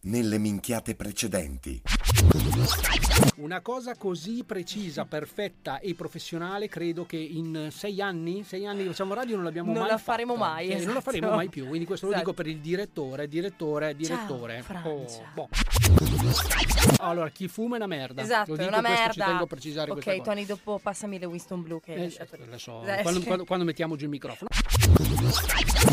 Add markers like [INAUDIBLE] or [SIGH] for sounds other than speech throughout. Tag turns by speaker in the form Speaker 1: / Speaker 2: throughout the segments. Speaker 1: nelle minchiate precedenti.
Speaker 2: Una cosa così precisa, perfetta e professionale, credo che in sei anni, sei anni che facciamo radio non l'abbiamo
Speaker 3: Non
Speaker 2: mai
Speaker 3: la
Speaker 2: fatta.
Speaker 3: faremo mai,
Speaker 2: Eh, Non la
Speaker 3: esatto.
Speaker 2: faremo mai più, quindi questo
Speaker 3: Esatto.
Speaker 2: lo dico per il direttore, direttore, direttore.
Speaker 3: Francia.
Speaker 2: boh. Allora, chi fuma è una merda.
Speaker 3: Esatto,
Speaker 2: lo
Speaker 3: è
Speaker 2: dico,
Speaker 3: una
Speaker 2: questo
Speaker 3: merda.
Speaker 2: Ci tengo a precisare
Speaker 3: ok,
Speaker 2: questa cosa.
Speaker 3: Tony, dopo passami le Winston Blue che hai
Speaker 2: Eh,
Speaker 3: lasciato lì.
Speaker 2: lo so,
Speaker 3: Eh,
Speaker 2: quando,
Speaker 3: sì.
Speaker 2: quando- quando mettiamo giù il microfono.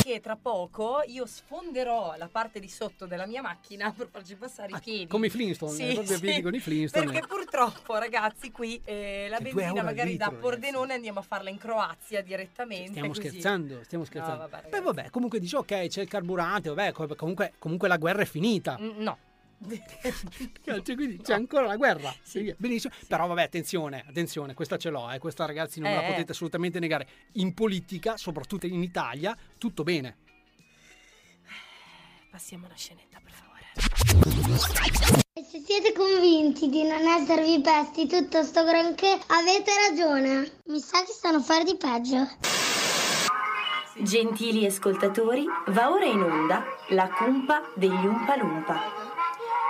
Speaker 3: Che tra poco io sfonderò la parte di sotto della mia macchina per farci passare i piedi.
Speaker 2: Ah, Come i Flintstone,
Speaker 3: Sì,
Speaker 2: eh, proprio a
Speaker 3: sì.
Speaker 2: piedi con i Flintstone.
Speaker 3: Perché purtroppo, ragazzi, qui eh, la
Speaker 2: Che due
Speaker 3: benzina
Speaker 2: euro al
Speaker 3: magari
Speaker 2: litro,
Speaker 3: da
Speaker 2: ragazzi.
Speaker 3: Pordenone andiamo a farla in Croazia direttamente.
Speaker 2: Stiamo
Speaker 3: così.
Speaker 2: scherzando, stiamo scherzando.
Speaker 3: vabbè, ragazzi.
Speaker 2: Poi vabbè, comunque dice ok, c'è il carburante, vabbè, co- comunque, comunque la guerra è finita.
Speaker 3: Mm, No.
Speaker 2: [LAUGHS] Cioè, quindi c'è ancora la guerra. Benissimo. Però vabbè, attenzione, attenzione, questa ce l'ho, eh, questa ragazzi non me la
Speaker 3: Eh, eh.
Speaker 2: potete assolutamente negare. In politica, soprattutto in Italia, tutto bene.
Speaker 3: Passiamo alla scenetta, per favore.
Speaker 4: E Se siete convinti di non esservi pesti tutto sto granché, avete ragione. Mi sa che stanno a fare di peggio.
Speaker 5: Gentili ascoltatori, va ora in onda la cumpa degli Umpalumpa.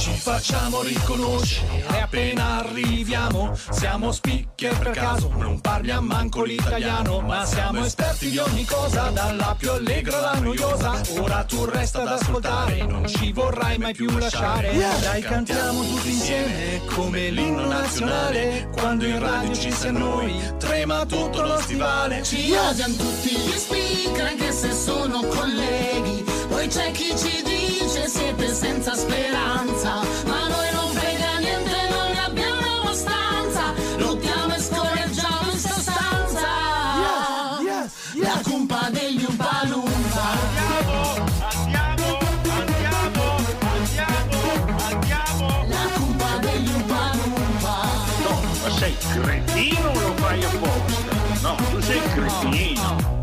Speaker 6: Ci facciamo riconoscere appena arriviamo. Siamo speaker per caso, non parliamo manco l'italiano. Ma siamo esperti di ogni cosa, dalla più allegra alla noiosa. Ora tu resta ad ascoltare, non ci vorrai mai più lasciare. Dai, cantiamo tutti insieme come l'inno nazionale. Quando in radio ci sei noi, trema tutto lo stivale.
Speaker 7: Ci odiano tutti gli speaker anche se sono colleghi. Poi c'è chi ci dice siete senza speranza. Ma noi non frega niente, non ne abbiamo abbastanza. Lottiamo e scorreggiamo in sostanza. La cumpa degli Umpalumpa. Andiamo, andiamo, andiamo, andiamo. La cumpa degli Umpalumpa.
Speaker 8: Ma sei cretino o lo fai apposta? No, tu sei cretino.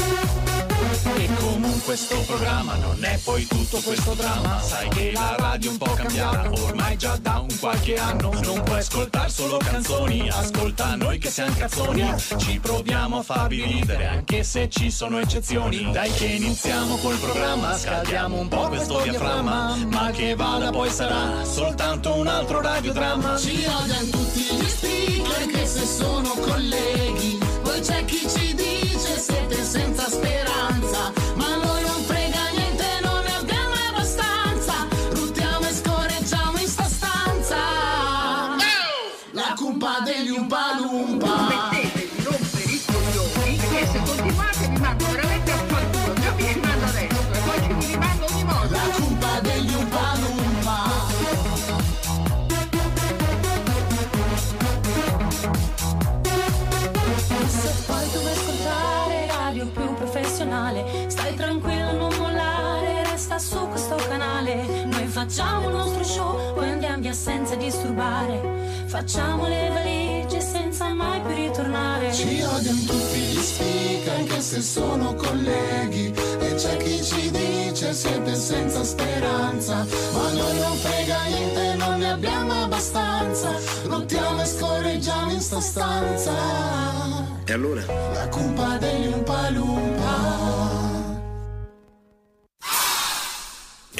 Speaker 6: E comunque sto programma non è poi tutto questo dramma Sai che la radio è un po' cambiata ormai già da un qualche anno Non puoi ascoltare solo canzoni, ascolta noi che siamo cazzoni Ci proviamo a farvi ridere anche se ci sono eccezioni Dai che iniziamo col programma, scaldiamo un po' questo diaframma Ma che vada poi sarà soltanto un altro radiodramma
Speaker 7: Ci odiano tutti gli speaker che se sono colleghi. Poi c'è chi ci dice siete senza speranza. Ma a noi non frega niente, non ne abbiamo abbastanza. Ruttiamo e scorreggiamo in sta stanza. La cumpa degli Umpalumpa.
Speaker 9: Perché se continuate vi mando veramente a fanculo, già vi rimando adesso e poi ci vi rimando ogni volta.
Speaker 7: La cumpa degli Umpalumpa.
Speaker 5: Se poi dove ascoltare radio più professionale, stai tranquillo, non mollare, resta su questo canale. Noi facciamo il nostro show, poi andiamo via senza disturbare. Facciamo le valigie senza mai più ritornare.
Speaker 7: Ci odiano tutti gli speaker anche se sono colleghi E c'è chi ci dice siete senza speranza Ma a noi non frega niente, non ne abbiamo abbastanza Lottiamo e scorreggiamo in sta stanza
Speaker 8: E allora?
Speaker 7: La cumpa degli Umpalumpa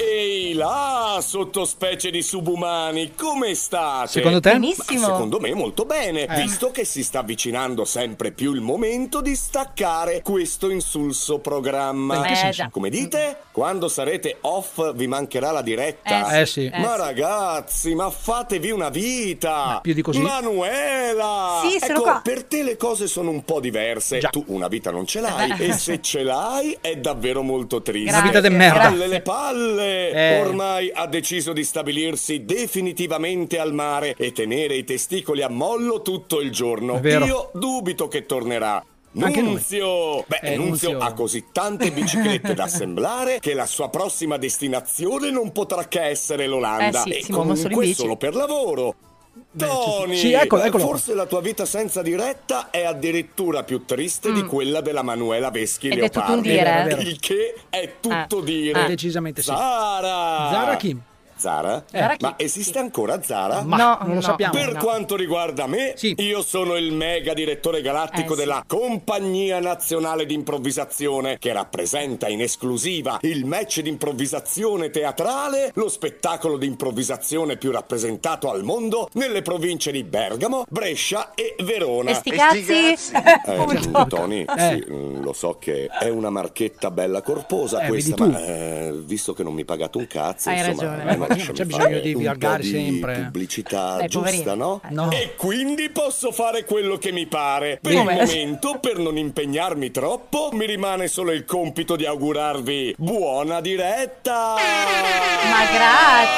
Speaker 10: Ehi, là, sottospecie di subumani, come state?
Speaker 11: Secondo te?
Speaker 10: Ma secondo me molto bene,
Speaker 11: Eh.
Speaker 10: visto che si sta avvicinando sempre più il momento di staccare questo insulso programma.
Speaker 11: Eh, Eh, già.
Speaker 10: Come dite? Quando sarete off vi mancherà la diretta.
Speaker 11: Eh, sì. Eh, sì. Eh,
Speaker 10: Ma
Speaker 11: sì.
Speaker 10: ragazzi, ma fatevi una vita!
Speaker 11: più di così?
Speaker 10: Manuela!
Speaker 11: Sì, sono
Speaker 10: ecco,
Speaker 11: qua.
Speaker 10: per te le cose sono un po' diverse. Tu una vita non ce l'hai
Speaker 11: Eh.
Speaker 10: e se ce l'hai è davvero molto triste.
Speaker 11: Una vita de merda.
Speaker 10: Palle le palle!
Speaker 11: Eh.
Speaker 10: Ormai ha deciso di stabilirsi definitivamente al mare e tenere i testicoli a mollo tutto il giorno.
Speaker 11: È vero.
Speaker 10: Io dubito che tornerà.
Speaker 11: Anche noi.
Speaker 10: Nunzio! Beh,
Speaker 11: Eh,
Speaker 10: Nunzio,
Speaker 11: Nunzio.
Speaker 10: ha così tante
Speaker 11: [LAUGHS]
Speaker 10: biciclette da assemblare che la sua prossima destinazione non potrà che essere l'Olanda.
Speaker 11: Eh sì,
Speaker 10: e
Speaker 11: si muovono solo in
Speaker 10: comunque
Speaker 11: bici.
Speaker 10: solo per lavoro.
Speaker 2: cioè,
Speaker 11: certo.
Speaker 10: Tony!
Speaker 11: sì,
Speaker 2: ecco,
Speaker 11: eccolo, eccolo.
Speaker 10: Forse la tua vita senza diretta è addirittura più triste
Speaker 11: Mm.
Speaker 10: di quella della Manuela Veschi
Speaker 2: Ed è tutto
Speaker 10: Leopardi.
Speaker 2: un dire, eh. È vero, è vero.
Speaker 10: Il che è tutto dire.
Speaker 2: Eh, Decisamente sì.
Speaker 10: Zara!
Speaker 2: Zara Kim.
Speaker 10: Zara?
Speaker 2: Zara
Speaker 10: Ma esiste ancora Zara?
Speaker 2: Ma No, non lo no. sappiamo,
Speaker 10: Per
Speaker 2: no.
Speaker 10: quanto riguarda me, io sono il mega direttore galattico
Speaker 11: Eh, sì.
Speaker 10: della Compagnia Nazionale di Improvvisazione, che rappresenta in esclusiva il match di improvvisazione teatrale, lo spettacolo di improvvisazione più rappresentato al mondo nelle province di Bergamo, Brescia e Verona.
Speaker 5: E sti cazzi?
Speaker 11: [LAUGHS]
Speaker 10: [LAUGHS] Eh,
Speaker 5: Punto.
Speaker 10: Tony,
Speaker 5: Eh.
Speaker 10: sì, mm, lo so che è una marchetta bella corposa
Speaker 11: Eh,
Speaker 10: questa,
Speaker 11: vedi tu.
Speaker 10: ma eh, visto che non mi pagate un cazzo,
Speaker 11: Hai
Speaker 10: insomma,
Speaker 11: ragione.
Speaker 10: eh, ma
Speaker 11: C'è
Speaker 10: lasciami
Speaker 11: bisogno
Speaker 10: fare
Speaker 11: di
Speaker 10: un po'
Speaker 11: viaggiare
Speaker 10: di
Speaker 11: sempre.
Speaker 10: pubblicità
Speaker 11: Dai,
Speaker 10: giusta,
Speaker 11: poverino.
Speaker 10: no?
Speaker 11: Eh. No.
Speaker 10: E quindi posso fare quello che mi pare. Per
Speaker 11: Come?
Speaker 10: il momento, per non impegnarmi troppo, mi rimane solo il compito di augurarvi buona diretta.
Speaker 3: Ma grazie,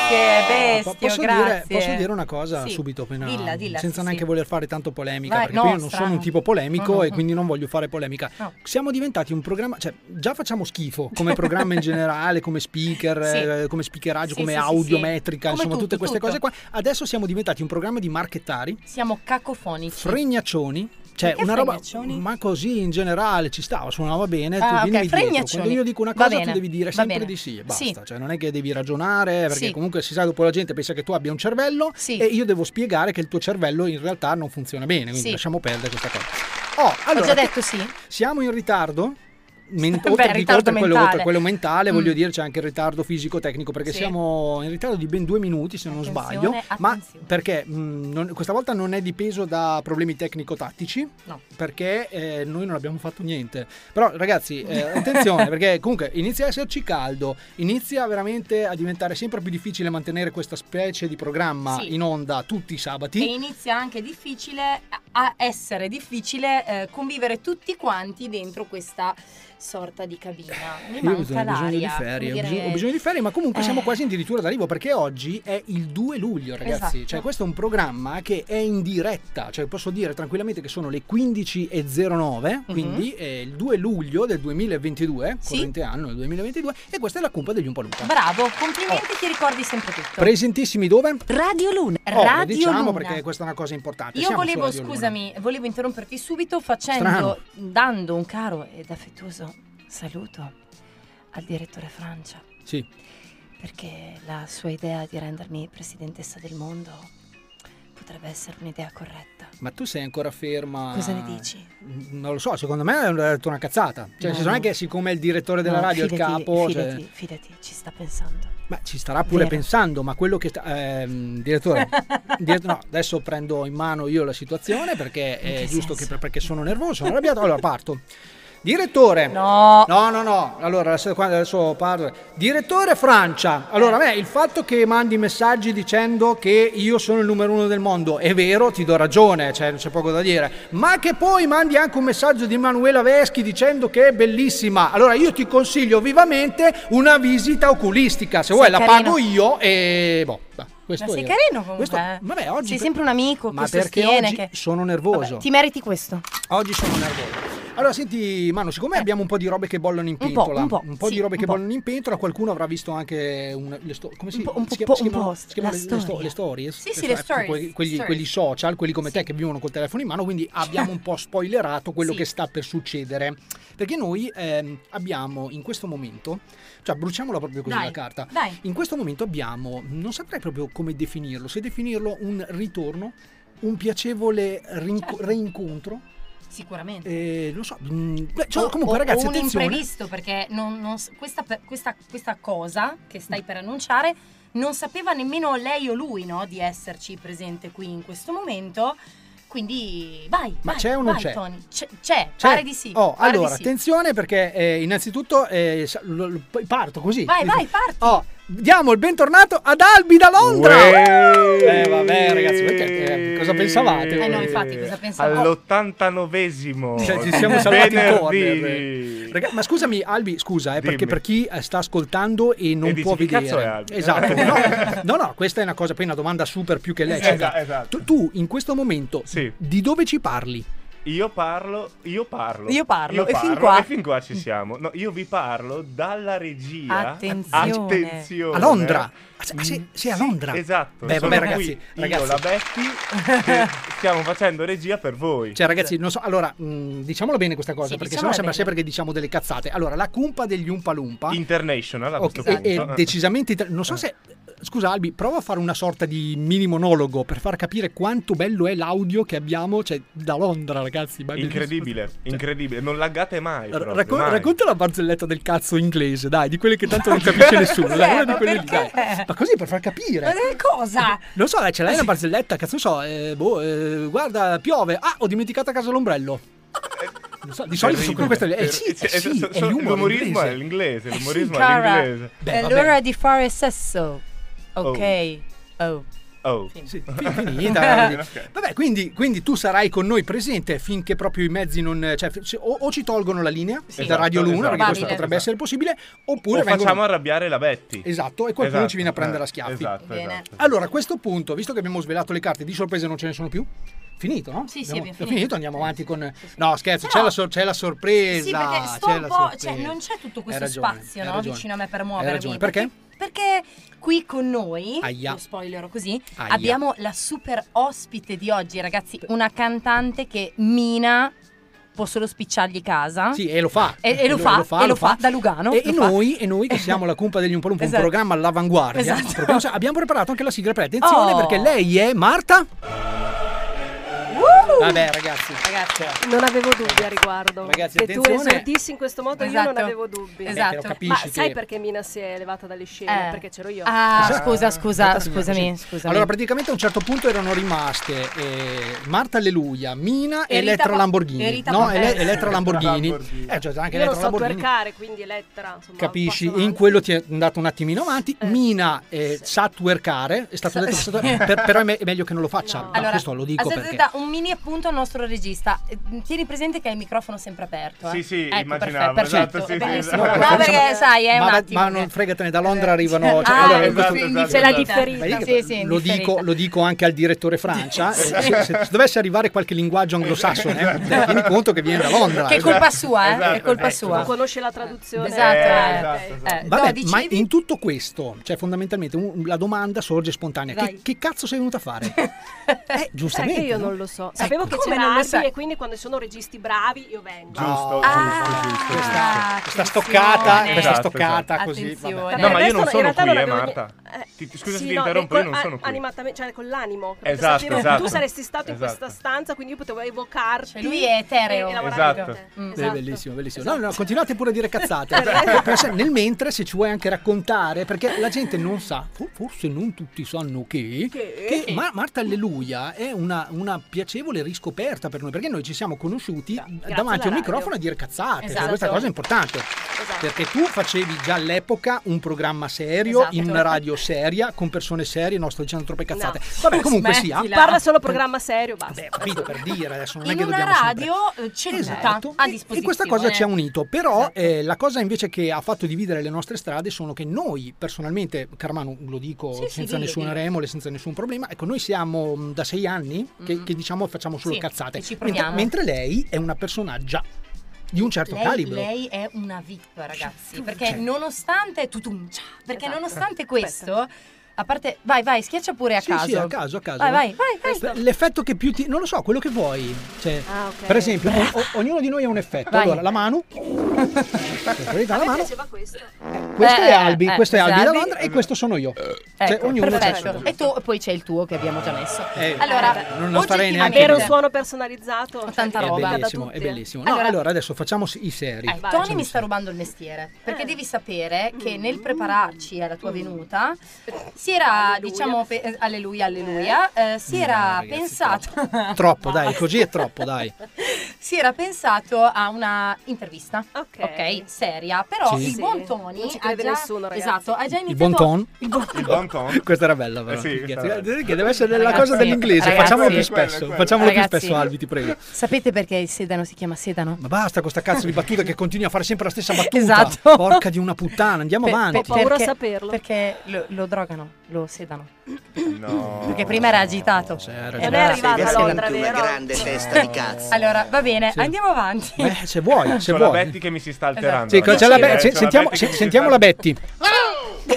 Speaker 2: Eh, Po-
Speaker 3: bestio,
Speaker 2: posso, dire,
Speaker 3: grazie.
Speaker 2: posso dire una cosa
Speaker 3: Sì.
Speaker 2: subito appena
Speaker 3: Dilla, dilla,
Speaker 2: senza
Speaker 3: sì,
Speaker 2: neanche
Speaker 3: sì.
Speaker 2: voler fare tanto polemica
Speaker 3: Vai,
Speaker 2: perché
Speaker 3: no,
Speaker 2: poi io non
Speaker 3: strano.
Speaker 2: sono un tipo polemico
Speaker 3: No,
Speaker 2: e
Speaker 3: no.
Speaker 2: quindi non voglio fare polemica siamo diventati un programma cioè già facciamo schifo come programma in generale come speaker
Speaker 11: Sì.
Speaker 2: eh, come speakeraggio
Speaker 11: Sì,
Speaker 2: come
Speaker 11: sì, sì,
Speaker 2: audiometrica
Speaker 11: sì. Come
Speaker 2: insomma tutte
Speaker 11: tutto,
Speaker 2: queste
Speaker 11: tutto.
Speaker 2: cose qua adesso siamo diventati un programma di marchettari
Speaker 3: Siamo cacofonici.
Speaker 2: fregnaccioni cioè
Speaker 3: Perché
Speaker 2: una roba
Speaker 3: fregnaccioni?
Speaker 2: ma così in generale ci stava suonava bene tu
Speaker 3: Ah, ok,
Speaker 2: vieni dietro
Speaker 3: fregnaccioni.
Speaker 2: quando io dico una
Speaker 3: Va
Speaker 2: cosa tu
Speaker 3: bene,
Speaker 2: devi dire
Speaker 3: va
Speaker 2: sempre
Speaker 3: bene.
Speaker 2: di sì e basta
Speaker 3: Sì.
Speaker 2: cioè non è che devi ragionare perché
Speaker 3: Sì.
Speaker 2: comunque si sa dopo la gente pensa che tu abbia un cervello e io devo spiegare che il tuo cervello in realtà non funziona bene quindi
Speaker 3: Sì.
Speaker 2: lasciamo perdere questa cosa oh, allora,
Speaker 3: Ho già detto sì.
Speaker 2: siamo in ritardo Men-
Speaker 3: [LAUGHS] Beh,
Speaker 2: oltre, dico,
Speaker 3: ritardo
Speaker 2: oltre a quello,
Speaker 3: mentale.
Speaker 2: oltre a quello mentale,
Speaker 3: Mm.
Speaker 2: voglio dire, c'è anche il ritardo fisico-tecnico, perché
Speaker 3: Sì.
Speaker 2: siamo in ritardo di ben due minuti, se non
Speaker 3: Attenzione,
Speaker 2: sbaglio. Ma perché mh, non- questa volta non è dipeso da problemi tecnico-tattici,
Speaker 3: No.
Speaker 2: perché eh, noi non abbiamo fatto niente. Però, ragazzi, eh, attenzione, perché comunque inizia a esserci caldo, inizia veramente a diventare sempre più difficile mantenere questa specie di programma
Speaker 3: Sì.
Speaker 2: in onda tutti i sabati.
Speaker 3: E inizia anche difficile a essere difficile eh, convivere tutti quanti dentro questa sorta di cabina. Mi
Speaker 2: Io ho bisogno,
Speaker 3: manca
Speaker 2: ho bisogno di
Speaker 3: l'aria,
Speaker 2: ferie, ho
Speaker 3: come Eh.
Speaker 2: bisogno,
Speaker 3: dire-
Speaker 2: ho bisogno di ferie, ma comunque siamo quasi addirittura d'arrivo perché oggi è il 2 luglio, ragazzi.
Speaker 11: Esatto.
Speaker 2: Cioè, questo è un programma che è in diretta, cioè posso dire tranquillamente che sono le 15.09,
Speaker 3: Mhm.
Speaker 2: quindi è il 2 luglio del 2022, corrente anno del 2022, e questa è la cumpa degli Umpalumpa.
Speaker 3: Bravo, complimenti, ti ricordi sempre tutto.
Speaker 2: Presentissimi dove?
Speaker 3: Radio Luna.
Speaker 2: Oh, lo
Speaker 3: Radio
Speaker 2: diciamo
Speaker 3: Luna.
Speaker 2: perché questa è una cosa importante.
Speaker 3: Io
Speaker 2: Ah, Siamo su
Speaker 3: volevo,
Speaker 2: Radio Luna.
Speaker 3: scusami, volevo interromperti subito facendo,
Speaker 2: Strano.
Speaker 3: dando un caro ed affettuoso saluto al direttore Francia,
Speaker 2: Sì.
Speaker 3: perché la sua idea di rendermi presidentessa del mondo potrebbe essere un'idea corretta.
Speaker 2: Ma tu sei ancora ferma.
Speaker 3: Cosa ne dici?
Speaker 2: Non lo so, secondo me è detto una cazzata. Cioè,
Speaker 3: No,
Speaker 2: se non è
Speaker 3: no.
Speaker 2: che siccome il direttore della
Speaker 3: No,
Speaker 2: radio è il
Speaker 3: fidati,
Speaker 2: capo. cioè-
Speaker 3: Fidati, fidati, ci sta pensando.
Speaker 2: Ma ci starà pure
Speaker 3: Vero.
Speaker 2: pensando, ma quello che... sta- ehm,
Speaker 3: [LAUGHS]
Speaker 2: direttore, dire- no, adesso prendo in mano io la situazione perché
Speaker 11: In
Speaker 2: è
Speaker 11: che
Speaker 2: giusto
Speaker 11: senso?
Speaker 2: che perché sono nervoso, sono arrabbiato. Allora parto. Direttore.
Speaker 3: No.
Speaker 2: No, no, no. Allora, adesso, quando- adesso parlo. Direttore Francia. Allora, beh, il fatto che mandi messaggi dicendo che io sono il numero uno del mondo è vero, ti do ragione, cioè non c'è poco da dire. Ma che poi mandi anche un messaggio di Manuela Veschi dicendo che è bellissima. Allora, io ti consiglio vivamente una visita oculistica. Se
Speaker 3: Sei
Speaker 2: vuoi la
Speaker 3: carino.
Speaker 2: pago io e... Boh, va, questo
Speaker 3: Ma sei
Speaker 2: era.
Speaker 3: carino comunque.
Speaker 2: Questo-
Speaker 3: eh.
Speaker 2: vabbè, oggi
Speaker 3: sei
Speaker 2: per-
Speaker 3: sempre un amico
Speaker 2: Ma
Speaker 3: che
Speaker 2: perché
Speaker 3: sostiene
Speaker 2: oggi
Speaker 3: che...
Speaker 2: sono nervoso.
Speaker 3: Vabbè, ti meriti questo.
Speaker 2: Oggi sono nervoso. Allora, senti, Manu, siccome abbiamo un po' di robe che bollono in
Speaker 3: Eh. Un po',
Speaker 2: pentola,
Speaker 3: un po',
Speaker 2: di
Speaker 3: sì,
Speaker 2: robe
Speaker 3: un
Speaker 2: che
Speaker 3: po'.
Speaker 2: bollono in pentola, qualcuno avrà visto anche un, le sto- come si,
Speaker 3: Un po', un
Speaker 2: si
Speaker 3: po',
Speaker 2: si
Speaker 3: un
Speaker 2: chiamano-
Speaker 3: po'
Speaker 2: si chiamano
Speaker 3: la
Speaker 2: le, le sto-
Speaker 3: storia.
Speaker 2: le stories?
Speaker 3: Sì, sì,
Speaker 2: sto-
Speaker 3: le
Speaker 2: ecco,
Speaker 3: stories,
Speaker 2: Quelli, quelli-
Speaker 3: stories.
Speaker 2: quelli social, quelli come te che vivono col telefono in mano, quindi abbiamo
Speaker 3: [LAUGHS]
Speaker 2: un po' spoilerato quello
Speaker 11: Sì.
Speaker 2: che sta per succedere. Perché noi ehm, abbiamo in questo momento, cioè bruciamola proprio così
Speaker 11: Dai,
Speaker 2: la carta,
Speaker 11: dai.
Speaker 2: in questo momento abbiamo, non saprei proprio come definirlo, se definirlo un ritorno, un piacevole rinco- reincontro
Speaker 3: Certo. Sicuramente.
Speaker 2: Eh, lo so, mm, beh, cioè,
Speaker 3: O-
Speaker 2: comunque
Speaker 3: o-
Speaker 2: ragazzi
Speaker 3: o un
Speaker 2: attenzione.
Speaker 3: imprevisto perché non- non s- questa, per- questa- questa cosa che stai per annunciare non sapeva nemmeno lei o lui no, di esserci presente qui in questo momento quindi vai
Speaker 2: Ma
Speaker 3: vai,
Speaker 2: c'è o non
Speaker 3: vai,
Speaker 2: c'è?
Speaker 3: Tony. c'è c'è,
Speaker 2: Cioè,
Speaker 3: pare di sì
Speaker 2: Oh,
Speaker 3: pare di
Speaker 2: allora,
Speaker 3: sì.
Speaker 2: attenzione perché eh, innanzitutto eh, sa- lo- lo- poi parto così.
Speaker 3: Vai, vai, parti.
Speaker 2: Oh, diamo il bentornato ad Albi da Londra.
Speaker 11: Uè!
Speaker 2: Eh, vabbè, ragazzi, perché, eh, cosa pensavate?
Speaker 3: Eh, no, infatti, cosa pensavo?
Speaker 11: All'89esimo.
Speaker 2: Cioè, ci siamo salvati in
Speaker 11: Venerdì.
Speaker 2: corner. Raga- ma scusami, Albi, scusa, eh, perché per chi eh, sta ascoltando e non
Speaker 11: E dici,
Speaker 2: può
Speaker 11: "Chi
Speaker 2: vedere,
Speaker 11: cazzo è Albi?" [LAUGHS]
Speaker 2: esatto. No, no, no, questa è una cosa. Poi una domanda super più che lecita.
Speaker 11: Esatto, esatto.
Speaker 2: Tu, tu, in questo momento, di dove ci parli?
Speaker 11: Io parlo, io parlo.
Speaker 2: Io parlo, e fin
Speaker 11: parlo,
Speaker 2: qua.
Speaker 11: e fin qua ci siamo. No, io vi parlo dalla regia.
Speaker 2: Attenzione.
Speaker 11: Attenzione.
Speaker 2: A Londra. Ah, sì, sì, a Londra.
Speaker 11: Esatto.
Speaker 2: Beh,
Speaker 11: sono
Speaker 2: vabbè,
Speaker 11: qui,
Speaker 2: ragazzi, ragazzi.
Speaker 11: Io, la Betty, che stiamo facendo regia per voi.
Speaker 2: Cioè, ragazzi, non so. Allora, mh, diciamola bene questa cosa,
Speaker 11: Sì,
Speaker 2: perché sennò
Speaker 11: diciamola
Speaker 2: sembra
Speaker 11: bene.
Speaker 2: sempre che diciamo delle cazzate. Allora, la cumpa degli Umpalumpa.
Speaker 11: International a questo
Speaker 2: e, e
Speaker 12: Eh.
Speaker 11: punto.
Speaker 2: decisamente. ital- Non so se. Scusa, Albi, prova a fare una sorta di mini monologo per far capire quanto bello è l'audio che abbiamo, cioè, da Londra, ragazzi. ma è bellissimo.
Speaker 11: Incredibile, incredibile. Non laggate mai. proprio,
Speaker 2: Racco-
Speaker 11: mai.
Speaker 2: racconta la barzelletta del cazzo inglese, dai, di quelle che
Speaker 11: [LAUGHS]
Speaker 2: tanto non capisce nessuno. dai, una di
Speaker 3: ma
Speaker 2: quelle lì, dai.
Speaker 3: perché?
Speaker 2: Ma così per far
Speaker 3: Ma
Speaker 2: capire.
Speaker 3: che cosa
Speaker 2: Non so, eh, ce l'hai una barzelletta, cazzo, non so, eh, boh, eh, guarda, piove. Ah, ho dimenticato a casa l'ombrello. Non so, di solito sono queste eh, sì, eh,
Speaker 11: Cioè,
Speaker 2: sì,
Speaker 11: so-
Speaker 2: è
Speaker 11: so-
Speaker 2: l'umor
Speaker 11: l'umorismo
Speaker 2: inglese. Eh
Speaker 11: è l'inglese, l'umorismo è
Speaker 3: Cara, Eh,
Speaker 11: l'inglese.
Speaker 3: è l'ora di fare sesso ok oh,
Speaker 11: Oh.
Speaker 2: Sì, fin-
Speaker 11: [LAUGHS]
Speaker 2: finita. eh.
Speaker 3: [LAUGHS]
Speaker 2: Vabbè, quindi, quindi tu sarai con noi presente finché proprio i mezzi non. Cioè, fi- o, o ci tolgono la linea
Speaker 11: Sì.
Speaker 2: da Radio Luna,
Speaker 11: Esatto,
Speaker 2: perché questo
Speaker 11: esatto.
Speaker 2: potrebbe essere possibile,
Speaker 11: O
Speaker 2: oppure vengono.
Speaker 11: facciamo arrabbiare la Betty.
Speaker 2: Esatto, e qualcuno
Speaker 11: Esatto,
Speaker 2: ci viene a prendere
Speaker 11: eh,
Speaker 2: a schiaffi.
Speaker 11: esatto, Bene. esatto.
Speaker 2: Allora, a questo punto, visto che abbiamo svelato le carte, di sorprese non ce ne sono più. Finito, no?
Speaker 3: Sì, sì,
Speaker 2: Abbiamo-
Speaker 3: abbiamo
Speaker 2: è
Speaker 3: finito.
Speaker 2: andiamo avanti con. No, scherzo,
Speaker 3: No.
Speaker 2: C'è, la sor- c'è la sorpresa.
Speaker 3: sì perché sto
Speaker 2: c'è
Speaker 3: un
Speaker 2: la
Speaker 3: po' cioè,
Speaker 2: sorpresa.
Speaker 3: non c'è tutto questo
Speaker 2: Hai ragione,
Speaker 3: spazio
Speaker 2: hai
Speaker 3: no,
Speaker 2: ragione.
Speaker 3: vicino a me per
Speaker 2: Hai
Speaker 3: muovermi
Speaker 2: ragione, perché?
Speaker 3: Perché qui con noi,
Speaker 2: Aia.
Speaker 3: lo spoilerò così,
Speaker 2: Aia.
Speaker 3: abbiamo la super ospite di oggi, ragazzi, una cantante che mina può solo spicciargli casa.
Speaker 2: Sì, e lo fa.
Speaker 3: E, e lo, fa, e lo fa, da Lugano.
Speaker 2: E,
Speaker 3: lo
Speaker 2: e
Speaker 3: fa.
Speaker 2: noi, e noi che siamo la cumpa degli Umpalumpa,
Speaker 3: Esatto.
Speaker 2: un programma all'avanguardia.
Speaker 3: Esatto.
Speaker 2: proprio, cioè, abbiamo preparato anche la sigla per attenzione
Speaker 3: Oh.
Speaker 2: perché lei è Marta.
Speaker 13: Woo!
Speaker 2: Vabbè, ragazzi. Cioè.
Speaker 3: Ragazzi,
Speaker 13: Non avevo dubbi a riguardo.
Speaker 2: Ragazzi,
Speaker 13: che tu
Speaker 2: attenzione.
Speaker 13: esordissi in questo modo io
Speaker 3: Esatto.
Speaker 13: non avevo dubbi.
Speaker 3: Esatto. Eh, però
Speaker 13: Ma
Speaker 2: capisci
Speaker 13: sai
Speaker 2: che-
Speaker 13: perché Mina si è levata dalle scene?
Speaker 3: Eh.
Speaker 13: Perché c'ero io.
Speaker 3: Ah,
Speaker 2: Esatto.
Speaker 3: scusa, scusa,
Speaker 2: Aspetta, signora,
Speaker 3: scusami,
Speaker 2: sì.
Speaker 3: scusami.
Speaker 2: Allora, praticamente a un certo punto erano rimaste eh, Marta Alleluia, Mina e,
Speaker 3: E Rita
Speaker 2: Elettra
Speaker 3: Pa-
Speaker 2: Lamborghini.
Speaker 3: e Rita
Speaker 2: no,
Speaker 3: Pa-
Speaker 2: Ele-
Speaker 3: eh, sì.
Speaker 2: Elettra Lamborghini.
Speaker 13: Lamborghini.
Speaker 2: Eh, cioè, c'era anche
Speaker 13: io
Speaker 2: Elettra
Speaker 13: non so
Speaker 2: Lamborghini.
Speaker 13: twerkare, quindi Elettra, insomma,
Speaker 2: Capisci?
Speaker 13: un passo
Speaker 2: In quello ti è andato un attimino avanti. Mina eh, sa twerkare, è stato
Speaker 3: Sa-
Speaker 2: detto, che sa
Speaker 3: sì. [LAUGHS]
Speaker 2: twerkare, per- però è, me- è meglio che non lo faccia. Ma
Speaker 3: Allora,
Speaker 2: questo lo dico
Speaker 3: aspetta,
Speaker 2: perché.
Speaker 3: aspetta, un mini appunto al nostro regista. Eh, Tieni presente che hai il microfono sempre aperto. eh.
Speaker 11: Sì, sì,
Speaker 3: ecco,
Speaker 11: immaginavo,
Speaker 3: Perfetto,
Speaker 11: esatto,
Speaker 3: perfetto,
Speaker 11: sì,
Speaker 3: è
Speaker 11: sì,
Speaker 3: bellissimo.
Speaker 11: esatto.
Speaker 3: No, perché sai, è
Speaker 2: ma,
Speaker 3: un
Speaker 2: va-
Speaker 3: attimo. Eh,
Speaker 2: ma non fregatene, da Londra arrivano.
Speaker 3: Ah,
Speaker 2: in questo-
Speaker 3: esatto, esatto, Ce l'ha esatto. differita.
Speaker 2: Ma io
Speaker 3: Sì, sì,
Speaker 2: lo,
Speaker 3: differita.
Speaker 2: dico, lo dico anche al direttore Francia.
Speaker 3: Sì. Esatto.
Speaker 2: eh, Se, se dovesse arrivare qualche linguaggio anglosassone, eh, tieni conto che viene da Londra.
Speaker 3: Che è colpa sua, eh?
Speaker 2: Esatto,
Speaker 3: È colpa
Speaker 2: esatto.
Speaker 3: sua.
Speaker 2: Non
Speaker 13: conosce la traduzione.
Speaker 3: Esatto,
Speaker 13: Eh,
Speaker 3: eh.
Speaker 13: esatto, esatto.
Speaker 3: Eh,
Speaker 2: Vabbè,
Speaker 3: no, dicevi-
Speaker 2: ma in tutto questo, cioè fondamentalmente un- la domanda sorge spontanea. Che,
Speaker 13: Vai.
Speaker 2: che cazzo sei venuta a
Speaker 3: [LAUGHS]
Speaker 2: fare? eh,
Speaker 13: Sai
Speaker 2: giustamente.
Speaker 13: che io
Speaker 2: no?
Speaker 13: non lo so. Sapevo che
Speaker 3: come
Speaker 13: c'era
Speaker 3: non lo
Speaker 13: Albi
Speaker 3: sai?
Speaker 13: e quindi quando ci sono registi bravi io vengo.
Speaker 11: Giusto, giusto, giusto,
Speaker 3: Ah,
Speaker 11: giusto.
Speaker 2: Questa stoccata, questa
Speaker 13: Esatto,
Speaker 2: stoccata così.
Speaker 13: Attenzione.
Speaker 2: vabbè.
Speaker 11: Esatto, No, ma io
Speaker 13: Adesso
Speaker 11: non
Speaker 13: in
Speaker 11: sono
Speaker 13: realtà
Speaker 11: qui,
Speaker 13: non
Speaker 11: eh,
Speaker 13: avevo
Speaker 11: Marta. Ti- ti- Scusa
Speaker 13: Sì,
Speaker 11: se ti
Speaker 13: no,
Speaker 11: interrompo, io
Speaker 13: col-
Speaker 11: non sono
Speaker 13: ah,
Speaker 11: qui.
Speaker 13: animatamente, cioè con l'animo. perché
Speaker 11: Esatto,
Speaker 13: sapevo-
Speaker 11: esatto.
Speaker 13: Tu saresti stato
Speaker 11: Esatto.
Speaker 13: in questa stanza, quindi io potevo evocarti.
Speaker 3: Cioè, lui è etereo. Mm.
Speaker 13: e lavorare
Speaker 11: Esatto.
Speaker 13: con te.
Speaker 2: Beh,
Speaker 13: Esatto.
Speaker 2: Eh, bellissimo, bellissimo. No, no, continuate pure a dire
Speaker 13: [LAUGHS]
Speaker 2: cazzate. Però se- nel mentre, se ci vuoi anche raccontare, perché la gente non sa, for- forse non tutti sanno che,
Speaker 13: Che?
Speaker 2: che Ma- Marta Alleluia è una, una piacevole riscoperta per noi, perché noi ci siamo conosciuti davanti a un
Speaker 13: alla
Speaker 2: microfono
Speaker 13: radio.
Speaker 2: a dire cazzate. cioè,
Speaker 13: Esatto.
Speaker 2: questa cosa è importante. Perché tu facevi già all'epoca un programma serio,
Speaker 13: Esatto.
Speaker 2: in una radio seria, con persone serie, non sto dicendo troppe cazzate. Vabbè, comunque sia.
Speaker 13: Parla solo programma serio, basta.
Speaker 2: Capito, per dire adesso non è
Speaker 3: in
Speaker 2: che
Speaker 3: una
Speaker 2: dobbiamo sempre- Esatto.
Speaker 3: radio eh, ceduta a disposizione.
Speaker 2: e questa cosa ci ha unito, però
Speaker 3: Esatto.
Speaker 2: eh, la cosa invece che ha fatto dividere le nostre strade sono che noi personalmente, Carmano lo dico
Speaker 14: Sì, sì,
Speaker 2: senza
Speaker 14: dillo,
Speaker 2: nessuna
Speaker 14: dillo.
Speaker 2: remole, senza nessun problema, ecco noi siamo mh, da sei anni che, che diciamo facciamo solo
Speaker 3: Mm. Sì,
Speaker 2: cazzate,
Speaker 3: che ci
Speaker 2: mentre,
Speaker 3: proviamo.
Speaker 2: mentre lei è una personaggia di un certo
Speaker 3: lei,
Speaker 2: calibro.
Speaker 3: lei è una VIP, ragazzi. Perché
Speaker 2: Cioè. Esatto.
Speaker 3: nonostante. tutum, cia, Perché nonostante questo. A parte. Vai, vai, schiaccia pure a
Speaker 2: Sì,
Speaker 3: caso.
Speaker 2: sì, a caso, a caso.
Speaker 3: Vai, vai, vai. vai.
Speaker 2: L'effetto che più ti... non lo so, quello che vuoi. Cioè,
Speaker 3: Ah, ok.
Speaker 2: Per esempio, o- o- ognuno di noi ha un effetto.
Speaker 3: Vai.
Speaker 2: Allora, la
Speaker 3: [LAUGHS]
Speaker 2: mano... la
Speaker 13: A me
Speaker 2: mano.
Speaker 13: piaceva questo.
Speaker 2: Questo
Speaker 13: Eh,
Speaker 2: è Albi,
Speaker 13: eh,
Speaker 2: questo è
Speaker 13: questo è
Speaker 2: Albi da
Speaker 13: Albi.
Speaker 2: Londra e questo sono io.
Speaker 3: Ecco,
Speaker 2: Cioè, ognuno c'ha il
Speaker 3: perfetto.
Speaker 2: suo.
Speaker 3: E tu poi c'è il tuo che abbiamo già messo.
Speaker 2: Eh,
Speaker 3: allora,
Speaker 2: eh, non lo farei neanche
Speaker 13: Avere un
Speaker 2: io.
Speaker 13: suono personalizzato. Tanta
Speaker 2: È bellissimo, è bellissimo. No, allora,
Speaker 3: Allora-
Speaker 2: adesso facciamo i seri.
Speaker 3: Eh, Tony mi sta rubando il mestiere perché devi sapere che nel prepararci alla tua venuta si era, diciamo, pe- eh, alleluia, alleluia, eh, si
Speaker 2: No,
Speaker 3: era
Speaker 2: Mm, ragazzi,
Speaker 3: pensato,
Speaker 2: Troppo, dai, così è
Speaker 11: [LAUGHS]
Speaker 2: troppo, dai.
Speaker 3: si era pensato a una intervista, ok, seria, però
Speaker 2: Sì.
Speaker 3: il buon Tony
Speaker 13: Non ci
Speaker 3: ha
Speaker 13: crede
Speaker 3: già,
Speaker 13: nessuno, ragazzi.
Speaker 3: esatto, ha già iniziato
Speaker 2: Il bon ton.
Speaker 3: il bon
Speaker 11: esatto.
Speaker 3: ton.
Speaker 2: Questa era bella, però.
Speaker 11: Eh sì,
Speaker 2: Che-
Speaker 11: era bella.
Speaker 2: che deve essere la
Speaker 3: Ragazzi,
Speaker 2: cosa dell'inglese.
Speaker 3: ragazzi.
Speaker 2: facciamolo più
Speaker 3: Quello,
Speaker 2: spesso.
Speaker 3: quello.
Speaker 2: Facciamolo più
Speaker 3: Ragazzi.
Speaker 2: spesso, Albi, ti prego.
Speaker 3: Sapete perché il sedano si chiama sedano?
Speaker 2: Ma basta con sta cazzo di battuta che continui a fare sempre la stessa battuta.
Speaker 3: Esatto.
Speaker 2: Porca di una puttana, andiamo
Speaker 3: Per-
Speaker 2: avanti.
Speaker 3: per- perché- Perché lo, lo drogano, lo sedano.
Speaker 2: No.
Speaker 3: Perché prima era agitato.
Speaker 2: ragione. non è arrivata
Speaker 3: Adesso-
Speaker 2: a Londra,
Speaker 14: Una grande testa di cazzo.
Speaker 3: Allora, va bene,
Speaker 2: Sì.
Speaker 3: andiamo avanti.
Speaker 2: Eh, se vuoi, se
Speaker 11: C'ho la
Speaker 2: vuoi.
Speaker 11: Betty che mi si sta
Speaker 6: Esatto.
Speaker 11: alterando.
Speaker 2: Sì, c'è la Be-
Speaker 11: Eh,
Speaker 2: se-
Speaker 11: c'ho
Speaker 2: sentiamo,
Speaker 11: Betty
Speaker 2: se-
Speaker 11: che mi si
Speaker 2: sentiamo
Speaker 11: sta-
Speaker 2: la Betty.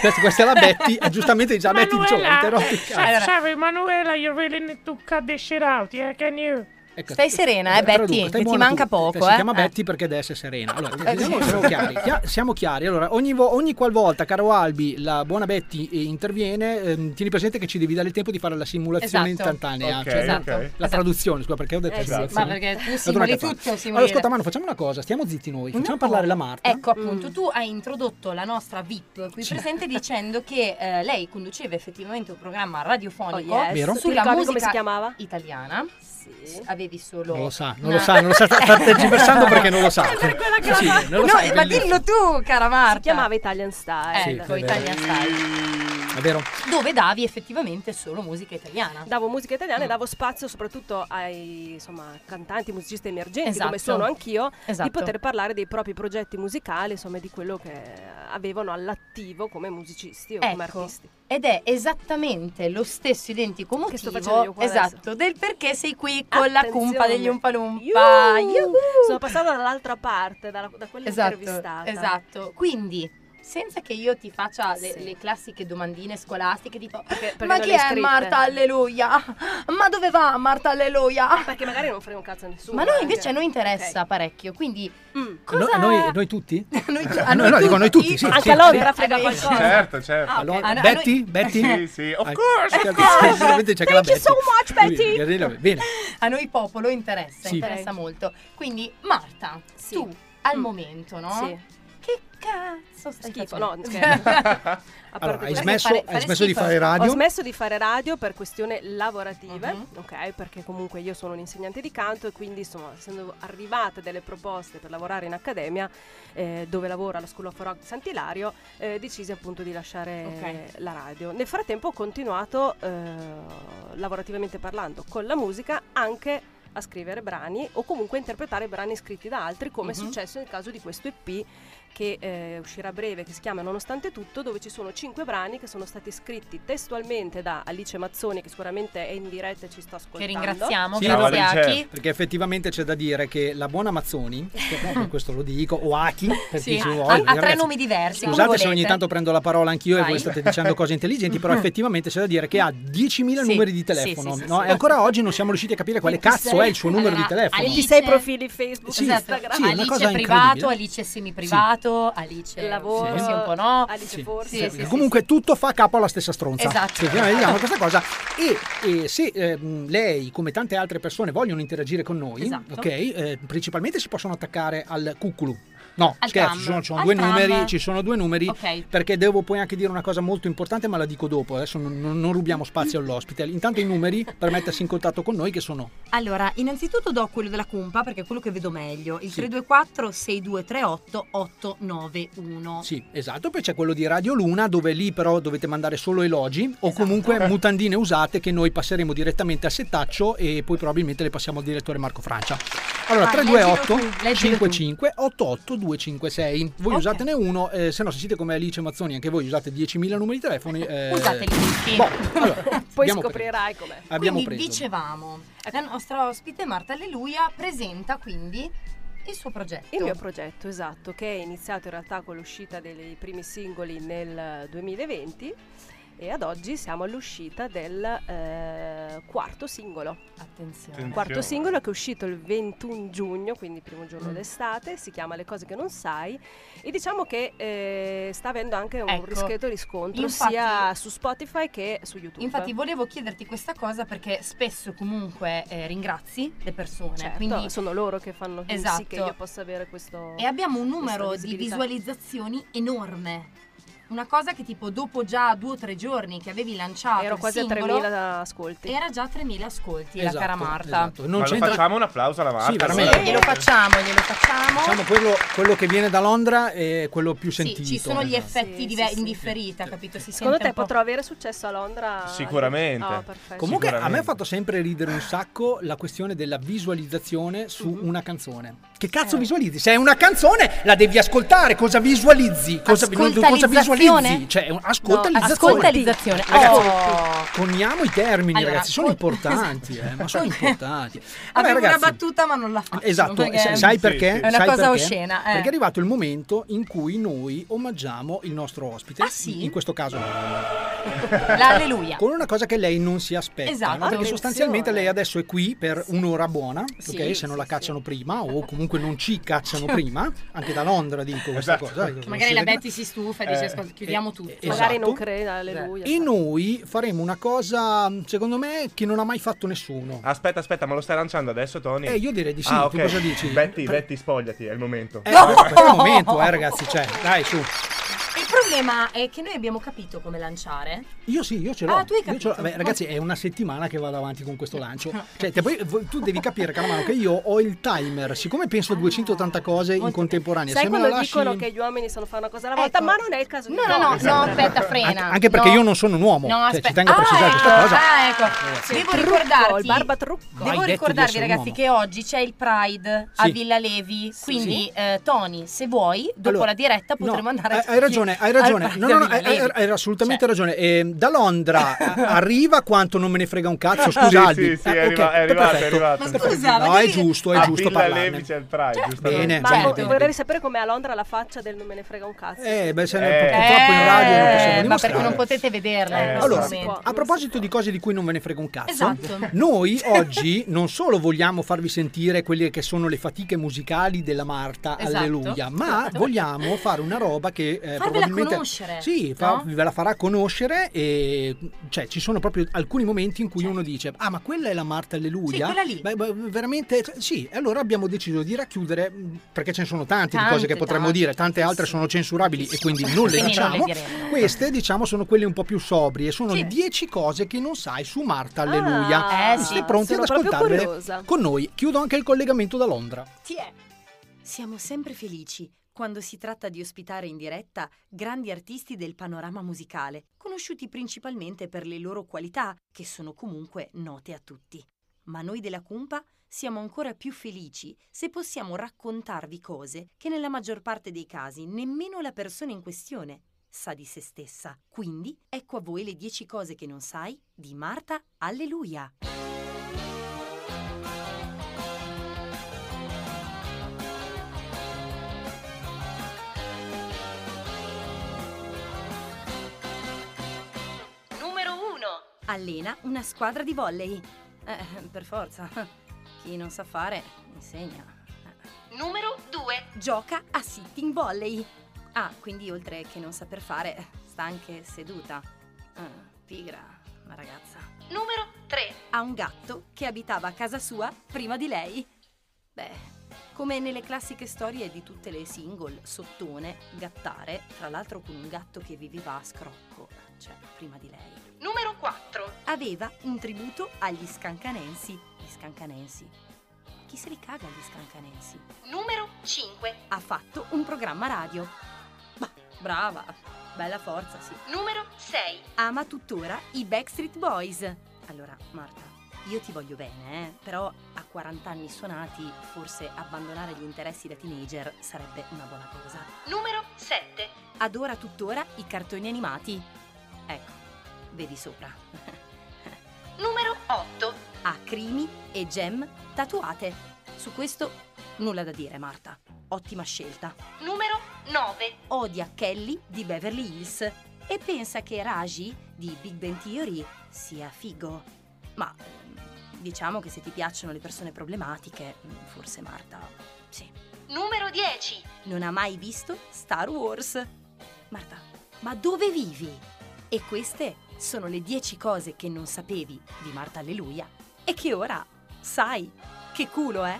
Speaker 2: questa, questa è la Betty. e giustamente dice la Betty Joe.
Speaker 15: Manuela,
Speaker 2: te rotto il
Speaker 15: so-
Speaker 2: cazzo.
Speaker 15: sorry, Manuela, you really need to cut this shit out, yeah, can you?
Speaker 3: Stai serena, eh,
Speaker 2: Traduco,
Speaker 3: Betty,
Speaker 2: Ecco. stai
Speaker 3: che ti
Speaker 2: buona
Speaker 3: manca
Speaker 2: tu.
Speaker 3: poco,
Speaker 2: Si
Speaker 3: eh.
Speaker 2: chiama
Speaker 3: Eh.
Speaker 2: Betty perché deve essere serena.
Speaker 3: [LAUGHS]
Speaker 2: Allora, diciamo
Speaker 3: Eh, sì.
Speaker 2: siamo, siamo chiari. Chia- siamo chiari. Allora, ogni, vo- ogni qualvolta, caro Albi, la buona Betty eh, interviene, ehm, tieni presente che ci devi dare il tempo di fare la simulazione
Speaker 3: Esatto.
Speaker 2: istantanea.
Speaker 3: Ok,
Speaker 2: cioè,
Speaker 3: esatto.
Speaker 2: La
Speaker 3: Esatto.
Speaker 2: traduzione, scusa, perché ho detto
Speaker 3: Eh sì,
Speaker 2: simulazione?
Speaker 3: ma perché tu
Speaker 2: Madonna,
Speaker 3: simuli
Speaker 2: che palle.
Speaker 3: tutto, simuli-
Speaker 2: Allora, ascolta, Manu, facciamo una cosa. Stiamo zitti noi. Facciamo
Speaker 3: No.
Speaker 2: parlare la Marta.
Speaker 3: Ecco,
Speaker 13: Mm.
Speaker 3: appunto, tu hai introdotto la nostra VIP qui presente dicendo che eh, lei conduceva effettivamente un programma radiofonico
Speaker 13: Oh, yes. Vero. Ti
Speaker 3: sulla
Speaker 13: ricordi
Speaker 3: musica
Speaker 13: come si chiamava?
Speaker 3: italiana. Avevi solo
Speaker 2: Non lo sa, non lo sa, non lo sa. Sta
Speaker 3: [LAUGHS]
Speaker 2: sta tergiversando perché non lo sa. Sì, non lo
Speaker 3: No,
Speaker 2: sa,
Speaker 3: eh,
Speaker 2: è
Speaker 3: ma
Speaker 2: bellissimo.
Speaker 3: dillo tu, cara Marta. Si
Speaker 13: chiamava Italian Style.
Speaker 2: Sì,
Speaker 3: Ecco,
Speaker 2: è vero.
Speaker 3: Italian Style.
Speaker 2: È vero.
Speaker 3: Dove davi effettivamente solo musica italiana. Mm.
Speaker 13: Davo musica italiana e davo spazio soprattutto ai insomma, cantanti, musicisti emergenti, come
Speaker 3: Esatto.
Speaker 13: sono anch'io,
Speaker 3: Esatto.
Speaker 13: di poter parlare dei propri progetti musicali, insomma, di quello che avevano all'attivo come musicisti o come
Speaker 3: Ecco,
Speaker 13: artisti.
Speaker 3: Ed è esattamente lo stesso identico motivo
Speaker 13: sto facendo io qua
Speaker 3: esatto, del perché sei qui con la cumpa degli Umpalumpa.
Speaker 13: Umpalumpa. Sono passata dall'altra parte, dalla- da quella
Speaker 3: Esatto,
Speaker 13: intervistata.
Speaker 3: esatto. Quindi, senza che io ti faccia le, le classiche domandine scolastiche tipo
Speaker 13: perché
Speaker 3: Ma
Speaker 13: non
Speaker 3: chi
Speaker 13: le
Speaker 3: è
Speaker 13: hai scritte?"
Speaker 3: Marta Alleluia? Ma dove va Marta Alleluia?
Speaker 13: Perché magari non frega un cazzo a nessuno.
Speaker 3: Ma a noi
Speaker 13: anche.
Speaker 3: invece a noi interessa parecchio, quindi
Speaker 13: Mm.
Speaker 2: No-
Speaker 3: cosa...
Speaker 2: noi, noi tutti?
Speaker 3: [LAUGHS] noi,
Speaker 2: no, no, dico noi tutti, sì,
Speaker 13: Anche
Speaker 2: sì,
Speaker 13: a Londra
Speaker 2: sì.
Speaker 13: frega qualcosa.
Speaker 11: Certo, certo.
Speaker 3: Ah, ok.
Speaker 2: Allora,
Speaker 3: Ah, no,
Speaker 2: Betty?
Speaker 3: noi-
Speaker 2: Betty?
Speaker 11: Sì, sì, of
Speaker 2: Ah,
Speaker 11: course,
Speaker 2: sì,
Speaker 11: of course.
Speaker 2: sicuramente c'è che la
Speaker 3: Thank you so much,
Speaker 2: Quindi,
Speaker 3: Betty.
Speaker 2: Gabriella, Bene.
Speaker 3: a noi popolo interessa,
Speaker 2: Sì.
Speaker 3: interessa molto. Quindi Marta, tu al momento, no?
Speaker 13: Mm. Sì.
Speaker 3: Che cazzo stai
Speaker 13: Schifo,
Speaker 3: facendo?
Speaker 13: no, scherzo. A [LAUGHS] parte
Speaker 2: Allora, hai
Speaker 13: questo.
Speaker 2: smesso- Fare- hai fare smesso di schifo. fare radio?
Speaker 13: Ho smesso di fare radio per questioni lavorative, ok? Perché comunque io sono un insegnante di canto e quindi insomma, essendo arrivate delle proposte per lavorare in accademia eh, dove lavoro alla School of Rock di Sant'Ilario, eh, decisi appunto di lasciare
Speaker 3: Ok.
Speaker 13: eh, la radio. Nel frattempo ho continuato eh, lavorativamente parlando con la musica anche a scrivere brani o comunque interpretare brani scritti da altri come è
Speaker 3: Mhm.
Speaker 13: successo nel caso di questo EP che eh, uscirà a breve, che si chiama Nonostante tutto, dove ci sono cinque brani che sono stati scritti testualmente da Alice Mazzoni, che sicuramente è in diretta e ci sta ascoltando.
Speaker 3: ringraziamo,
Speaker 2: Sì,
Speaker 3: grazie
Speaker 2: no,
Speaker 3: a
Speaker 2: certo,
Speaker 3: chi.
Speaker 2: Perché effettivamente c'è da dire che la buona Mazzoni,
Speaker 3: [LAUGHS]
Speaker 2: che proprio questo lo dico, o Aki, per
Speaker 3: [LAUGHS] Sì,
Speaker 2: chi ci
Speaker 3: ha-
Speaker 2: vuole,
Speaker 3: ha tre
Speaker 2: ragazzi,
Speaker 3: nomi diversi, come
Speaker 2: Scusate se
Speaker 3: volete.
Speaker 2: ogni tanto prendo la parola anch'io e
Speaker 3: Vai.
Speaker 2: voi state dicendo cose intelligenti,
Speaker 3: [LAUGHS]
Speaker 2: però effettivamente c'è da dire che ha 10.000
Speaker 3: Sì,
Speaker 2: numeri
Speaker 3: sì,
Speaker 2: di telefono.
Speaker 3: sì, sì,
Speaker 2: no?
Speaker 3: sì.
Speaker 2: E ancora oggi non siamo riusciti a capire quale cazzo è il
Speaker 3: eh,
Speaker 2: suo numero
Speaker 3: Ah,
Speaker 2: di telefono.
Speaker 13: 26 profili Facebook,
Speaker 2: Sì,
Speaker 13: Instagram,
Speaker 2: sì, è una
Speaker 3: Alice
Speaker 2: cosa
Speaker 3: privato,
Speaker 2: incredibile.
Speaker 3: Alice semiprivato, Alice
Speaker 13: Lavoro.
Speaker 3: forse un po' no.
Speaker 13: Alice
Speaker 2: Sì,
Speaker 13: forse.
Speaker 2: sì, sì, comunque tutto fa capo alla stessa stronza.
Speaker 3: Esatto.
Speaker 2: Sì, noi vediamo questa cosa. E, e se ehm, lei, come tante altre persone, vogliono interagire con noi,
Speaker 3: Esatto.
Speaker 2: ok, eh, principalmente si possono attaccare al cuculu. No,
Speaker 3: Al
Speaker 2: scherzo,
Speaker 3: tram.
Speaker 2: ci sono, ci sono
Speaker 3: Al
Speaker 2: due
Speaker 3: tram.
Speaker 2: numeri, ci sono due numeri,
Speaker 3: Ok.
Speaker 2: perché devo poi anche dire una cosa molto importante, ma la dico dopo, adesso non, non- non rubiamo spazio all'ospite. Intanto i numeri per mettersi in contatto con noi che sono...
Speaker 3: Allora, innanzitutto do quello della Cumpa perché è quello che vedo meglio. Il 324 6238 891.
Speaker 2: Sì, esatto, poi c'è quello di Radio Luna dove lì però dovete mandare solo elogi o
Speaker 3: Esatto.
Speaker 2: comunque mutandine usate che noi passeremo direttamente a settaccio e poi probabilmente le passiamo al direttore Marco Francia. Allora
Speaker 3: Vai,
Speaker 2: 328
Speaker 3: leggilo tu, leggilo tu.
Speaker 2: 55 88 256. Voi
Speaker 3: Ok.
Speaker 2: usatene uno, eh, se no se siete come Alice Mazzoni anche voi usate 10.000 numeri di telefoni. eh,
Speaker 3: Usateli tutti.
Speaker 2: boh, allora,
Speaker 13: Poi
Speaker 2: abbiamo
Speaker 13: scoprirai com'è.
Speaker 2: preso. Abbiamo
Speaker 3: quindi
Speaker 2: preso.
Speaker 3: dicevamo, la nostra ospite Marta Alleluia presenta quindi il suo progetto.
Speaker 13: Il mio progetto, esatto, che è iniziato in realtà con l'uscita dei primi singoli nel 2020 e ad oggi siamo all'uscita del eh, quarto singolo.
Speaker 6: Attenzione.
Speaker 13: Quarto singolo che è uscito il 21 giugno, quindi primo giorno d'estate, si chiama Le cose che non sai e diciamo che eh, sta avendo anche un
Speaker 6: Ecco.
Speaker 13: rischietto riscontro
Speaker 6: Infatti-
Speaker 13: sia su Spotify che su YouTube.
Speaker 6: Infatti volevo chiederti questa cosa perché spesso comunque eh, ringrazi le persone,
Speaker 13: Certo,
Speaker 6: quindi
Speaker 13: sono loro che fanno sì
Speaker 6: Esatto.
Speaker 13: che io possa avere questo
Speaker 6: E abbiamo un
Speaker 13: questa
Speaker 6: numero di
Speaker 13: visibilità.
Speaker 6: visualizzazioni enorme. Una cosa che tipo dopo già due o tre giorni che avevi lanciato
Speaker 13: Ero
Speaker 6: il
Speaker 13: quasi a
Speaker 6: singolo,
Speaker 13: 3.000 ascolti.
Speaker 6: Era già 3.000 ascolti
Speaker 2: Esatto,
Speaker 6: la cara Marta.
Speaker 2: esatto. Non
Speaker 12: Ma lo
Speaker 2: c'entra-
Speaker 12: facciamo un applauso alla Marta.
Speaker 2: Sì, veramente.
Speaker 12: allora.
Speaker 6: Glielo facciamo, glielo facciamo.
Speaker 2: Diciamo quello, quello che viene da Londra è quello più
Speaker 6: Sì,
Speaker 2: sentito.
Speaker 6: ci sono gli
Speaker 2: Esatto.
Speaker 6: effetti
Speaker 13: Sì,
Speaker 6: dive-
Speaker 13: sì, sì.
Speaker 6: indifferita, capito? Si
Speaker 13: Secondo
Speaker 6: sente
Speaker 13: te
Speaker 6: un po'.
Speaker 13: potrò avere successo a Londra?
Speaker 12: Sicuramente.
Speaker 13: Oh, perfetto.
Speaker 2: Comunque a me
Speaker 12: Sicuramente.
Speaker 2: ha fatto sempre ridere un sacco la questione della visualizzazione su
Speaker 6: Mm-hmm.
Speaker 2: una canzone. Che
Speaker 6: Eh.
Speaker 2: cazzo visualizzi? Se è una canzone la devi ascoltare, cosa visualizzi? Cosa, non- cosa visualizzi? Cioè, un- ascoltalizzazione.
Speaker 6: ascoltalizzazione.
Speaker 2: Ragazzi,
Speaker 6: Oh.
Speaker 2: coniamo i termini,
Speaker 6: Allora,
Speaker 2: ragazzi, sono
Speaker 6: co-
Speaker 2: importanti, eh, ma
Speaker 6: [LAUGHS]
Speaker 2: sono importanti. Vabbè,
Speaker 6: Avevo
Speaker 2: ragazzi,
Speaker 6: una battuta ma non la faccio.
Speaker 2: Esatto,
Speaker 6: perché-
Speaker 2: sai- sai perché?
Speaker 6: È una
Speaker 2: Sai
Speaker 6: cosa
Speaker 2: perché?
Speaker 6: oscena. eh.
Speaker 2: Perché è arrivato il momento in cui noi omaggiamo il nostro ospite, in questo caso
Speaker 6: Ah, [LAUGHS] l'alleluia.
Speaker 2: con una cosa che lei non si aspetta. no?
Speaker 6: Esatto.
Speaker 2: Perché
Speaker 6: Attenzione.
Speaker 2: sostanzialmente lei adesso è qui per un'ora buona,
Speaker 6: Sì,
Speaker 2: ok? Se non la cacciano prima
Speaker 6: [LAUGHS]
Speaker 2: o comunque non ci cacciano prima, anche da Londra dico questa
Speaker 12: Esatto.
Speaker 2: cosa.
Speaker 6: Che magari la Betty si stufa e dice
Speaker 2: Eh,
Speaker 6: "Ascolta, chiudiamo tutto.
Speaker 13: Magari non
Speaker 2: Esatto.
Speaker 13: creda, alleluia.
Speaker 2: E noi faremo una cosa, secondo me, che non ha mai fatto nessuno.
Speaker 12: Aspetta, aspetta, ma lo stai lanciando adesso, Tony?
Speaker 2: Eh, io direi di sì,
Speaker 12: Ah,
Speaker 2: tu
Speaker 12: ok.
Speaker 2: cosa dici?
Speaker 12: Betty, Betty, spogliati, è il momento.
Speaker 2: Eh, questo è il momento, eh, ragazzi, cioè, dai, su.
Speaker 6: Il problema è che noi abbiamo capito come lanciare.
Speaker 2: Io sì, io ce l'ho.
Speaker 6: Ah, tu hai
Speaker 2: Io ce l'ho.
Speaker 6: capito.
Speaker 2: Beh, ragazzi, è una settimana che vado avanti con questo lancio. Cioè, te- poi voi- tu devi capire, Calamano, che io ho il timer. Siccome penso
Speaker 6: Ah,
Speaker 2: a 280 cose in contemporanea,
Speaker 13: Sai
Speaker 2: se me la
Speaker 13: quando
Speaker 2: lasci. Ecco.
Speaker 13: dicono che gli uomini sanno fare una cosa alla volta, ma non è il caso di
Speaker 6: No, no, no,
Speaker 13: Tony.
Speaker 6: no, aspetta, frena.
Speaker 2: Anche, anche perché
Speaker 6: No.
Speaker 2: io non sono un uomo.
Speaker 6: No,
Speaker 2: cioè,
Speaker 6: aspetta.
Speaker 2: ci tengo a
Speaker 6: Ah,
Speaker 2: precisare questa
Speaker 6: ecco.
Speaker 2: cosa.
Speaker 6: Ah, ecco. Devo ricordarti.
Speaker 13: il barba trucco.
Speaker 2: Hai
Speaker 6: Devo
Speaker 2: detto di
Speaker 6: ricordarvi,
Speaker 2: essere un
Speaker 6: ragazzi,
Speaker 2: uomo.
Speaker 6: che oggi c'è il Pride a
Speaker 2: Sì.
Speaker 6: Villa Levi. Quindi,
Speaker 2: Sì.
Speaker 6: eh, Tony, se vuoi, dopo
Speaker 2: Allora,
Speaker 6: la diretta
Speaker 2: no,
Speaker 6: potremo andare
Speaker 2: hai- Hai ragione, hai ragione. No, no, no, hai, hai- hai assolutamente ragione. Ehm, da
Speaker 6: [LAUGHS]
Speaker 2: Londra a- arriva quanto non me ne frega un cazzo. Scusa,
Speaker 12: Sì,
Speaker 2: Albi.
Speaker 12: sì, sì,
Speaker 2: Eh,
Speaker 12: è
Speaker 2: ok,
Speaker 12: arriva- è arrivato, è
Speaker 2: perfetto.
Speaker 12: arrivato. Ma scusa,
Speaker 2: no,
Speaker 12: ma
Speaker 2: è
Speaker 12: devi-
Speaker 2: giusto, è
Speaker 12: A
Speaker 2: giusto
Speaker 12: Villa
Speaker 2: parlarne.
Speaker 12: Levi c'è il Pride, giustamente.
Speaker 2: Bene, cioè,
Speaker 13: Ma
Speaker 2: bene,
Speaker 13: vo-
Speaker 2: bene.
Speaker 13: vorrei sapere com'è a Londra la faccia del non me ne frega un cazzo.
Speaker 2: Eh, beh, se
Speaker 12: Eh.
Speaker 2: purtroppo in radio non possiamo
Speaker 6: ma
Speaker 2: dimostrare.
Speaker 6: perché non potete vederla. in
Speaker 12: Eh,
Speaker 6: questo
Speaker 2: Allora,
Speaker 6: momento.
Speaker 2: a proposito di cose di cui non ve ne frega un cazzo,
Speaker 6: Esatto.
Speaker 2: noi oggi non solo vogliamo farvi sentire quelle che sono le fatiche musicali della Marta,
Speaker 6: Esatto.
Speaker 2: alleluia, ma vogliamo fare una roba che eh, probabilmente
Speaker 6: conoscere,
Speaker 2: Sì, fa-
Speaker 6: no?
Speaker 2: ve la farà conoscere e cioè ci sono proprio alcuni momenti in cui uno dice "Ah, ma quella è la Marta alleluia?"
Speaker 6: Certo. Sì, quella lì.
Speaker 2: Beh, beh, veramente cioè, sì, e allora abbiamo deciso di racchiudere mh, perché ce ne sono tante, di cose
Speaker 6: Tante,
Speaker 2: che potremmo
Speaker 6: tante.
Speaker 2: dire, tante altre sono censurabili e quindi non le
Speaker 6: Quindi non le
Speaker 2: diciamo.
Speaker 6: diremo.
Speaker 2: Queste, diciamo, sono quelle un po' più sobrie. Sono
Speaker 6: Sì.
Speaker 2: 10 cose che non sai su Marta Alleluia.
Speaker 13: Ah,
Speaker 6: eh, sì.
Speaker 2: Siete pronti ad
Speaker 13: sono proprio
Speaker 2: ascoltarvele
Speaker 13: curiosa.
Speaker 2: con noi? Chiudo anche il collegamento da Londra.
Speaker 6: Ti è.
Speaker 3: Siamo sempre felici quando si tratta di ospitare in diretta grandi artisti del panorama musicale, conosciuti principalmente per le loro qualità, che sono comunque note a tutti. Ma noi della Cumpa siamo ancora più felici se possiamo raccontarvi cose che nella maggior parte dei casi nemmeno la persona in questione sa di se stessa. Quindi ecco a voi le 10 cose che non sai di Marta Alleluia. Numero 1. Allena una squadra di volley. Eh, per forza. Chi non sa fare, insegna. Numero 2. Gioca a sitting volley. Ah, quindi oltre che non saper fare, sta anche seduta. Ah, pigra, una ragazza. Numero 3. Ha un gatto che abitava a casa sua prima di lei. Beh, come nelle classiche storie di tutte le single, sottone, gattare, tra l'altro con un gatto che viveva a scrocco, cioè prima di lei. Numero 4. Aveva un tributo agli scancanensi. Gli scancanensi. Chi se li caga gli scancanensi? Numero 5. Ha fatto un programma radio. Bah, brava. Bella forza, sì. Numero 6. Ama tuttora i Backstreet Boys. Allora, Marta, io ti voglio bene, eh, però a 40 anni suonati forse abbandonare gli interessi da teenager sarebbe una buona cosa. Numero 7. Adora tuttora i cartoni animati. Ecco, vedi sopra. Numero 8. Ha crimi e gem tatuate. Su questo nulla da dire, Marta. Ottima scelta. Numero 9. Odia Kelly di Beverly Hills e pensa che Raji
Speaker 5: di Big Bang Theory sia figo. Ma ehm, diciamo che se ti piacciono le persone problematiche, mm, forse Marta, sì.
Speaker 3: Numero 10.
Speaker 5: Non ha mai visto Star Wars. Marta, ma dove vivi? E queste sono le 10 cose che non sapevi di Marta Alleluia e che ora sai. Che culo, eh?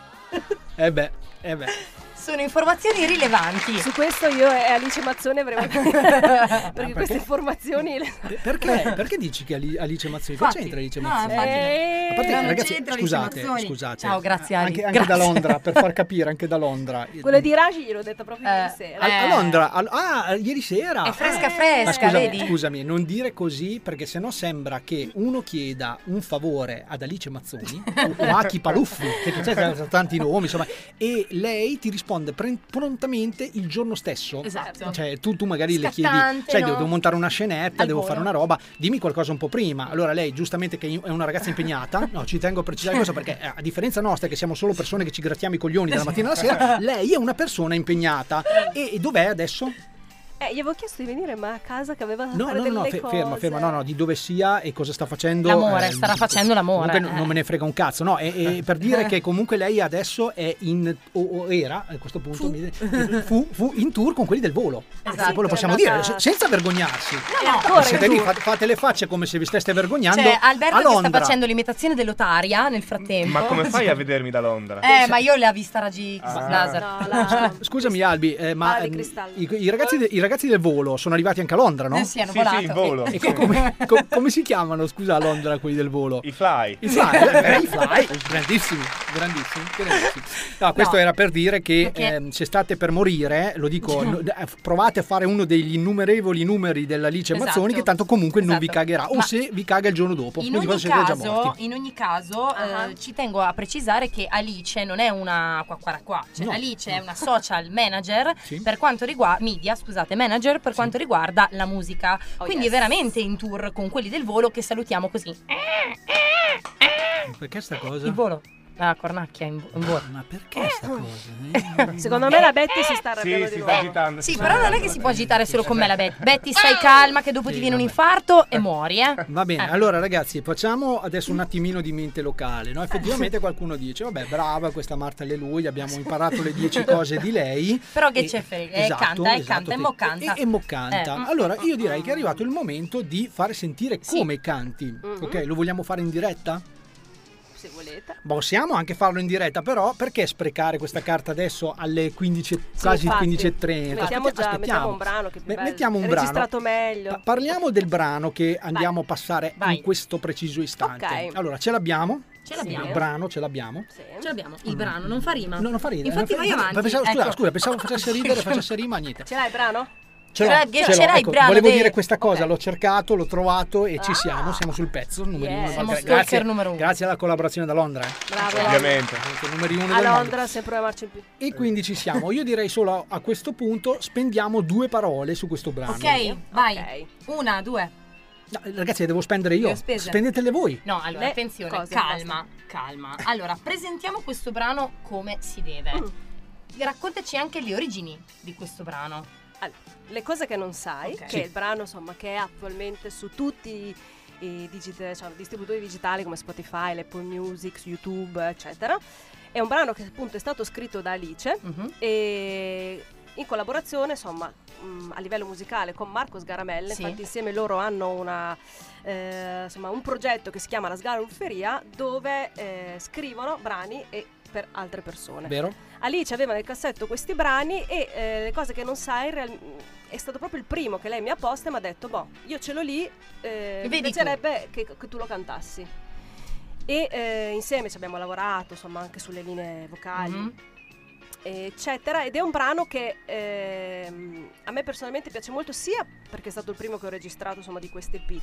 Speaker 2: Eh beh, eh beh.
Speaker 3: Sono informazioni rilevanti.
Speaker 13: Su questo io e Alice Mazzone
Speaker 6: [LAUGHS]
Speaker 13: avremo [LAUGHS] [LAUGHS] perché, queste informazioni le-
Speaker 2: Eh, Perché, perché dici che Ali- Alice Mazzoni? Cosa
Speaker 13: Infatti.
Speaker 2: c'entra Alice
Speaker 13: No,
Speaker 2: Mazzoni? Eh,
Speaker 13: infatti.
Speaker 2: A parte che,
Speaker 13: Non
Speaker 2: ragazzi,
Speaker 13: c'entra Alice
Speaker 2: scusate,
Speaker 13: Mazzoni.
Speaker 2: scusate.
Speaker 3: Ciao, grazie, Ali.
Speaker 2: Anche, anche da
Speaker 3: Grazie.
Speaker 2: Londra, per far capire, anche da Londra.
Speaker 13: Quella di Raji gliel'ho detta proprio ieri sera.
Speaker 2: A,
Speaker 3: Eh.
Speaker 2: a Londra, al- ah, ieri sera.
Speaker 13: È fresca,
Speaker 2: Ah,
Speaker 13: fresca,
Speaker 2: Ma scusami,
Speaker 13: vedi?
Speaker 2: scusami, non dire così perché sennò sembra che uno chieda un favore ad Alice
Speaker 3: [LAUGHS]
Speaker 2: Mazzoni o, o a chi Paluffi, che c'è tra- tanti nomi, insomma, e lei ti risponde pre- prontamente il giorno stesso.
Speaker 3: Esatto.
Speaker 2: Cioè, tu, tu magari le chiedi,
Speaker 3: Scattante,
Speaker 2: sai,
Speaker 3: no?
Speaker 2: devo, devo montare una scenetta,
Speaker 3: Al
Speaker 2: devo
Speaker 3: volo.
Speaker 2: fare una roba, dimmi qualcosa un po' prima. Allora lei, giustamente, che è una ragazza impegnata, no, ci tengo a precisare questo perché eh, a differenza nostra, che siamo solo persone che ci grattiamo i coglioni dalla mattina alla
Speaker 3: Esatto.
Speaker 2: sera, lei è una persona impegnata. E, e dov'è adesso?
Speaker 3: Ah,
Speaker 13: Eh, gli avevo chiesto di venire, ma a casa che aveva da
Speaker 2: No, no,
Speaker 13: fare
Speaker 2: no,
Speaker 13: delle
Speaker 2: no, fe-
Speaker 13: cose.
Speaker 2: ferma, ferma, no, no, di dove sia e cosa sta facendo. eh,
Speaker 3: L'amore, starà facendo l'amore,
Speaker 2: comunque non-
Speaker 3: eh.
Speaker 2: non me ne frega un cazzo, no, e, e per dire che comunque lei adesso è in, o, o era, a questo punto, mi- fu. fu, in tour con quelli del volo.
Speaker 3: Esatto.
Speaker 2: Poi lo possiamo
Speaker 3: È
Speaker 2: dire,
Speaker 3: andata-
Speaker 2: se- senza vergognarsi.
Speaker 3: No, no, ancora
Speaker 2: Siete
Speaker 3: in
Speaker 2: lì,
Speaker 3: tour.
Speaker 2: fate, fate le facce come se vi steste vergognando.
Speaker 3: Cioè, Alberto
Speaker 2: a
Speaker 3: che sta
Speaker 2: Londra.
Speaker 3: facendo l'imitazione dell'Otaria nel frattempo.
Speaker 11: Ma come fai
Speaker 3: [LAUGHS]
Speaker 11: a vedermi da Londra?
Speaker 3: Eh, ma io l'ho vista Raggi X
Speaker 11: Ah.
Speaker 3: Laser.
Speaker 2: Eh, Scusami Albi, eh, ma
Speaker 3: Ah, di
Speaker 2: ehm,
Speaker 3: cristallo.
Speaker 2: i, i ragazzi de- i ragazzi del volo sono arrivati anche a Londra, no?
Speaker 3: Eh sì, hanno Sì, volato. sì, in volo.
Speaker 2: E co- come, co- come si chiamano, scusa, a Londra quelli del volo? I
Speaker 11: fly.
Speaker 2: I fly, eh, i fly, grandissimi, grandissimi. grandissimi. No, questo
Speaker 11: No.
Speaker 2: era per dire che
Speaker 11: Perché-
Speaker 2: ehm, se state per morire, lo
Speaker 3: [LAUGHS]
Speaker 2: dico, no- d- eh, provate a fare uno degli innumerevoli numeri dell'Alice
Speaker 3: Esatto.
Speaker 2: Mazzoni che tanto comunque non vi
Speaker 3: Esatto.
Speaker 2: cagherà, o
Speaker 3: Ma-
Speaker 2: se vi caga il giorno dopo,
Speaker 3: In
Speaker 2: quindi
Speaker 3: ogni,
Speaker 2: quando siete già morti.
Speaker 3: caso, in ogni caso,
Speaker 13: Ah.
Speaker 3: eh, ci tengo a precisare che Alice non è una qua qua qua. Cioè,
Speaker 2: No.
Speaker 3: Alice è una social manager
Speaker 2: Sì.
Speaker 3: per quanto riguarda media, scusate, manager per quanto riguarda la musica. Quindi
Speaker 13: Oh, yes.
Speaker 3: è veramente in tour con quelli del volo che salutiamo così.
Speaker 2: Perché sta cosa? Ah,
Speaker 3: Il volo. La cornacchia in, in volo.
Speaker 2: Ma perché
Speaker 3: Eh.
Speaker 2: sta cosa? eh.
Speaker 13: [LAUGHS] Secondo me la Betty si sta
Speaker 11: Sì,
Speaker 13: arrabbiando
Speaker 11: si
Speaker 13: di
Speaker 11: sta
Speaker 13: nuovo. Oh.
Speaker 11: agitando.
Speaker 3: Sì,
Speaker 11: si
Speaker 3: però non è che si può agitare solo con me la Betty. Betty, stai calma che dopo ti viene un infarto e muori, eh.
Speaker 2: Va bene, allora ragazzi, facciamo adesso un attimino di mente locale. No? Effettivamente qualcuno dice, vabbè, brava questa Marta Leluia, abbiamo imparato le 10 cose di lei.
Speaker 3: Però che
Speaker 2: E-
Speaker 3: c'è frega, eh,
Speaker 2: esatto,
Speaker 3: canta, eh,
Speaker 2: esatto,
Speaker 3: canta, e
Speaker 2: che-
Speaker 3: mo' canta.
Speaker 2: E, e mo' canta.
Speaker 3: Eh.
Speaker 2: Allora, io direi che è arrivato il momento di far sentire come canti. Ok, lo vogliamo fare in diretta?
Speaker 13: Se volete.
Speaker 2: Possiamo anche farlo in diretta, però perché sprecare questa carta adesso alle 15,
Speaker 13: Sì,
Speaker 2: quasi
Speaker 13: infatti.
Speaker 2: 15.30?
Speaker 13: Mettiamo
Speaker 2: Aspetta-
Speaker 13: già, mettiamo
Speaker 2: aspettiamo.
Speaker 13: un brano che è più
Speaker 2: Me-
Speaker 13: bello.
Speaker 2: mettiamo un
Speaker 13: È
Speaker 2: brano.
Speaker 13: registrato meglio.
Speaker 2: Pa- parliamo del brano che andiamo a passare
Speaker 13: Vai.
Speaker 2: in questo preciso istante.
Speaker 13: Ok.
Speaker 2: Allora, ce l'abbiamo?
Speaker 3: Ce l'abbiamo.
Speaker 2: Il brano ce l'abbiamo?
Speaker 3: Ce l'abbiamo, il brano, non fa rima.
Speaker 2: No, non fa ridere.
Speaker 3: Infatti
Speaker 2: non fa
Speaker 3: vai
Speaker 2: ridere.
Speaker 3: avanti.
Speaker 2: Pensavo- scusa,
Speaker 3: ecco.
Speaker 2: scusa, pensavo facesse ridere, facesse rima, niente.
Speaker 13: Ce l'hai il brano?
Speaker 2: Ce l'ho,
Speaker 3: C'era-
Speaker 2: ce
Speaker 3: c'era
Speaker 2: l'ho.
Speaker 3: il
Speaker 2: Ecco,
Speaker 3: brano
Speaker 2: volevo
Speaker 3: dei- Ah.
Speaker 2: dire questa cosa, l'ho cercato, l'ho trovato e ci siamo, siamo sul pezzo, numero
Speaker 13: Yeah.
Speaker 2: uno.
Speaker 13: Siamo
Speaker 2: Gra-
Speaker 13: stalker
Speaker 2: grazie,
Speaker 13: numero uno.
Speaker 2: Grazie alla collaborazione da Londra. eh.
Speaker 13: Bravo.
Speaker 11: Ovviamente.
Speaker 2: Numeri uno
Speaker 13: A
Speaker 2: del mondo.
Speaker 13: Londra sempre una marcia in più.
Speaker 2: E quindi ci siamo. Io direi solo a- a questo punto spendiamo due parole su questo brano.
Speaker 3: Ok, vai. Una, due.
Speaker 2: No, ragazzi, le devo spendere io.
Speaker 3: Le ho spese.
Speaker 2: Spendetele voi.
Speaker 3: No, allora
Speaker 13: Le
Speaker 3: attenzione,
Speaker 13: cose,
Speaker 3: calma, calma. Allora, presentiamo questo brano come si deve. Raccontaci anche le origini di questo brano.
Speaker 13: Allora, le cose che non sai,
Speaker 3: Ok.
Speaker 13: che
Speaker 3: Sì.
Speaker 13: è il brano insomma, che è attualmente su tutti i, i digita- cioè, distributori digitali come Spotify, l'Apple Music, su YouTube, eccetera. È un brano che appunto è stato scritto da Alice e in collaborazione, insomma, mh, a livello musicale con Marco Sgaramella,
Speaker 3: Sì.
Speaker 13: infatti insieme loro hanno una, eh, insomma, un progetto che si chiama La Sgarufferia dove eh, scrivono brani e per altre persone.
Speaker 2: Vero?
Speaker 13: Alice aveva nel cassetto questi brani e eh, le cose che non sai real- è stato proprio il primo che lei mi ha posto e mi ha detto boh io ce l'ho lì eh, mi
Speaker 3: Vedi tu."
Speaker 13: piacerebbe che, che tu lo cantassi e eh, insieme ci abbiamo lavorato insomma anche sulle linee vocali
Speaker 3: Mhm.
Speaker 13: eccetera ed è un brano che ehm, a me personalmente piace molto sia perché è stato il primo che ho registrato insomma di queste EP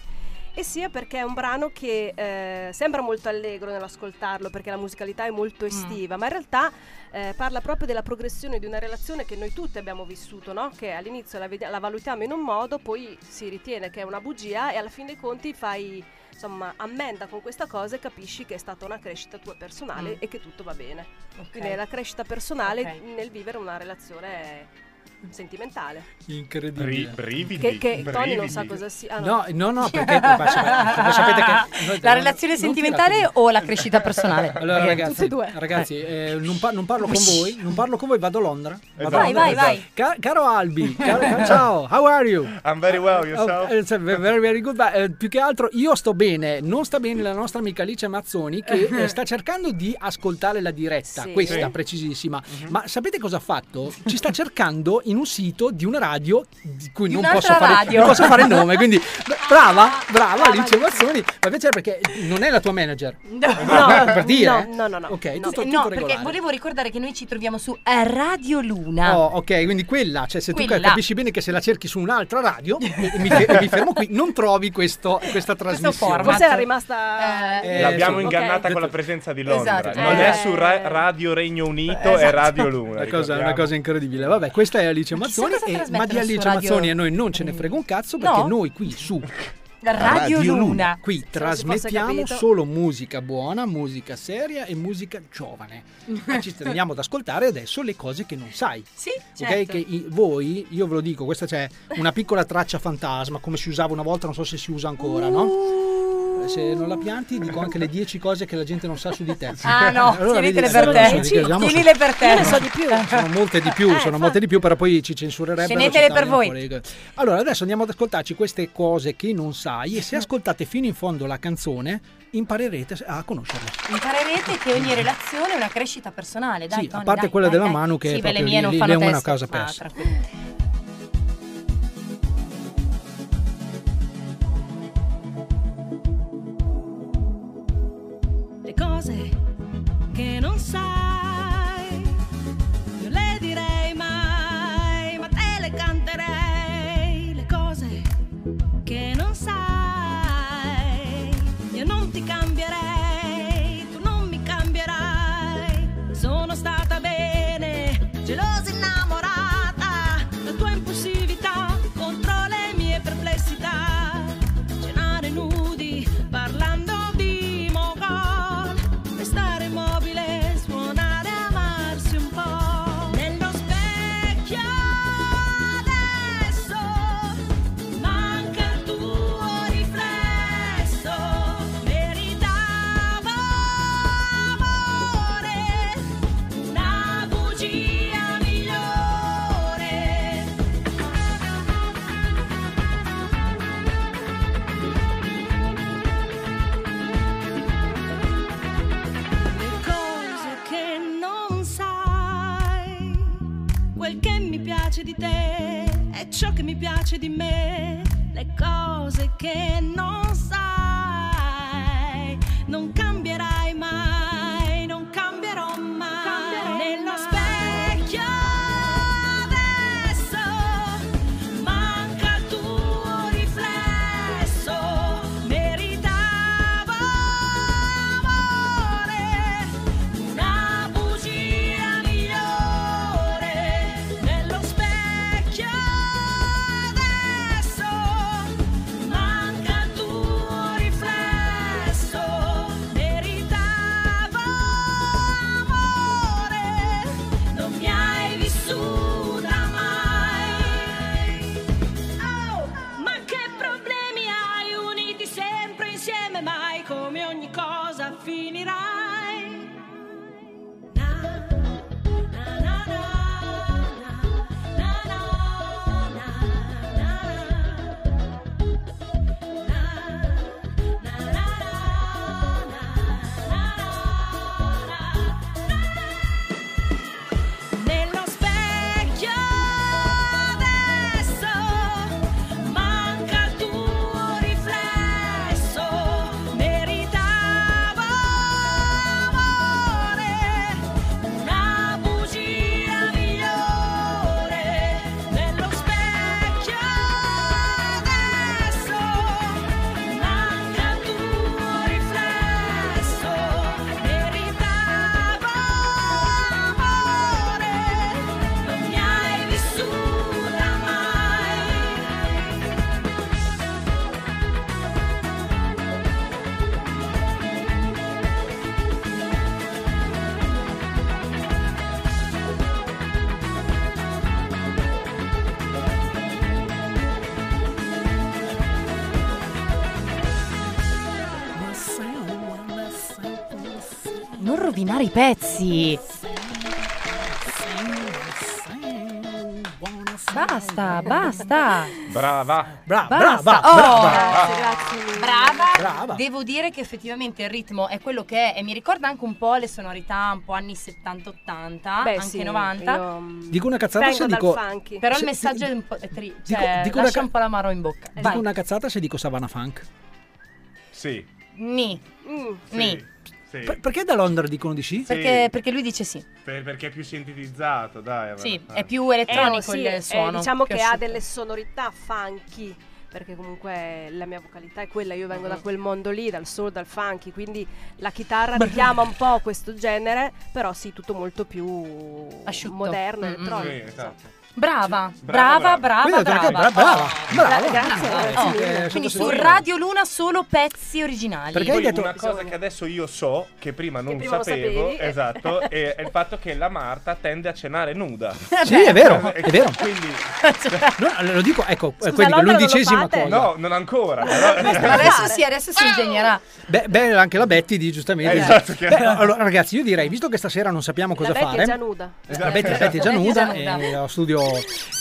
Speaker 13: e sia perché è un brano che eh, sembra molto allegro nell'ascoltarlo perché la musicalità è
Speaker 3: Mm.
Speaker 13: molto estiva ma in realtà eh, parla proprio della progressione di una relazione che noi tutti abbiamo vissuto no? che all'inizio la, vedi- la valutiamo in un modo poi si ritiene che è una bugia e alla fine dei conti fai insomma ammenda con questa cosa e capisci che è stata una crescita tua personale
Speaker 3: Mm.
Speaker 13: e che tutto va bene
Speaker 3: Ok.
Speaker 13: quindi è la crescita personale
Speaker 3: Ok.
Speaker 13: nel vivere una relazione sentimentale.
Speaker 2: Incredibile.
Speaker 13: Che, che Tony non sa cosa sia. ah,
Speaker 2: No, no,
Speaker 13: [LAUGHS]
Speaker 2: no, perché ma sapete- ma sapete che
Speaker 3: La relazione sentimentale o la crescita personale?
Speaker 2: [LAUGHS] Allora,
Speaker 3: Perché
Speaker 2: ragazzi,
Speaker 3: tutte e due.
Speaker 2: ragazzi eh, non, par- non parlo con voi, non parlo con voi, vado a Londra. Vado a
Speaker 3: Vai,
Speaker 2: Londra.
Speaker 3: vai, vai.
Speaker 2: Ca- caro Albi, caro- ciao, how are you?
Speaker 11: I'm very well, yourself?
Speaker 2: Oh, it's very, very good. ma, eh, più che altro, io sto bene, non sta bene la nostra amica Alice Mazzoni che eh, sta cercando di ascoltare la diretta,
Speaker 16: Sì.
Speaker 2: questa
Speaker 16: Sì.
Speaker 2: precisissima.
Speaker 11: Mhm.
Speaker 2: Ma sapete cosa ha fatto? Ci sta cercando in un sito di una radio di cui
Speaker 16: Di
Speaker 2: non
Speaker 16: un'altra
Speaker 2: posso, fare,
Speaker 16: radio.
Speaker 2: non posso fare il nome, quindi bra- brava, brava Alice Mazzoni, fa piacere perché non è la tua manager.
Speaker 3: No,
Speaker 2: per dire?
Speaker 3: Eh, no, no, no, no.
Speaker 2: Ok,
Speaker 3: No,
Speaker 2: tutto, tutto
Speaker 3: eh, no,
Speaker 2: regolare.
Speaker 3: perché volevo ricordare che noi ci troviamo su eh, Radio Luna.
Speaker 2: Oh, ok, quindi quella, cioè se tu
Speaker 3: Quella.
Speaker 2: capisci bene che se la cerchi su un'altra radio e, e mi, fe- e mi fermo qui, non trovi questo- questa trasmissione.
Speaker 13: Forse era rimasta.
Speaker 2: Eh,
Speaker 11: L'abbiamo
Speaker 2: sì.
Speaker 11: ingannata
Speaker 2: Ok.
Speaker 11: con la presenza di Londra.
Speaker 2: Esatto.
Speaker 11: Non
Speaker 2: Eh.
Speaker 11: è su Ra- Radio Regno Unito, è
Speaker 2: Esatto.
Speaker 11: Radio Luna.
Speaker 2: Una cosa,
Speaker 11: ricordiamo.
Speaker 2: una cosa incredibile. Vabbè, questa è Alice Mazzoni,
Speaker 3: cosa
Speaker 2: e-
Speaker 3: trasmettono
Speaker 2: ma di
Speaker 3: su
Speaker 2: Alice
Speaker 3: Radio-
Speaker 2: Mazzoni a noi non ce ne frega un cazzo perché
Speaker 3: No.
Speaker 2: noi qui su
Speaker 3: Radio, Luna.
Speaker 2: qui
Speaker 3: fosse
Speaker 2: trasmettiamo
Speaker 3: capito.
Speaker 2: solo musica buona, musica seria e musica giovane.
Speaker 7: Eh,
Speaker 2: E ci teniamo ad ascoltare adesso le cose che non sai.
Speaker 3: Sì,
Speaker 2: Ok,
Speaker 3: certo.
Speaker 2: che i- voi, io ve lo dico, questa c'è una piccola traccia fantasma, come si usava una volta, non so se si usa ancora, no?
Speaker 3: Uh.
Speaker 2: Se non la pianti, dico anche le 10 cose che la gente non sa su di te.
Speaker 3: [LAUGHS] Ah, no,
Speaker 2: vedi,
Speaker 3: tienitele
Speaker 2: sono
Speaker 3: per te.
Speaker 2: dieci, diciamo, sono-
Speaker 3: Tienile per te.
Speaker 2: Io ne so di
Speaker 3: più.
Speaker 2: sono molte di più, sono molte di più, però poi ci censurerebbero.
Speaker 3: Tenetele
Speaker 2: ci
Speaker 3: per
Speaker 2: tagliano
Speaker 3: voi.
Speaker 2: fuori. Allora, adesso andiamo ad ascoltarci queste cose che non sai e se ascoltate fino in fondo la canzone imparerete a conoscerla.
Speaker 3: Imparerete che ogni relazione è una crescita personale, dai,
Speaker 2: Sì, a
Speaker 3: Tony,
Speaker 2: parte
Speaker 3: dai,
Speaker 2: quella
Speaker 3: dai,
Speaker 2: della
Speaker 3: dai.
Speaker 2: Manu che
Speaker 3: sì,
Speaker 2: è
Speaker 3: beh,
Speaker 2: proprio
Speaker 3: le mie
Speaker 2: lì-
Speaker 3: non
Speaker 2: lì
Speaker 3: fanno
Speaker 2: è una
Speaker 3: testo.
Speaker 2: causa
Speaker 3: Ah,
Speaker 2: persa.
Speaker 3: tranquillo.
Speaker 17: le cose che non sai. Non le direi mai, ma te le canterei. Le cose che non sai. Io non ti cambierei, tu non mi cambierai. Sono stata bene, gelosa innamorata. La tua impulsività contro le mie perplessità cenare nudi parlando di mogol restare immobile suonare amarsi un po' nello specchio adesso manca il tuo riflesso meritavo amore una bugia migliore cose che non sai. Quel che mi piace di te è ciò che mi piace di me. Le cose che non sai, non cambierai mai, non cambierò mai. Nello specchio adesso manca il tuo riflesso. Meritavo amore una bugia migliore nello specchio adesso manca il tuo riflesso meritavo amore non mi hai vissuta mai Oh, ma che problemi hai uniti sempre insieme mai come ogni cosa finirai nello specchio adesso manca il tuo riflesso meritavo
Speaker 3: non rovinare i pezzi. Basta, basta.
Speaker 11: Brava.
Speaker 2: Brava,
Speaker 11: brava,
Speaker 3: Basta. Oh.
Speaker 11: brava.
Speaker 3: Brava.
Speaker 2: Brava.
Speaker 3: Devo dire che effettivamente il ritmo è quello che è e mi ricorda anche un po' le sonorità un po' anni 70-80,
Speaker 13: Beh,
Speaker 3: anche
Speaker 13: sì,
Speaker 3: 90.
Speaker 2: Dico una cazzata se dico.
Speaker 3: Però
Speaker 2: se-
Speaker 3: il messaggio è un po' è tri-
Speaker 2: dico-
Speaker 3: cioè,
Speaker 2: dico una
Speaker 3: lascia
Speaker 2: ca-
Speaker 3: un po' l'amaro in bocca.
Speaker 2: dico
Speaker 3: Vai.
Speaker 2: una cazzata se dico Savannah Funk.
Speaker 11: Sì.
Speaker 3: Ni.
Speaker 13: Mm.
Speaker 3: Ni.
Speaker 11: Sì.
Speaker 2: Per- perché da Londra dicono di sì?
Speaker 3: Perché, perché lui dice sì.
Speaker 11: Per- perché è più sintetizzato, dai.
Speaker 3: Sì,
Speaker 11: vabbè.
Speaker 3: è più elettronico
Speaker 13: Eh, sì,
Speaker 3: il
Speaker 13: eh,
Speaker 3: suono.
Speaker 13: diciamo
Speaker 3: più
Speaker 13: che ha
Speaker 3: asciutto.
Speaker 13: delle sonorità funky, perché comunque la mia vocalità è quella, io vengo da
Speaker 3: Mm.
Speaker 13: quel mondo lì, dal soul, dal funky, quindi la chitarra richiama un po' questo genere, però sì, tutto molto più moderno,
Speaker 3: Mm, mm.
Speaker 13: elettronico.
Speaker 3: Sì, Brava, brava,
Speaker 13: Brava, brava.
Speaker 3: brava,
Speaker 13: Quindi ho detto,
Speaker 3: brava.
Speaker 13: ragazzi, brava, brava. Grazie,
Speaker 3: Oh,
Speaker 13: grazie mille.
Speaker 3: Quindi su
Speaker 11: Sottoscritto.
Speaker 3: Radio Luna solo pezzi originali.
Speaker 11: Poi una
Speaker 2: [LAUGHS]
Speaker 11: cosa che adesso io so, che prima non
Speaker 3: prima non
Speaker 11: sapevo,
Speaker 3: sapevi.
Speaker 11: [LAUGHS] esatto, è, è il fatto che la Marta tende a cenare nuda.
Speaker 2: [LAUGHS] Sì, è vero,
Speaker 11: E
Speaker 2: è vero.
Speaker 11: Quindi,
Speaker 3: [LAUGHS]
Speaker 2: No, lo dico, ecco, quindi l'undicesima
Speaker 3: Cioè,
Speaker 2: cosa.
Speaker 11: No, non ancora.
Speaker 3: [LAUGHS]
Speaker 11: però-
Speaker 3: Adesso sì, adesso
Speaker 2: Ah!
Speaker 3: si ingegnerà.
Speaker 2: Beh, beh, anche la Betty di giustamente.
Speaker 11: Eh, esatto, che-
Speaker 2: Beh, allora, ragazzi, io direi, visto che stasera non sappiamo cosa
Speaker 13: la Betty
Speaker 2: fare. Eh.
Speaker 13: è già nuda.
Speaker 2: La Betty, la Betty è già
Speaker 13: La Betty è già
Speaker 2: nuda,
Speaker 13: nuda.
Speaker 2: eh, allo studio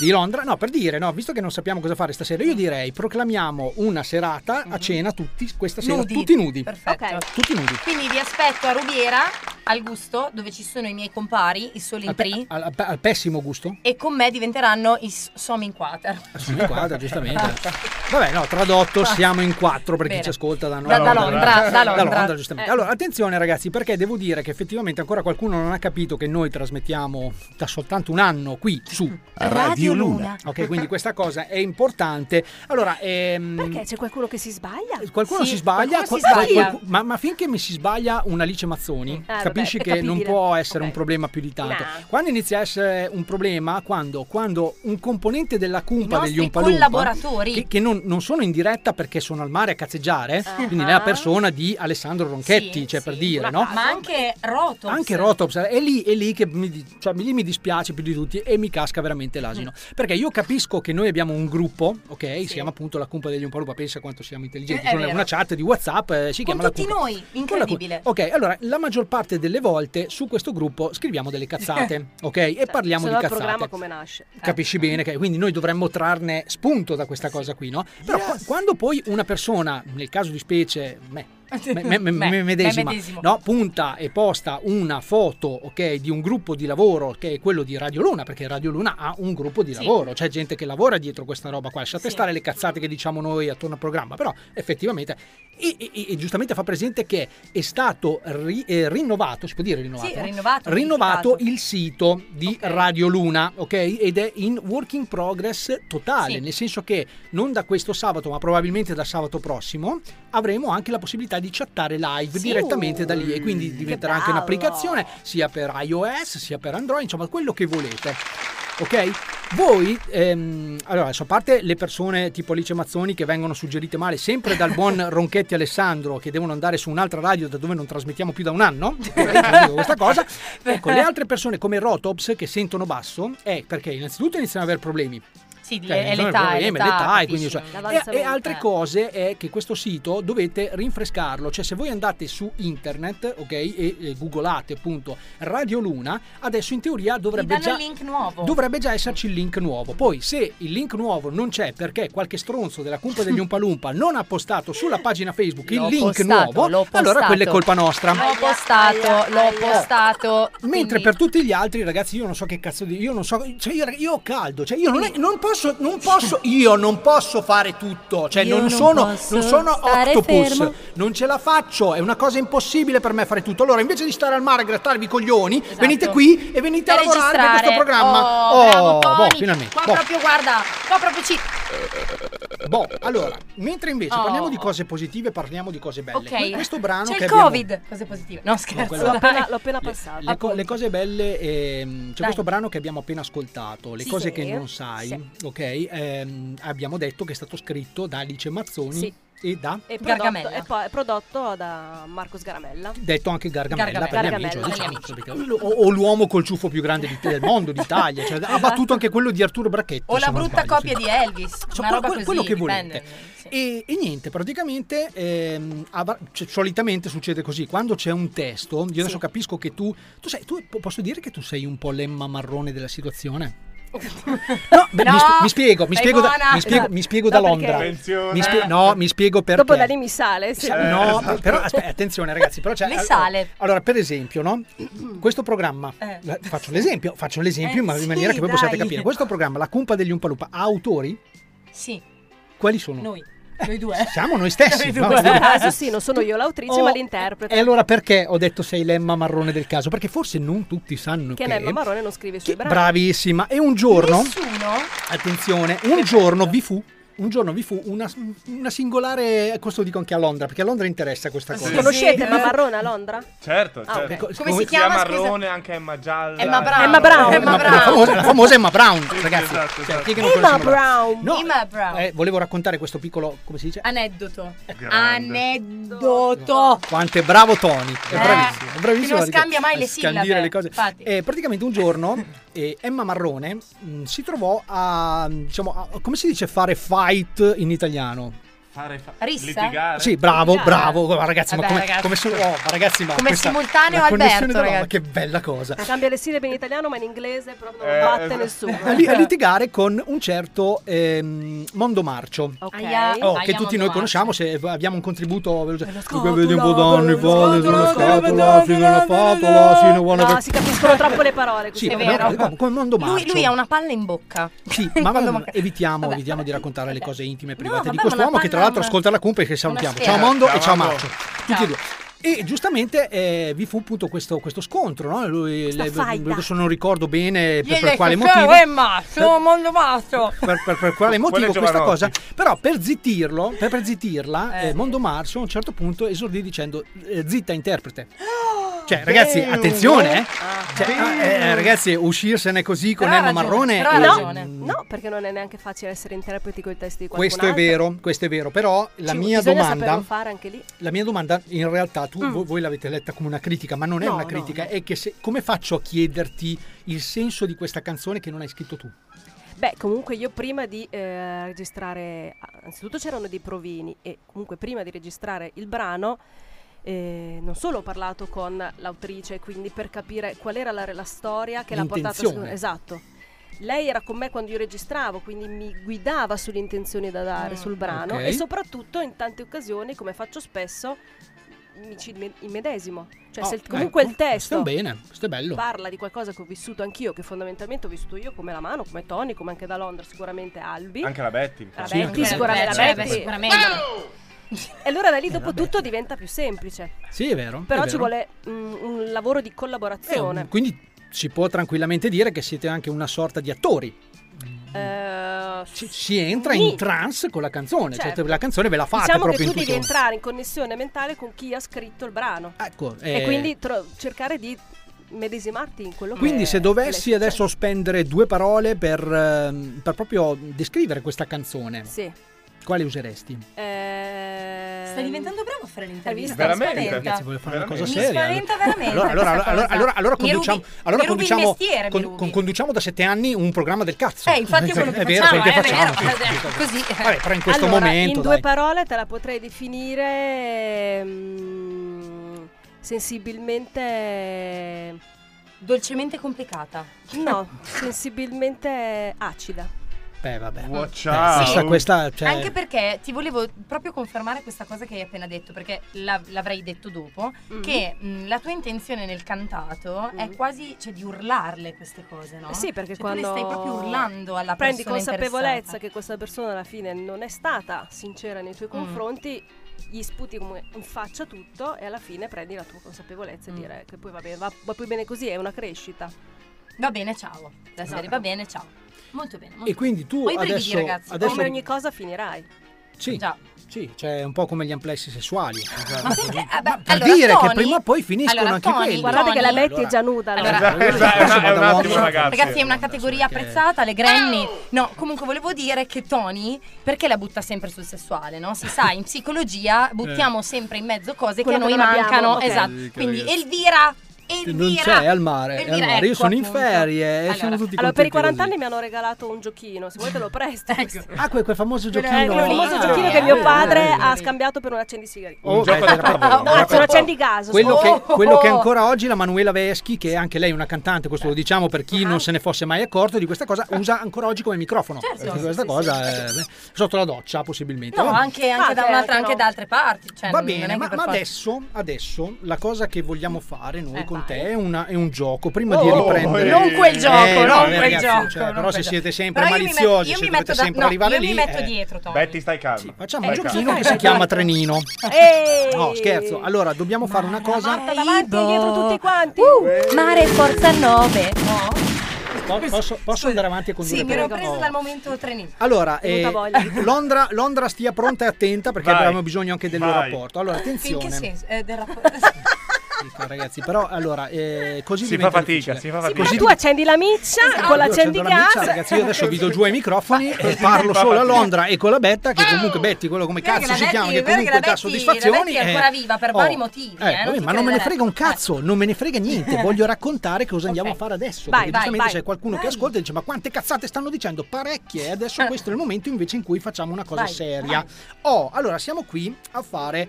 Speaker 2: di Londra. No, per dire, no, visto che non sappiamo cosa fare stasera, io direi proclamiamo una serata a cena tutti questa sera,
Speaker 3: Mm-hmm. Nudi.
Speaker 2: tutti nudi.
Speaker 3: Perfetto.
Speaker 2: Tutti nudi.
Speaker 3: Quindi vi aspetto a Rubiera, al gusto, dove ci sono i miei compari, i soli
Speaker 2: Al,
Speaker 3: in
Speaker 2: pe-
Speaker 3: tri,
Speaker 2: al- al pessimo gusto?
Speaker 3: e con me diventeranno i s- somi in quater.
Speaker 2: Sono Ah, in quadra, giustamente. Vabbè, no, tradotto siamo in quattro per chi
Speaker 3: Ah. Bene.
Speaker 2: ci ascolta da
Speaker 3: Da-
Speaker 2: Londra.
Speaker 3: da Londra, da Londra.
Speaker 2: giustamente.
Speaker 3: Eh.
Speaker 2: Allora, attenzione ragazzi, perché devo dire che effettivamente ancora qualcuno non ha capito che noi trasmettiamo da soltanto un anno qui su
Speaker 13: Radio Luna.
Speaker 2: Ok, quindi questa cosa è importante. Allora, ehm,
Speaker 13: Perché c'è qualcuno che si sbaglia?
Speaker 2: Eh, Qualcuno si sbaglia,
Speaker 13: qualcuno si
Speaker 2: qual-
Speaker 13: sbaglia. Ah,
Speaker 2: qualcu- ma, ma finché mi si sbaglia una Alice Mazzoni,
Speaker 13: vabbè,
Speaker 2: capisci
Speaker 13: è
Speaker 2: che non
Speaker 13: capibile.
Speaker 2: può essere un problema più di tanto.
Speaker 13: Nah.
Speaker 2: Quando inizia a essere un problema, quando, Quando un componente della cumpa
Speaker 3: nostri
Speaker 2: degli Umpalumpa,
Speaker 3: collaboratori.
Speaker 2: che, che non, non sono in diretta perché sono al mare a cazzeggiare,
Speaker 13: Ah.
Speaker 2: quindi nella persona di Alessandro Ronchetti, cioè per dire, no?
Speaker 3: [LAUGHS] Ma anche Roto.
Speaker 2: Anche Rotops eh, è lì, è lì che mi, di- cioè, lì mi dispiace più di tutti e mi casca veramente l'asino.
Speaker 3: Mm.
Speaker 2: Perché io capisco che noi abbiamo un gruppo, ok? Si chiama appunto la Cumpa degli Umpalupa, pensa quanto siamo intelligenti.
Speaker 3: Eh, è
Speaker 2: sono
Speaker 3: vero.
Speaker 2: una chat di WhatsApp, eh, si
Speaker 3: Con
Speaker 2: chiama
Speaker 3: tutti
Speaker 2: la Cumpa.
Speaker 3: noi,
Speaker 2: Con la Cumpa.
Speaker 3: incredibile.
Speaker 2: Ok, allora la maggior parte delle volte su questo gruppo scriviamo delle cazzate,
Speaker 3: [LAUGHS]
Speaker 2: ok? E
Speaker 3: Cioè,
Speaker 2: parliamo
Speaker 13: Se
Speaker 2: di
Speaker 13: no il programma
Speaker 2: cazzate.
Speaker 13: come nasce? Eh,
Speaker 2: Capisci bene che quindi noi dovremmo trarne spunto da questa cosa qui, no? Però qua- quando poi una persona, nel caso di specie me, me, me- me-
Speaker 3: [LAUGHS] Me,
Speaker 2: me
Speaker 3: me
Speaker 2: medesima,
Speaker 3: medesimo.
Speaker 2: no? punta e posta una foto ok, di un gruppo di lavoro che è quello di Radio Luna, perché Radio Luna ha un gruppo di
Speaker 3: Sì.
Speaker 2: lavoro, c'è gente che lavora dietro questa roba qua. Lasciate
Speaker 3: Sì.
Speaker 2: stare le cazzate che diciamo noi attorno al programma, però effettivamente. E, e- e- e giustamente fa presente che è stato ri- eh, rinnovato, si può dire rinnovato?
Speaker 3: Sì,
Speaker 2: no?
Speaker 3: rinnovato,
Speaker 2: Rinnovato
Speaker 3: modificato.
Speaker 2: il sito di Radio Luna, ok? Ed è in work in progress totale,
Speaker 3: Sì.
Speaker 2: nel senso che non da questo sabato, ma probabilmente da sabato prossimo, avremo anche la possibilità di chattare live
Speaker 3: Sì.
Speaker 2: direttamente da lì e quindi diventerà anche
Speaker 13: bello.
Speaker 2: un'applicazione sia per iOS sia per Android, insomma, quello che volete. Ok? Voi, ehm, allora, adesso, a parte le persone tipo Alice Mazzoni che vengono suggerite male sempre dal
Speaker 3: [LAUGHS]
Speaker 2: buon Ronchetti Alessandro che devono andare su un'altra radio da dove non trasmettiamo più da un
Speaker 3: [LAUGHS]
Speaker 2: anno, ok? dico questa cosa, ecco, le altre persone come Rotops che sentono basso è perché innanzitutto iniziano ad avere problemi.
Speaker 3: Sì, di-
Speaker 2: Cioè,
Speaker 3: è
Speaker 2: sono
Speaker 3: l'età, è
Speaker 2: problemi,
Speaker 3: l'età,
Speaker 2: e, quindi,
Speaker 3: capisci?
Speaker 2: cioè,
Speaker 3: L'avanzamento,
Speaker 2: e- e altre
Speaker 3: eh.
Speaker 2: cose è che questo sito dovete rinfrescarlo, cioè se voi andate su internet, ok, e, e googolate appunto Radio Luna, adesso in teoria
Speaker 3: Mi
Speaker 2: dovrebbe
Speaker 3: danno
Speaker 2: già
Speaker 3: il link nuovo.
Speaker 2: Dovrebbe già esserci il link nuovo. Poi, se il link nuovo non c'è perché qualche stronzo della cumpa
Speaker 3: [LAUGHS]
Speaker 2: degli Umpalumpa non ha postato sulla pagina Facebook il
Speaker 3: L'ho
Speaker 2: link
Speaker 3: postato,
Speaker 2: nuovo,
Speaker 3: l'ho
Speaker 2: allora
Speaker 3: postato.
Speaker 2: quella è colpa nostra.
Speaker 3: L'ho postato, l'ho postato.
Speaker 2: Mentre
Speaker 3: quindi-
Speaker 2: per tutti gli altri, ragazzi, io non so che cazzo di. Io non so. Cioè, io, io ho caldo. Cioè, io non, è- non posso. Non posso. Io non posso fare tutto. Cioè,
Speaker 3: Io
Speaker 2: non,
Speaker 3: non
Speaker 2: sono.
Speaker 3: posso
Speaker 2: Non sono
Speaker 3: stare
Speaker 2: octopus.
Speaker 3: fermo.
Speaker 2: Non ce la faccio. È una cosa impossibile per me fare tutto. Allora, invece di stare al mare a grattarvi i coglioni, venite qui e venite
Speaker 3: Esatto.
Speaker 2: a
Speaker 3: Per
Speaker 2: lavorare per questo
Speaker 3: registrare.
Speaker 2: programma.
Speaker 3: Oh, bravo,
Speaker 2: boh,
Speaker 3: Tony.
Speaker 2: finalmente.
Speaker 3: Qua
Speaker 2: boh.
Speaker 3: proprio, guarda, qua proprio ci...
Speaker 2: Boh, allora, mentre invece
Speaker 3: Oh.
Speaker 2: parliamo di cose positive, parliamo di cose belle.
Speaker 3: Ok.
Speaker 2: Questo brano
Speaker 3: C'è
Speaker 2: che
Speaker 3: il
Speaker 2: abbiamo-
Speaker 3: Covid. Cose positive. No, scherzo.
Speaker 2: quello-
Speaker 13: L'ho appena,
Speaker 3: dai.
Speaker 13: l'ho appena passato.
Speaker 2: Le, co- le cose belle, ehm, c'è
Speaker 13: Dai.
Speaker 2: questo brano che abbiamo appena ascoltato, le
Speaker 13: Sì.
Speaker 2: cose che
Speaker 13: Sì.
Speaker 2: non sai,
Speaker 13: Sì.
Speaker 2: ok? Ehm, abbiamo detto che è stato scritto da Alice Mazzoni
Speaker 13: Sì.
Speaker 2: E da?
Speaker 13: È prodotto,
Speaker 3: Gargamella.
Speaker 13: è po- è prodotto da Marcos Garamella.
Speaker 2: Detto anche Gargamella, per
Speaker 13: Gargamella.
Speaker 2: gli amici,
Speaker 13: Gargamella.
Speaker 2: diciamo, perché- o, o l'uomo col ciuffo più grande di- del mondo, d'Italia. Cioè, ha battuto anche quello di Arturo Bracchetti.
Speaker 3: O la
Speaker 2: se non
Speaker 3: brutta
Speaker 2: sbaglio, sì.
Speaker 3: copia di Elvis.
Speaker 2: So,
Speaker 3: Una
Speaker 2: quello-
Speaker 3: roba
Speaker 2: quello-
Speaker 3: così.
Speaker 2: quello che
Speaker 3: dipende.
Speaker 2: volete. E, e niente, praticamente ehm, avra- cioè, solitamente succede così, quando c'è un testo, io adesso capisco che tu, tu, sei, tu po- posso dire che tu sei un po' l'emma marrone della
Speaker 13: [LAUGHS]
Speaker 2: situazione? No, beh, mi, sp- mi spiego, mi
Speaker 13: sei
Speaker 2: spiego, da,
Speaker 13: buona.
Speaker 2: mi spiego, mi spiego da
Speaker 13: No, perché-
Speaker 2: Londra.
Speaker 13: Attenzione. Eh,
Speaker 2: Mi spie- no, mi spiego perché.
Speaker 13: Dopo da lì mi sale. sì.
Speaker 2: Sa- No, però aspe- attenzione ragazzi, però c'è...
Speaker 13: Le
Speaker 2: allora-
Speaker 13: sale. Eh.
Speaker 2: Allora, per esempio, no? questo programma, la- faccio l'esempio, faccio l'esempio
Speaker 3: Eh,
Speaker 2: in ma- in
Speaker 3: sì,
Speaker 2: maniera che voi
Speaker 3: dai.
Speaker 2: possiate capire. Questo programma, La Cumpa degli Umpalupa, ha autori?
Speaker 3: Sì,
Speaker 2: Quali sono?
Speaker 3: noi. Noi due.
Speaker 2: Eh, Siamo noi stessi.
Speaker 3: Noi
Speaker 2: [LAUGHS] no?
Speaker 13: [LAUGHS] In questo caso sì, non sono io l'autrice,
Speaker 3: Oh,
Speaker 13: ma l'interprete.
Speaker 2: E allora perché ho detto sei l'Emma Marrone del caso? Perché forse non tutti sanno
Speaker 13: Che
Speaker 2: che...
Speaker 13: Emma Marrone non scrive i suoi brani.
Speaker 2: Bravissima. E un giorno...
Speaker 3: Nessuno?
Speaker 2: Attenzione, un giorno vi fu... Un giorno vi fu una, una singolare, questo lo dico anche a Londra, perché a Londra interessa questa cosa. Ecco,
Speaker 13: Conoscete Emma Marrone a Londra?
Speaker 11: Certo,
Speaker 13: Ah,
Speaker 11: certo.
Speaker 13: ok. Come
Speaker 2: si
Speaker 13: chiama, scusa?
Speaker 11: Marrone, anche Emma Gialla.
Speaker 13: Emma Brown. Emma Brown. Emma
Speaker 2: Ma-
Speaker 13: Brown.
Speaker 2: La, famosa, la famosa Emma Brown,
Speaker 11: Sì, sì,
Speaker 2: ragazzi.
Speaker 11: esatto,
Speaker 2: Cioè,
Speaker 11: esatto.
Speaker 2: chi è che non conosce Emma Brown? No,
Speaker 3: Emma Brown.
Speaker 2: eh, volevo raccontare questo piccolo, come si
Speaker 13: Ah,
Speaker 2: dice?
Speaker 3: Aneddoto.
Speaker 11: Grande.
Speaker 3: Aneddoto.
Speaker 2: Quanto è bravo Tony, è
Speaker 3: Eh,
Speaker 2: bravissimo, è bravissimo
Speaker 3: che non
Speaker 2: a ricor-
Speaker 3: scambia mai
Speaker 2: a
Speaker 3: le
Speaker 2: scandire
Speaker 3: sillabe,
Speaker 2: le cose.
Speaker 3: infatti.
Speaker 2: Eh, praticamente un giorno eh, Emma Marrone mh, si trovò a, diciamo, a- come si dice fare fight in italiano?
Speaker 11: Fare fa-
Speaker 3: Rissa?
Speaker 11: litigare.
Speaker 2: Sì, bravo,
Speaker 3: Litigare.
Speaker 2: bravo, Guarda, ragazzi, ma
Speaker 3: Ah, Vabbè,
Speaker 2: come,
Speaker 3: ragazzi.
Speaker 2: come sono- oh, ma ragazzi, ma
Speaker 3: Come
Speaker 2: questa-
Speaker 3: simultaneo
Speaker 2: la connessione
Speaker 3: Alberto,
Speaker 2: della- ma
Speaker 3: ragazzi.
Speaker 2: che bella cosa.
Speaker 13: Cambia le sillabe in italiano, ma in inglese proprio non
Speaker 11: Eh,
Speaker 13: batte
Speaker 11: eh,
Speaker 2: [LAUGHS]
Speaker 13: nessuno.
Speaker 2: A, li- a litigare con un certo ehm, Mondo Marcio.
Speaker 13: Ok.
Speaker 3: Aia.
Speaker 2: Oh,
Speaker 3: Aia,
Speaker 2: che tutti noi
Speaker 3: Mondo
Speaker 2: conosciamo se abbiamo un contributo veloce.
Speaker 13: scatola,
Speaker 2: Vedi un po' d'anni fa, vedi una scatola, fino alla fatola, fino a una-
Speaker 13: No, si capiscono troppo le parole.
Speaker 2: Sì,
Speaker 13: queste
Speaker 3: è
Speaker 2: ma-
Speaker 3: vero.
Speaker 2: ma- come mondo marcio.
Speaker 3: Lui, lui ha una palla in bocca. [LAUGHS]
Speaker 2: Sì, ma eh,
Speaker 3: Quando
Speaker 2: vabbè,
Speaker 3: manca-
Speaker 2: evitiamo, evitiamo di raccontare le cose intime e private
Speaker 3: vabbè,
Speaker 2: di
Speaker 3: ma
Speaker 2: questo uomo
Speaker 3: una
Speaker 2: che tra
Speaker 3: panna-
Speaker 2: l'altro ascolta la cumpa e che salutiamo.
Speaker 3: sfera.
Speaker 2: Ciao mondo
Speaker 11: Ciao,
Speaker 2: e ciao
Speaker 11: Mondo.
Speaker 2: Marcio. Tutti e due. E giustamente eh, vi fu appunto questo, questo scontro, no? Lui,
Speaker 13: Questa faida.
Speaker 2: adesso non ricordo bene per,
Speaker 3: Gli
Speaker 2: per
Speaker 3: hai
Speaker 2: quale
Speaker 3: detto,
Speaker 2: motivo. Eh,
Speaker 3: "Ciao, Emma, sono mondo mastro.
Speaker 2: per, per- per quale motivo
Speaker 11: Quello è
Speaker 2: questa
Speaker 11: Giovanotti.
Speaker 2: cosa. Però per zittirlo, per, per zittirla,
Speaker 3: Eh.
Speaker 2: eh, Mondo Marcio a un certo punto esordì dicendo eh, zitta interprete. Cioè, ragazzi,
Speaker 11: Beuh.
Speaker 2: attenzione, eh.
Speaker 13: Oh, Ah.
Speaker 2: Cioè, ah, eh, ragazzi, uscirsene così con
Speaker 3: Però ha
Speaker 2: Emma Marrone.
Speaker 3: ragione, però ha
Speaker 2: eh,
Speaker 3: ragione.
Speaker 13: No, perché non è neanche facile essere interpreti con i testi di qualcun
Speaker 2: Questo è
Speaker 13: altro.
Speaker 2: vero, questo è vero, però la
Speaker 13: Ci-
Speaker 2: mia
Speaker 13: bisogna saperlo
Speaker 2: domanda
Speaker 13: fare anche lì.
Speaker 2: la mia domanda in realtà tu
Speaker 13: Mm.
Speaker 2: voi, voi l'avete letta come una critica, ma non è
Speaker 13: No,
Speaker 2: una
Speaker 13: no,
Speaker 2: critica,
Speaker 13: no.
Speaker 2: è che se, come faccio a chiederti il senso di questa canzone che non hai scritto tu?
Speaker 13: Beh, comunque io prima di eh, registrare, ah, anzitutto c'erano dei provini e comunque prima di registrare il brano eh, non solo ho parlato con l'autrice, quindi per capire qual era la, la storia che l'ha portata su...
Speaker 2: L'intenzione.
Speaker 13: Esatto. Lei era con me quando io registravo, quindi mi guidava sulle intenzioni da dare
Speaker 3: Mm.
Speaker 13: sul brano
Speaker 2: Ah, Ok.
Speaker 13: e soprattutto in tante occasioni, come faccio spesso, mi ci me- immedesimo. Cioè, se il-
Speaker 2: Oh,
Speaker 13: comunque
Speaker 2: ecco,
Speaker 13: il testo
Speaker 2: Sta bene, sta bello.
Speaker 13: parla di qualcosa che ho vissuto anch'io, che fondamentalmente ho vissuto io come la mano, come Tony, come anche da Londra, sicuramente Albi.
Speaker 11: Anche la Betty. mi fa.
Speaker 13: la
Speaker 2: Sì,
Speaker 13: Betty, Cioè,
Speaker 2: anche
Speaker 13: sicuramente.
Speaker 2: la
Speaker 13: la
Speaker 2: Betty. Cioè,
Speaker 13: Betty.
Speaker 3: Sicuramente.
Speaker 13: E allora da lì dopo tutto diventa più semplice.
Speaker 2: Sì, è vero.
Speaker 13: Però
Speaker 2: è
Speaker 13: ci
Speaker 2: vero.
Speaker 13: vuole mm, un lavoro di
Speaker 2: Eh,
Speaker 13: collaborazione.
Speaker 2: quindi si può tranquillamente dire che siete anche una sorta di attori.
Speaker 13: Eh,
Speaker 2: Ci- si entra in
Speaker 13: Sì.
Speaker 2: trance con la canzone, cioè,
Speaker 13: Certo.
Speaker 2: la canzone ve la fate
Speaker 13: diciamo che
Speaker 2: proprio
Speaker 13: tu
Speaker 2: in
Speaker 13: devi
Speaker 2: tutto.
Speaker 13: entrare in connessione mentale con chi ha scritto il brano.
Speaker 2: Ecco,
Speaker 13: E
Speaker 2: eh,
Speaker 13: quindi tro- cercare di medesimarti in quello
Speaker 2: quindi
Speaker 13: che
Speaker 2: se dovessi
Speaker 13: che eh, le è
Speaker 2: adesso spendere due parole per, ehm, per proprio descrivere questa canzone,
Speaker 13: successo. Sì.
Speaker 2: quale useresti?
Speaker 13: Ehm,
Speaker 3: Stai diventando bravo a fare l'intervista. mi
Speaker 13: Hai visto?
Speaker 11: Veramente?
Speaker 3: spaventa.
Speaker 2: Ragazzi, voglio fare una cosa
Speaker 11: Veramente.
Speaker 3: Mi
Speaker 2: seria.
Speaker 3: spaventa veramente
Speaker 2: Allora, allora, allora,
Speaker 3: questa
Speaker 2: allora,
Speaker 3: cosa.
Speaker 2: allora, allora
Speaker 3: Mi rubi-
Speaker 2: conduciamo,
Speaker 3: mi
Speaker 2: allora
Speaker 3: rubi il
Speaker 2: conduciamo,
Speaker 3: mestiere, mi
Speaker 2: con-
Speaker 3: rubi.
Speaker 2: con- conduciamo da sette anni un programma del cazzo.
Speaker 3: Eh, infatti è quello
Speaker 2: [LAUGHS]
Speaker 3: che
Speaker 2: è vero,
Speaker 3: facciamo,
Speaker 2: perché
Speaker 3: eh, è vero.
Speaker 2: facciamo.
Speaker 13: [LAUGHS]
Speaker 3: Così.
Speaker 2: Vabbè, però in questo
Speaker 13: allora,
Speaker 2: momento...
Speaker 13: in
Speaker 2: dai.
Speaker 13: due parole te la potrei definire ehm, sensibilmente
Speaker 3: Dolcemente complicata. [LAUGHS]
Speaker 13: no sensibilmente acida
Speaker 2: Beh, vabbè.
Speaker 11: Watch
Speaker 2: Eh,
Speaker 11: out.
Speaker 2: questa, questa, cioè,
Speaker 3: Anche perché ti volevo proprio confermare questa cosa che hai appena detto, perché la- l'avrei detto dopo,
Speaker 13: Mhm.
Speaker 3: che mh, la tua intenzione nel cantato è
Speaker 13: Mhm.
Speaker 3: quasi cioè, di urlarle queste cose, no?
Speaker 13: sì perché
Speaker 3: Cioè,
Speaker 13: quando
Speaker 3: tu le stai proprio urlando alla
Speaker 13: prendi
Speaker 3: persona
Speaker 13: consapevolezza
Speaker 3: interessata.
Speaker 13: che questa persona alla fine non è stata sincera nei tuoi
Speaker 3: Mm.
Speaker 13: confronti gli sputi come in faccia tutto e alla fine prendi la tua consapevolezza
Speaker 3: Mm.
Speaker 13: e dire che poi va bene, va, va poi bene così, è una crescita.
Speaker 3: Va bene, ciao. La serie, va bene, ciao. Molto bene. molto
Speaker 2: E quindi tu
Speaker 3: Ho i brividi,
Speaker 2: adesso,
Speaker 3: ragazzi,
Speaker 2: adesso
Speaker 13: Come ogni cosa finirai.
Speaker 2: Sì. Sì, cioè un po' come gli amplessi sessuali. Cioè,
Speaker 3: Ma perché? Ah, beh,
Speaker 2: Per
Speaker 3: allora,
Speaker 2: dire che
Speaker 3: Tony-
Speaker 2: prima o poi finiscono
Speaker 3: allora,
Speaker 2: anche
Speaker 3: Tony,
Speaker 2: quelli.
Speaker 3: Guardate che la Tony- Betty è già
Speaker 13: nuda.
Speaker 3: Ragazzi, è una categoria apprezzata, le granny. No, comunque volevo dire che Tony, perché la butta sempre sul sessuale, no? Si sa, in psicologia buttiamo sempre in mezzo cose
Speaker 13: Quello
Speaker 3: che a noi
Speaker 13: che non abbiamo,
Speaker 3: mancano.
Speaker 13: ok.
Speaker 3: Esatto.
Speaker 2: Sì, Eh. che
Speaker 3: Quindi
Speaker 2: ragazzi.
Speaker 3: Elvira,
Speaker 2: Che
Speaker 3: Elvira.
Speaker 2: non c'è al mare,
Speaker 3: Elvira,
Speaker 2: al mare. io
Speaker 3: ecco,
Speaker 2: sono in
Speaker 3: appunto.
Speaker 2: ferie e
Speaker 3: Allora,
Speaker 2: siamo tutti
Speaker 13: Allora,
Speaker 2: contenti
Speaker 13: per i 40
Speaker 2: così.
Speaker 13: anni mi hanno regalato un giochino, se vuoi te
Speaker 3: [LAUGHS]
Speaker 13: lo presto.
Speaker 3: Ecco.
Speaker 2: Ah, quel, quel famoso
Speaker 13: Quello-
Speaker 2: giochino.
Speaker 13: eh, quel famoso
Speaker 2: Ah,
Speaker 13: giochino
Speaker 2: eh,
Speaker 13: che mio
Speaker 2: eh,
Speaker 13: padre
Speaker 2: eh.
Speaker 13: ha scambiato per un accendisigari.
Speaker 2: Oh, beh, era proprio- era
Speaker 13: Ora c'è un
Speaker 2: proprio-
Speaker 13: accendigaso.
Speaker 2: Quello,
Speaker 13: scusa.
Speaker 2: che, quello che
Speaker 3: Oh.
Speaker 2: ancora oggi la Manuela Veschi, che è anche lei è una cantante, questo lo diciamo per chi
Speaker 3: esatto.
Speaker 2: non se ne fosse mai accorto di questa
Speaker 3: Ah.
Speaker 2: cosa, usa ancora oggi come microfono.
Speaker 3: Certo.
Speaker 2: Perché questa cosa è beh, sotto la doccia, possibilmente.
Speaker 3: No,
Speaker 2: Vabbè.
Speaker 3: anche, anche
Speaker 13: Ah,
Speaker 3: da,
Speaker 13: ok,
Speaker 3: un'altra-
Speaker 13: anche
Speaker 3: anche da altre parti. Cioè,
Speaker 2: Va
Speaker 3: non- non
Speaker 2: bene,
Speaker 3: è
Speaker 2: ma,
Speaker 3: che per
Speaker 2: ma
Speaker 3: forza-
Speaker 2: adesso, adesso la cosa che vogliamo fare noi
Speaker 3: Eh,
Speaker 2: con
Speaker 3: vai.
Speaker 2: te è, una- è un gioco. Prima di
Speaker 3: Oh,
Speaker 2: riprendere,
Speaker 3: non quel gioco,
Speaker 2: Eh, no,
Speaker 3: non
Speaker 2: beh,
Speaker 3: quel
Speaker 2: ragazzi,
Speaker 3: gioco,
Speaker 2: cioè,
Speaker 3: non
Speaker 2: però, se
Speaker 3: quel
Speaker 2: siete
Speaker 3: gioco.
Speaker 2: sempre
Speaker 3: Però io mi met-
Speaker 2: maliziosi,
Speaker 3: io
Speaker 2: se
Speaker 3: mi
Speaker 2: dovete
Speaker 3: metto da-
Speaker 2: sempre
Speaker 3: no,
Speaker 2: arrivare
Speaker 3: io mi
Speaker 2: lì,
Speaker 3: metto
Speaker 2: eh,
Speaker 3: dietro, Tony. Eh,
Speaker 11: Betty, stai calma.
Speaker 2: Facciamo un
Speaker 11: Stai calma.
Speaker 2: giochino che si chiama Trenino.
Speaker 13: Ehi!
Speaker 2: No, scherzo. Allora, dobbiamo fare una cosa.
Speaker 13: Davanti e dietro tutti quanti.
Speaker 3: Uh, Mare Forza 9. No?
Speaker 2: Po- Posso, posso andare avanti e condurre?
Speaker 3: Sì, mi ero
Speaker 11: ecco?
Speaker 2: per-
Speaker 3: presa
Speaker 2: Oh.
Speaker 3: dal momento trenino.
Speaker 2: Allora,
Speaker 3: Venuta
Speaker 2: eh,
Speaker 3: voglia.
Speaker 2: Londra, Londra stia pronta e attenta perché
Speaker 11: Vai.
Speaker 2: abbiamo bisogno anche del loro
Speaker 11: Vai.
Speaker 2: rapporto. Allora, [LAUGHS] attenzione.
Speaker 3: In che senso? Eh, del rapporto-
Speaker 2: Dico, ragazzi, però allora eh, così
Speaker 11: Si
Speaker 2: diventa
Speaker 11: fa fatica,
Speaker 2: difficile.
Speaker 11: si fa fatica.
Speaker 13: Ma
Speaker 2: Così
Speaker 13: tu accendi la miccia con
Speaker 2: Io accendo la miccia,
Speaker 13: l'accendigas.
Speaker 2: ragazzi, io
Speaker 3: [LAUGHS]
Speaker 2: adesso vi do giù ai microfoni
Speaker 11: [LAUGHS]
Speaker 2: e parlo
Speaker 11: fa
Speaker 2: solo a
Speaker 11: fatica.
Speaker 2: Londra e con la Betta, che comunque Betty, quello come
Speaker 3: Ah. Guarda
Speaker 2: cazzo si
Speaker 3: che la
Speaker 2: chiama,
Speaker 3: Betty-
Speaker 2: che
Speaker 3: guarda
Speaker 2: comunque
Speaker 3: che
Speaker 2: dà
Speaker 3: la Betty- la Betty è
Speaker 2: soddisfazioni.
Speaker 3: ancora
Speaker 2: eh,
Speaker 3: viva per
Speaker 2: oh,
Speaker 3: vari motivi, eh, non
Speaker 2: vabbè,
Speaker 3: si
Speaker 2: ma non me ne
Speaker 3: crederà. Eh.
Speaker 2: frega un cazzo, non me ne frega niente. Voglio raccontare
Speaker 3: [LAUGHS]
Speaker 2: cosa andiamo a fare adesso.
Speaker 13: Vai,
Speaker 2: perché
Speaker 13: vai,
Speaker 2: giustamente
Speaker 13: vai.
Speaker 2: c'è qualcuno che ascolta e dice: Ma quante cazzate stanno dicendo? Parecchie. E
Speaker 3: [LAUGHS]
Speaker 2: adesso questo è il momento invece in cui facciamo una cosa
Speaker 13: Vai,
Speaker 2: seria. Oh, allora siamo qui a
Speaker 3: Mm-hmm.
Speaker 2: fare.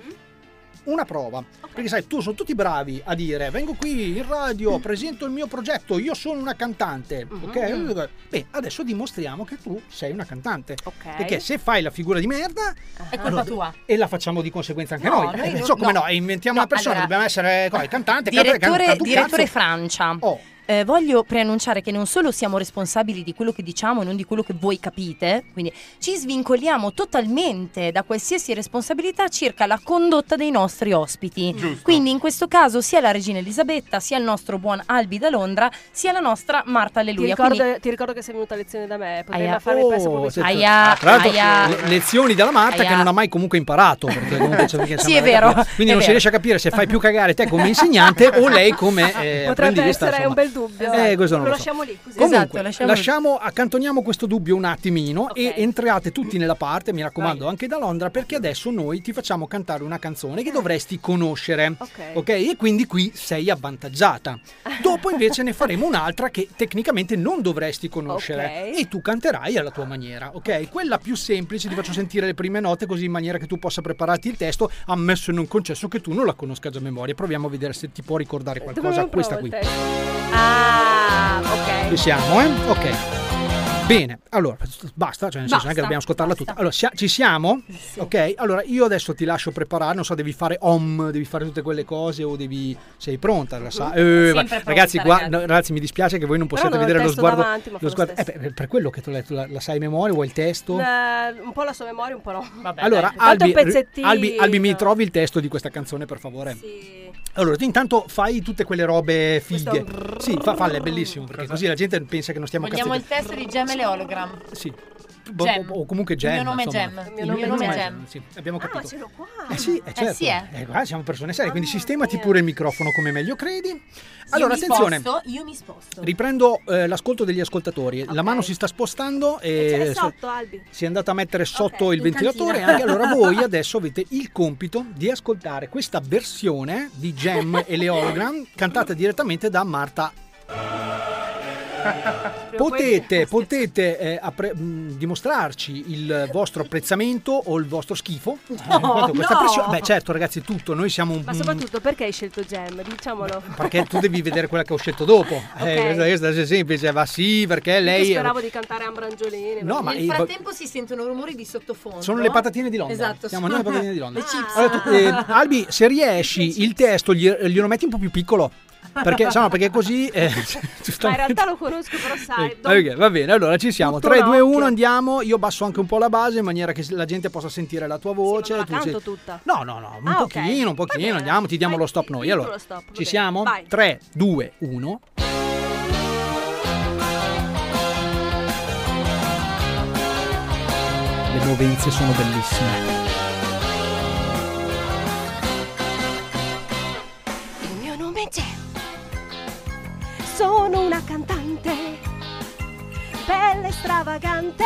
Speaker 2: Una prova, perché sai, tu sono tutti bravi a dire vengo qui in radio,
Speaker 3: Mm.
Speaker 2: presento il mio progetto, io sono una cantante,
Speaker 3: Mm-hmm.
Speaker 2: ok? Beh, adesso dimostriamo che tu sei una cantante. Perché se fai la figura di merda,
Speaker 3: eh. È colpa
Speaker 2: allora,
Speaker 3: tua.
Speaker 2: E la facciamo di conseguenza anche
Speaker 3: No,
Speaker 2: noi.
Speaker 3: noi
Speaker 2: Eh,
Speaker 3: non-
Speaker 2: so come no,
Speaker 3: no.
Speaker 2: e inventiamo
Speaker 3: No,
Speaker 2: una persona,
Speaker 3: allora-
Speaker 2: dobbiamo essere co- il cantante, cantante,
Speaker 3: Direttore,
Speaker 2: cantante,
Speaker 3: direttore
Speaker 2: cazzo.
Speaker 3: Francia,
Speaker 2: Oh.
Speaker 3: eh, voglio preannunciare che non solo siamo responsabili di quello che diciamo e non di quello che voi capite, quindi ci svincoliamo totalmente da qualsiasi responsabilità circa la condotta dei nostri ospiti.
Speaker 16: Giusto.
Speaker 3: Quindi in questo caso sia la regina Elisabetta, sia il nostro buon Albi da Londra, sia la nostra Marta
Speaker 13: Ti
Speaker 3: Alleluia.
Speaker 13: ricordo,
Speaker 3: Quindi-
Speaker 13: ti ricordo che sei venuta a lezione da me,
Speaker 3: Aia.
Speaker 13: poteva fare il pezzo
Speaker 2: Oh,
Speaker 13: pubblicitario.
Speaker 2: cioè,
Speaker 3: Aia,
Speaker 2: tra l'altro, eh,
Speaker 3: aia.
Speaker 2: le- lezioni dalla Marta che
Speaker 3: Aia.
Speaker 2: non ha mai comunque imparato. Perché comunque c'è- perché
Speaker 3: Sì,
Speaker 2: siamo
Speaker 3: è vero,
Speaker 2: da capire. Quindi
Speaker 3: è
Speaker 2: non si
Speaker 3: vero.
Speaker 2: riesce a capire se fai più cagare te come insegnante o lei come eh,
Speaker 13: [LAUGHS] Potrebbe
Speaker 2: apprendista,
Speaker 13: essere
Speaker 2: insomma.
Speaker 13: un bel dubbio.
Speaker 2: Eh, questo non
Speaker 13: lo
Speaker 2: lo so.
Speaker 13: lasciamo lì così.
Speaker 2: Comunque,
Speaker 13: esatto,
Speaker 3: Esatto,
Speaker 13: lasciamo
Speaker 2: lasciamo,
Speaker 13: lì.
Speaker 2: accantoniamo questo dubbio un attimino e entriate tutti nella parte, mi raccomando, anche da Londra, perché adesso noi ti facciamo cantare una canzone che dovresti conoscere.
Speaker 13: Ok.
Speaker 2: ok? E quindi qui sei avvantaggiata. Dopo invece ne faremo un'altra che tecnicamente non dovresti conoscere
Speaker 13: Ok.
Speaker 2: e tu canterai alla tua maniera, ok? Quella più semplice, ti faccio sentire le prime note così in maniera che tu possa prepararti il testo, ammesso e non concesso che tu non la conosca già a memoria. Proviamo a vedere se ti può ricordare qualcosa
Speaker 13: Dove
Speaker 2: questa
Speaker 13: provo
Speaker 2: qui.
Speaker 13: il testo? Ah, ok.
Speaker 2: Ci siamo, eh? Ok. Bene, allora, basta, cioè nel senso non
Speaker 13: Basta,
Speaker 2: è che dobbiamo ascoltarla tutta. Allora, sia- ci siamo? Ok, allora io adesso ti lascio preparare, non so, devi fare om, devi fare tutte quelle cose o devi... Sei pronta? La sa-
Speaker 13: Sempre
Speaker 2: Eh, va-
Speaker 13: pronta,
Speaker 2: ragazzi, gua-
Speaker 13: ragazzi.
Speaker 2: no, ragazzi, mi dispiace che voi non
Speaker 13: Però
Speaker 2: possiate
Speaker 13: non ho
Speaker 2: vedere
Speaker 13: il
Speaker 2: lo
Speaker 13: testo
Speaker 2: sguardo...
Speaker 13: davanti, ma fa
Speaker 2: lo
Speaker 13: lo
Speaker 2: sguardo-
Speaker 13: stesso.
Speaker 2: eh, beh, per quello che ti ho letto, la, la sai a memoria, vuoi il testo?
Speaker 13: Eh, un po' la sua memoria, un po' no. Vabbè,
Speaker 2: allora, Albi, Albi, Albi, mi trovi il testo di questa canzone, per favore? Allora, tu intanto fai tutte quelle robe fighe. Sì, fa, falle, è bellissimo, perché così la gente pensa che non stiamo
Speaker 16: Vogliamo il
Speaker 2: cazzeggiando.
Speaker 16: testo di Gem e le Hologram.
Speaker 2: Sì. Bo-
Speaker 16: Gem.
Speaker 2: O, o comunque
Speaker 16: Il
Speaker 2: Gem.
Speaker 16: mio nome è
Speaker 2: insomma.
Speaker 16: Gem.
Speaker 2: Il
Speaker 16: Il mio nome è Gem.
Speaker 2: Sì,
Speaker 3: Ah,
Speaker 2: abbiamo capito.
Speaker 13: ce l'ho qua.
Speaker 2: Eh sì, eh,
Speaker 16: Eh
Speaker 2: certo.
Speaker 16: sì, eh.
Speaker 2: Eh, guarda, siamo persone serie, quindi sistemati pure il microfono come meglio credi. Allora,
Speaker 3: io mi
Speaker 2: attenzione.
Speaker 3: sposto, io mi sposto.
Speaker 2: Riprendo eh, l'ascolto degli ascoltatori. La mano si sta spostando e
Speaker 13: È
Speaker 2: so-
Speaker 13: sotto, Albi.
Speaker 2: si è andata a mettere sotto il
Speaker 13: in
Speaker 2: ventilatore.
Speaker 13: cantina.
Speaker 2: Anche allora voi adesso avete il compito di ascoltare questa versione di Gem e le Hologram cantata direttamente da Marta Potete, potete eh, appre- mh, dimostrarci il vostro apprezzamento o il vostro schifo. eh, quanto questa
Speaker 13: no.
Speaker 2: pressione- Beh, certo, ragazzi, tutto. Noi siamo un.
Speaker 13: Ma soprattutto perché hai scelto Gem? Dicamolo.
Speaker 2: Mm.
Speaker 13: [LAUGHS]
Speaker 2: Perché tu devi vedere quella che ho scelto dopo.
Speaker 13: Ok.
Speaker 2: Eh, questa, questa è semplice, ma sì, perché
Speaker 13: Io
Speaker 2: lei.
Speaker 13: speravo di cantare Ambrangiolini.
Speaker 2: No, ma-
Speaker 16: Nel frattempo si sentono rumori di sottofondo.
Speaker 2: Sono le patatine di Londra.
Speaker 16: Esatto.
Speaker 2: Siamo noi le patatine di Londra.
Speaker 16: Le chips.
Speaker 2: Ho detto, eh, Albi, se riesci, il testo gli- glielo metti un po' più piccolo. Perché, no, perché così. eh, [LAUGHS]
Speaker 13: Ma in
Speaker 2: giustamente-
Speaker 13: realtà lo conosco, però sai.
Speaker 2: Eh, ok, va bene, allora ci siamo.
Speaker 13: Tutto
Speaker 2: 3,
Speaker 13: un
Speaker 2: 2,
Speaker 13: occhio.
Speaker 2: 1, andiamo. Io basso anche un po' la base in maniera che la gente possa sentire la tua voce.
Speaker 13: la
Speaker 2: tu sei-
Speaker 13: canto tutta.
Speaker 2: No, no, no, un
Speaker 13: Ah, ok.
Speaker 2: pochino, un
Speaker 13: Va
Speaker 2: pochino.
Speaker 13: bene.
Speaker 2: Andiamo, ti diamo
Speaker 13: Vai,
Speaker 2: lo stop noi.
Speaker 13: dimmelo
Speaker 2: Allora,
Speaker 13: lo stop, va
Speaker 2: ci
Speaker 13: bene.
Speaker 2: siamo?
Speaker 13: Vai.
Speaker 2: 3, 2, 1. Le le movenze sono bellissime.
Speaker 18: Il mio nome è Geo. Sono una cantante, bella e stravagante,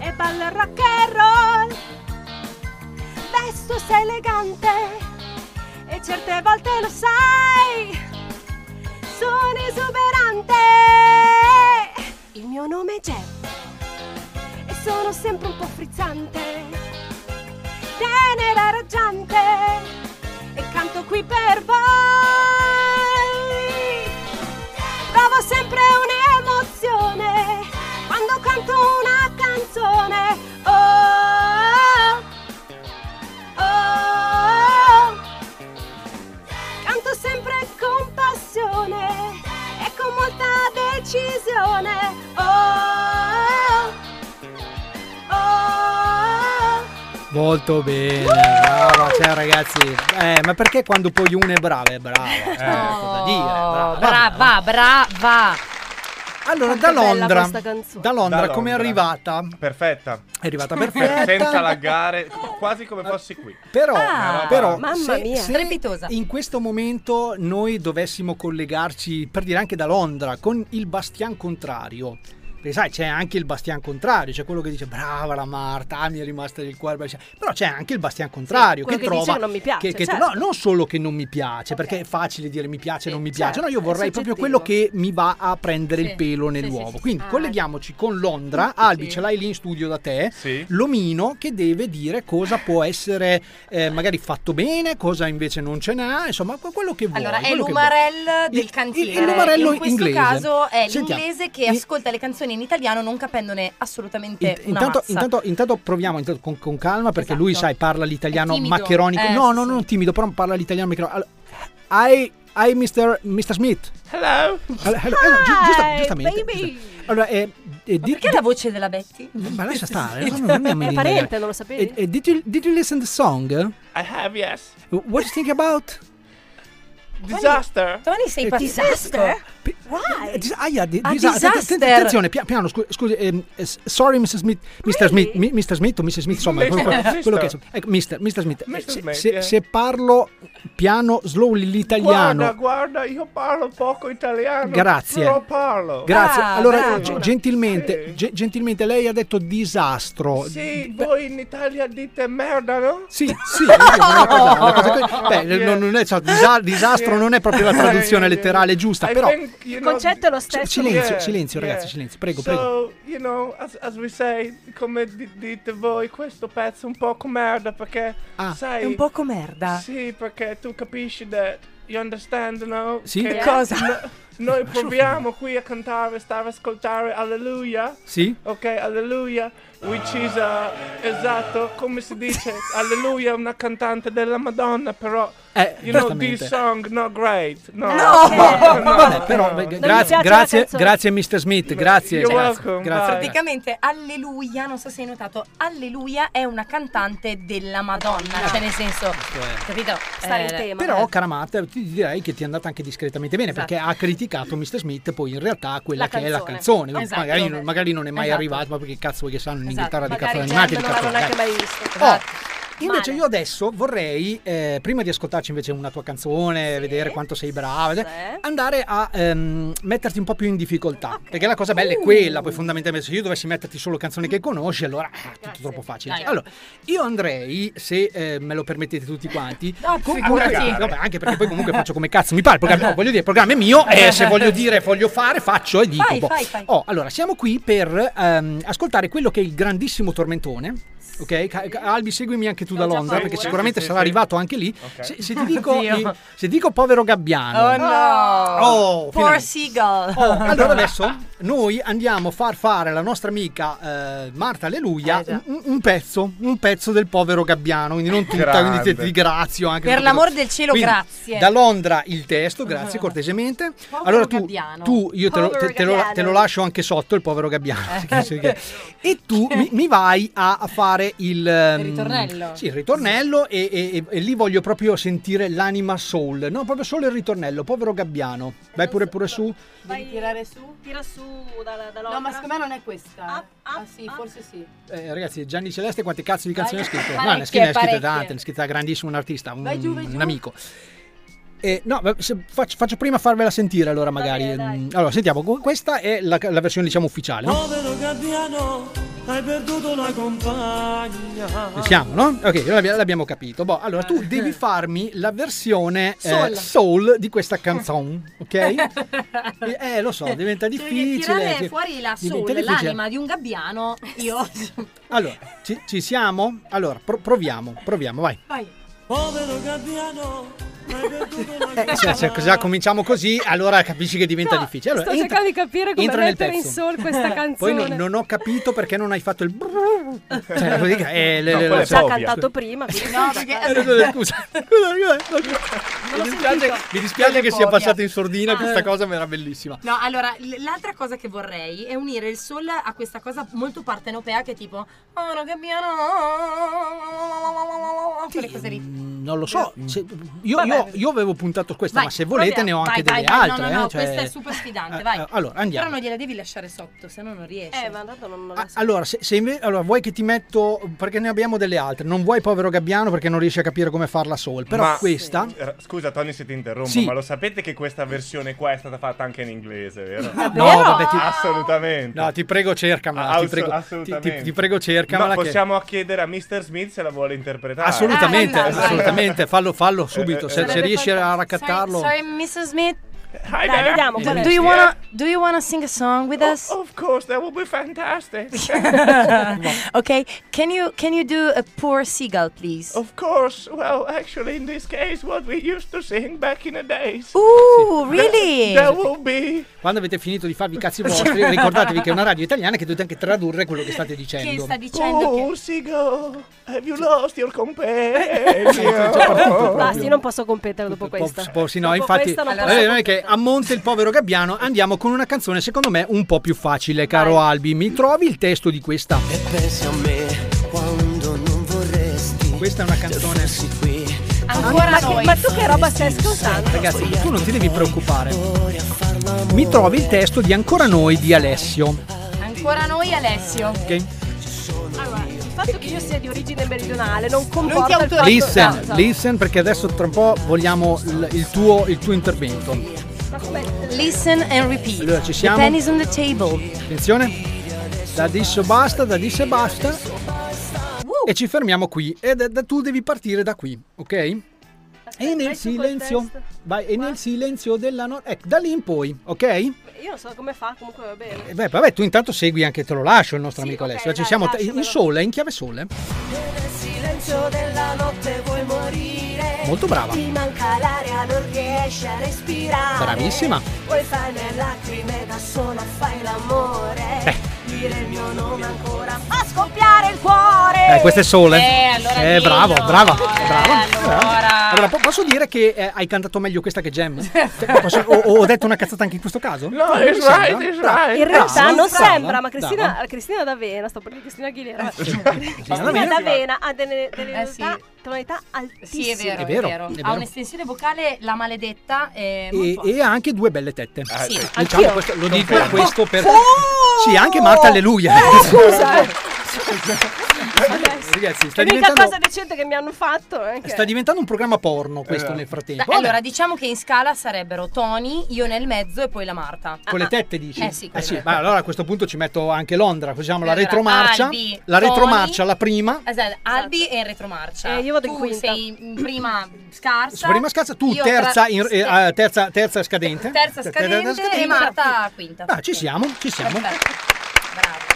Speaker 18: e ballo il rock and roll. Vesto sei elegante, e certe volte lo sai, sono esuberante. Il mio nome è Geo, e sono sempre un po' frizzante, tenera e raggiante e canto qui per voi. Provo sempre un'emozione quando canto una canzone. Oh, oh, oh, oh. Canto sempre con passione e con molta decisione. Oh, oh, oh.
Speaker 2: Molto bene, brava, cioè ragazzi, eh, ma perché quando poi una è brava è brava? Eh, cosa dire? Brava,
Speaker 3: Oh, brava, brava.
Speaker 2: Allora, da Londra, da Londra, come è arrivata?
Speaker 11: Perfetta.
Speaker 2: È arrivata perfetta.
Speaker 11: Senza laggare, quasi come fossi qui.
Speaker 2: Però,
Speaker 11: Ah,
Speaker 2: però, però
Speaker 11: mamma
Speaker 2: se,
Speaker 11: mia.
Speaker 2: se
Speaker 11: Strepitosa.
Speaker 2: in questo momento noi dovessimo collegarci, per dire anche da Londra, con il Bastian contrario. Perché sai, c'è anche il Bastian contrario, c'è quello che dice brava la Marta, ah, mi è rimasta nel cuore. Bastian". Però c'è anche il Bastian contrario
Speaker 13: quello
Speaker 2: che,
Speaker 13: che dice
Speaker 2: trova
Speaker 13: che non mi piace,
Speaker 2: che- che-
Speaker 13: certo.
Speaker 2: no, non solo che non mi piace, perché è facile dire mi piace, non mi piace.
Speaker 13: certo,
Speaker 2: no, io
Speaker 13: è
Speaker 2: vorrei proprio quello
Speaker 13: soggettivo.
Speaker 2: che mi va a prendere
Speaker 13: Sì,
Speaker 2: il pelo
Speaker 13: sì, sì,
Speaker 2: nell'uovo.
Speaker 13: sì, sì.
Speaker 2: Quindi
Speaker 13: Ah.
Speaker 2: colleghiamoci con Londra. Albi, ce l'hai lì in studio da te. L'omino che deve dire cosa può essere eh, magari fatto bene, cosa invece non ce n'ha, insomma, que- quello che vuoi.
Speaker 3: Allora, è
Speaker 2: quello che
Speaker 3: l'umarell
Speaker 2: vuoi.
Speaker 3: del
Speaker 2: Il-
Speaker 3: cantiere.
Speaker 2: Il, l'umarello
Speaker 3: in questo
Speaker 2: inglese.
Speaker 3: caso è
Speaker 2: Sentiamo.
Speaker 3: l'inglese che
Speaker 2: In-
Speaker 3: ascolta le canzoni in italiano non capendone assolutamente
Speaker 2: Int-
Speaker 3: una
Speaker 2: intanto,
Speaker 3: mazza.
Speaker 2: intanto, intanto proviamo intanto con, con calma perché lui, sai, parla l'italiano
Speaker 3: È timido.
Speaker 2: maccheronico.
Speaker 3: Eh,
Speaker 2: no, no, non timido, però parla l'italiano maccheronico. Allora, I, I Mr. Mr. Smith.
Speaker 11: Hello.
Speaker 2: Allora, hello, eh, giu- giusta- giustamente.
Speaker 13: baby.
Speaker 2: Allora, eh, eh, di-
Speaker 3: Perché la voce della Betty?
Speaker 2: Ma lascia stare.
Speaker 13: È
Speaker 2: non- non andiamo in
Speaker 13: parente,
Speaker 2: indagare.
Speaker 13: non lo sapevi?
Speaker 2: Eh, eh, did, you, did you listen the song?
Speaker 11: I have, yes.
Speaker 2: What do you think about?
Speaker 11: Disaster.
Speaker 3: Tony, sei
Speaker 2: Eh,
Speaker 3: pazzesco.
Speaker 2: Dis- ah, yeah, di-
Speaker 3: Ah,
Speaker 2: disa- atten- atten-
Speaker 3: disaster.
Speaker 2: Attenzione, pia- piano, scu- scusi, ehm, eh, s- sorry Mr. Smith, Mr. Smith, mi- Mr. Smith o Mrs. Smith, insomma,
Speaker 11: Mister,
Speaker 2: quello,
Speaker 11: mister.
Speaker 2: quello che insomma, Ecco, Mr. Mr. Smith, eh,
Speaker 11: Mister
Speaker 2: se,
Speaker 11: Smith,
Speaker 2: se-
Speaker 11: eh.
Speaker 2: se parlo piano, slowly l'italiano,
Speaker 11: Guarda, guarda, io parlo poco italiano.
Speaker 2: Grazie.
Speaker 11: Però parlo.
Speaker 2: grazie,
Speaker 3: Ah,
Speaker 2: allora ge- gentilmente, ge- gentilmente lei ha detto disastro,
Speaker 11: Sì, voi in Italia dite merda, no?
Speaker 2: Sì,
Speaker 3: [LAUGHS]
Speaker 2: sì. una cosa- una cosa così. Beh, non, non è, cioè, disa- disastro non è proprio la traduzione letterale giusta, però...
Speaker 13: Il concetto è lo stesso.
Speaker 2: silenzio, silenzio, ragazzi, silenzio.
Speaker 11: so,
Speaker 2: Prego, prego.
Speaker 11: you know, as, as we say, come di- dite voi, questo pezzo è un po' merda perché,
Speaker 2: Ah.
Speaker 11: sai...
Speaker 3: è un poco merda.
Speaker 11: Sì, perché tu capisci that, you understand, no?
Speaker 3: Sì.
Speaker 11: Che
Speaker 3: Cosa?
Speaker 11: no-
Speaker 2: [LAUGHS]
Speaker 11: noi proviamo qui a cantare, stare a ascoltare Alleluia.
Speaker 2: Sì.
Speaker 11: Ok, Alleluia, which is, uh, esatto, come si
Speaker 2: [LAUGHS]
Speaker 11: dice, Alleluia è una cantante della Madonna, però,
Speaker 2: Eh,
Speaker 11: you know,
Speaker 2: giustamente.
Speaker 11: this song not great. No,
Speaker 2: Vabbè, però, beh, [LAUGHS] grazie, grazie, grazie Mr. Smith, grazie.
Speaker 11: You're
Speaker 2: grazie,
Speaker 11: welcome,
Speaker 2: grazie.
Speaker 3: Praticamente Alleluia, non so se hai notato, Alleluia è una cantante della Madonna, cioè nel senso,
Speaker 2: è.
Speaker 3: capito? Eh,
Speaker 13: Stare in tema.
Speaker 2: Eh.
Speaker 13: eh.
Speaker 2: Però, cara Marta, ti direi che ti è andata anche discretamente bene
Speaker 3: Esatto.
Speaker 2: perché ha criticato Mr. Smith poi in realtà quella
Speaker 13: La
Speaker 2: che è la
Speaker 13: canzone.
Speaker 2: canzone.
Speaker 13: Esatto.
Speaker 2: Magari, non- magari non è mai
Speaker 13: Esatto.
Speaker 2: arrivato, ma perché cazzo vuoi che sanno in
Speaker 13: Esatto,
Speaker 2: Inghilterra di
Speaker 13: magari
Speaker 2: cazzo
Speaker 13: Jan
Speaker 2: animati di
Speaker 13: non l'hanno
Speaker 2: cazzo
Speaker 13: neanche
Speaker 2: eh.
Speaker 13: mai visto.
Speaker 2: Oh,
Speaker 13: Esatto.
Speaker 2: Invece io adesso vorrei, eh, prima di ascoltarci invece una tua canzone, vedere quanto sei brava, andare a ehm, metterti un po' più in difficoltà. Perché la cosa bella è quella,
Speaker 3: Uh.
Speaker 2: poi fondamentalmente se io dovessi metterti solo canzoni che conosci, allora ah, è tutto troppo facile.
Speaker 3: Dai.
Speaker 2: Allora, io andrei, se eh, me lo permettete tutti quanti,
Speaker 3: No,
Speaker 2: con-
Speaker 3: figurati.
Speaker 2: con- vabbè, anche perché poi comunque faccio come cazzo mi pare, il programma, oh, voglio dire, il programma è mio e se
Speaker 3: [LAUGHS]
Speaker 2: voglio dire, voglio fare, faccio e dico.
Speaker 3: Fai,
Speaker 2: boh.
Speaker 3: fai, fai.
Speaker 2: Oh, allora, siamo qui per ehm, ascoltare quello che è il grandissimo tormentone. Ok, Ca- ca- Albi, seguimi anche tu da
Speaker 3: già
Speaker 2: Londra,
Speaker 3: paura.
Speaker 2: perché
Speaker 3: Sì,
Speaker 2: sicuramente
Speaker 3: sì,
Speaker 2: sarà
Speaker 3: sì.
Speaker 2: arrivato anche lì.
Speaker 3: Ok.
Speaker 2: Se, se ti dico,
Speaker 3: [LAUGHS] Oddio.
Speaker 2: eh, se dico povero Gabbiano,
Speaker 3: Oh no!
Speaker 2: Oh,
Speaker 3: Poor
Speaker 2: finalmente.
Speaker 3: Seagull!
Speaker 2: Oh,
Speaker 3: [LAUGHS]
Speaker 2: allora adesso noi andiamo a far fare alla nostra amica eh, Marta Alleluia un, un pezzo, un pezzo del povero Gabbiano, quindi non tutta,
Speaker 11: Grande.
Speaker 2: quindi ti ringrazio anche.
Speaker 3: Per
Speaker 2: tutto
Speaker 3: l'amor
Speaker 2: quello.
Speaker 3: del cielo,
Speaker 2: Quindi,
Speaker 3: grazie. Ah.
Speaker 2: Da Londra il testo, grazie cortesemente.
Speaker 3: Povero
Speaker 2: allora tu,
Speaker 3: Gabbiano.
Speaker 2: tu io te lo, te- te lo-
Speaker 3: Povero
Speaker 2: [LAUGHS] te lo lascio anche sotto il povero Gabbiano.
Speaker 3: Eh. [LAUGHS]
Speaker 2: se- se- e tu mi, mi vai a, a fare fare il, ehm,
Speaker 3: ritornello.
Speaker 2: Sì, il ritornello e, e- e- e lì voglio proprio sentire l'anima soul. No, proprio solo il ritornello, povero gabbiano. Vai pure pure su.
Speaker 3: Vai tirare su?
Speaker 19: Tira su dalla,
Speaker 3: No, ma secondo me non è questa. ah sì, forse sì.
Speaker 2: Eh, ragazzi, Gianni Celeste quante cazzo di canzoni ha scritto? No, ne ha
Speaker 3: Parecchie,
Speaker 2: scritte, ne ha scritte
Speaker 3: parecchie.
Speaker 2: tante, ne ha scritta grandissimo un artista, un,
Speaker 3: Vai giù, vai giù.
Speaker 2: un amico. Eh, no, ma se- faccio, faccio prima farvela sentire allora magari. Mm, allora, sentiamo, qu- questa è la, la versione diciamo ufficiale, no?
Speaker 7: Povero gabbiano, hai perduto una compagna.
Speaker 2: Ci Siamo, no? Ok, l'abbia- l'abbiamo capito. Boh, allora tu devi farmi la versione eh, soul,
Speaker 3: Ah. Soul.
Speaker 2: di questa canzone,
Speaker 3: [LAUGHS]
Speaker 2: ok? Eh, eh, lo so,
Speaker 3: Cioè,
Speaker 2: diventa difficile. cioè,
Speaker 20: tirare fuori la
Speaker 2: diventa
Speaker 20: soul,
Speaker 2: difficile.
Speaker 20: l'anima di un gabbiano,
Speaker 3: [LAUGHS]
Speaker 20: io...
Speaker 2: Allora, ci, ci siamo? Allora, pro- proviamo, proviamo, vai.
Speaker 20: Vai.
Speaker 7: Povero gabbiano, hai perduto una compagna.
Speaker 2: Eh, se, se già cominciamo così, allora capisci che diventa difficile. Allora,
Speaker 13: Sto cercando di capire come
Speaker 2: entra nel
Speaker 13: mettere in
Speaker 2: pezzo.
Speaker 13: soul questa
Speaker 2: [LAUGHS]
Speaker 13: canzone.
Speaker 2: Poi non, non ho capito perché non hai fatto il. brrrr.
Speaker 13: [LAUGHS]
Speaker 2: Cioè, vuol dire che- eh, le-
Speaker 13: No,
Speaker 2: le-
Speaker 13: quello
Speaker 2: le-
Speaker 13: è Povia.
Speaker 2: cantato
Speaker 13: prima, quindi- [LAUGHS]
Speaker 3: no, perché
Speaker 2: Eh, scusa, scusa, [LAUGHS]
Speaker 3: l'ho
Speaker 2: mi dispiace,
Speaker 3: sentito.
Speaker 2: mi dispiace
Speaker 3: Quello
Speaker 2: che
Speaker 3: è
Speaker 2: sia
Speaker 3: Povia.
Speaker 2: passata in sordina,
Speaker 3: Ah.
Speaker 2: questa cosa mi era bellissima.
Speaker 3: No, allora, l- l'altra cosa che vorrei è unire il soul a questa cosa molto partenopea che è tipo Oh, no, gabbiano quelle cose lì.
Speaker 2: Mm, Non lo so, se- io,
Speaker 3: Eh. Vabbè.
Speaker 2: io- io avevo puntato questa,
Speaker 3: Vai,
Speaker 2: ma se volete ne ho
Speaker 3: proviamo.
Speaker 2: anche
Speaker 3: Vai,
Speaker 2: delle
Speaker 3: vai, vai,
Speaker 2: altre.
Speaker 3: No, no, no,
Speaker 2: eh, cioè-
Speaker 3: questa è super sfidante,
Speaker 2: Eh,
Speaker 3: vai.
Speaker 2: allora, andiamo.
Speaker 3: Però non gliela devi lasciare sotto, se no non riesci.
Speaker 13: Eh, ma tanto non, non
Speaker 2: Ah, Allora, se, se inve- allora, vuoi che ti metto. Perché ne abbiamo delle altre. Non vuoi povero Gabbiano perché non riesci a capire come farla soul. Però
Speaker 11: Ma-
Speaker 2: questa.
Speaker 11: R- Scusa Tony se ti interrompo,
Speaker 2: Sì.
Speaker 11: ma lo sapete che questa versione qua è stata fatta anche in inglese, vero?
Speaker 2: No, vabbè, ti-
Speaker 11: Assolutamente.
Speaker 2: No, ti prego, cercamela.
Speaker 11: Ah,
Speaker 2: ti, prego, ti,
Speaker 11: assolutamente.
Speaker 2: ti- ti prego, cercamela.
Speaker 11: Ma
Speaker 2: che-
Speaker 11: possiamo chiedere a Mr. Smith se la vuole interpretare.
Speaker 2: Ah, Assolutamente,
Speaker 12: Ah,
Speaker 2: assolutamente. Fallo, fallo subito.
Speaker 11: eh,
Speaker 2: Se,
Speaker 11: eh.
Speaker 2: se riesci a
Speaker 20: Sorry,
Speaker 2: raccattarlo.
Speaker 20: sorry, Mrs. Smith.
Speaker 11: Hi Dai, there. vediamo, qual
Speaker 20: Do,
Speaker 11: è?
Speaker 20: do you wanna, do you wanna sing a song with us?
Speaker 2: Oh,
Speaker 3: [LAUGHS]
Speaker 11: Of course, that will be fantastic.
Speaker 20: okay, can you can you do a poor seagull, please?
Speaker 11: Of course, well, actually, in this case, what we used to sing back in the days.
Speaker 20: Ooh,
Speaker 11: really? That- that will be-
Speaker 2: Quando avete finito di farvi i cazzi vostri, ricordatevi che è una radio italiana e che dovete anche tradurre quello che state dicendo.
Speaker 11: oh, Sigo, have you lost your companion?
Speaker 13: Basti, io Ah, non posso competere dopo
Speaker 2: Po-
Speaker 13: questa.
Speaker 2: po- sì, no,
Speaker 13: Dopo
Speaker 2: infatti,
Speaker 13: questa non
Speaker 2: allora,
Speaker 13: posso
Speaker 2: non è che a monte il povero Gabbiano andiamo con una canzone secondo me un po' più facile, caro Albi. Mi trovi il testo di questa?
Speaker 17: Pensi a me quando non vorresti.
Speaker 2: Questa è una canzone.
Speaker 17: Ancora
Speaker 13: ma,
Speaker 17: noi.
Speaker 13: ma tu che roba stai ascoltando?
Speaker 2: Ragazzi, tu non ti devi preoccupare. Mi trovi il testo di Ancora noi di Alessio.
Speaker 3: Ancora noi, Alessio.
Speaker 2: Ok?
Speaker 13: Allora, il fatto che io sia di origine meridionale non
Speaker 3: Non ti Esatto.
Speaker 13: comporta il fatto
Speaker 2: Listen,
Speaker 13: No, no.
Speaker 2: listen perché adesso tra un po' vogliamo il, il tuo, il tuo intervento.
Speaker 20: Listen and repeat.
Speaker 2: Allora, ci
Speaker 20: The
Speaker 2: siamo?
Speaker 20: pen is on the table.
Speaker 2: Attenzione. Da adesso basta, da adesso basta. E ci fermiamo qui. E da- da- tu devi partire da qui, ok? e nel silenzio. Vai, e nel silenzio della notte. Ecco, da lì in poi, ok? E
Speaker 13: Io non so come fa, comunque va bene.
Speaker 2: beh, vabbè, tu intanto segui anche, te lo lascio il nostro amico Alessio.
Speaker 13: dai,
Speaker 2: Ci siamo t-
Speaker 13: lasciamelo.
Speaker 2: in sole, in chiave sole.
Speaker 17: Nel silenzio della notte vuoi morire.
Speaker 2: Molto brava.
Speaker 17: Ti manca l'aria, non riesci a respirare.
Speaker 2: Bravissima.
Speaker 17: Vuoi farne lacrime da sola, fai l'amore. Dire il mio nome ancora. Fa scoppiare il cuore.
Speaker 2: Eh, questo è sole.
Speaker 17: Eh, allora
Speaker 2: Eh,
Speaker 17: dillo.
Speaker 2: bravo, brava, brava.
Speaker 17: allora. [LAUGHS]
Speaker 2: Allora, po- posso dire che eh, hai cantato meglio questa che
Speaker 20: [LAUGHS]
Speaker 2: Gem? Cioè, posso- ho, ho detto una cazzata anche in questo caso? No,
Speaker 11: it's right, it's right.
Speaker 13: In realtà
Speaker 2: Ah,
Speaker 13: non sembra, ma Cristina, Cristina D'Avena, sto per dire Cristina [LAUGHS] Aguilera. Cristina
Speaker 2: D'Avena.
Speaker 13: D'Avena ha delle, delle
Speaker 3: Eh, sì.
Speaker 13: tonalità- tonalità altissime.
Speaker 3: Sì, è vero,
Speaker 2: È
Speaker 3: è
Speaker 2: vero,
Speaker 3: vero.
Speaker 2: è vero.
Speaker 3: Ha un'estensione vocale, la maledetta, è molto
Speaker 2: E, e ha anche due belle tette.
Speaker 3: eh, Sì,
Speaker 2: Diciamo
Speaker 3: anch'io.
Speaker 2: questo- lo dico
Speaker 3: Confermo.
Speaker 2: questo per. Sì, anche Marta
Speaker 3: [LAUGHS]
Speaker 2: Alleluia.
Speaker 13: Eh, scusa, eh.
Speaker 2: Ragazzi, sta
Speaker 13: È l'unica
Speaker 2: diventando,
Speaker 13: cosa decente che mi hanno fatto. eh, che-
Speaker 2: sta diventando un programma porno questo
Speaker 13: Eh.
Speaker 2: nel
Speaker 3: Dai,
Speaker 2: frattempo.
Speaker 3: allora, diciamo che in scala sarebbero Tony, io nel mezzo e poi la Marta.
Speaker 2: Ah, Con le tette dici?
Speaker 3: Eh sì, con le tette.
Speaker 2: ma allora a questo punto ci metto anche Londra, così facciamo la
Speaker 3: Allora,
Speaker 2: retromarcia.
Speaker 3: Albi,
Speaker 2: la retromarcia,
Speaker 3: Tony.
Speaker 2: la prima.
Speaker 3: Esatto, Albi è in retromarcia.
Speaker 13: Eh, io vado in
Speaker 3: tu
Speaker 13: quinta.
Speaker 3: sei in prima scarsa.
Speaker 2: Prima scazza, tu
Speaker 3: io
Speaker 2: terza,
Speaker 3: tra-
Speaker 2: in- eh, eh, terza, terza scadente.
Speaker 3: terza scadente e Marta quinta.
Speaker 2: Ah, ci siamo, ci siamo.
Speaker 3: Perfetto.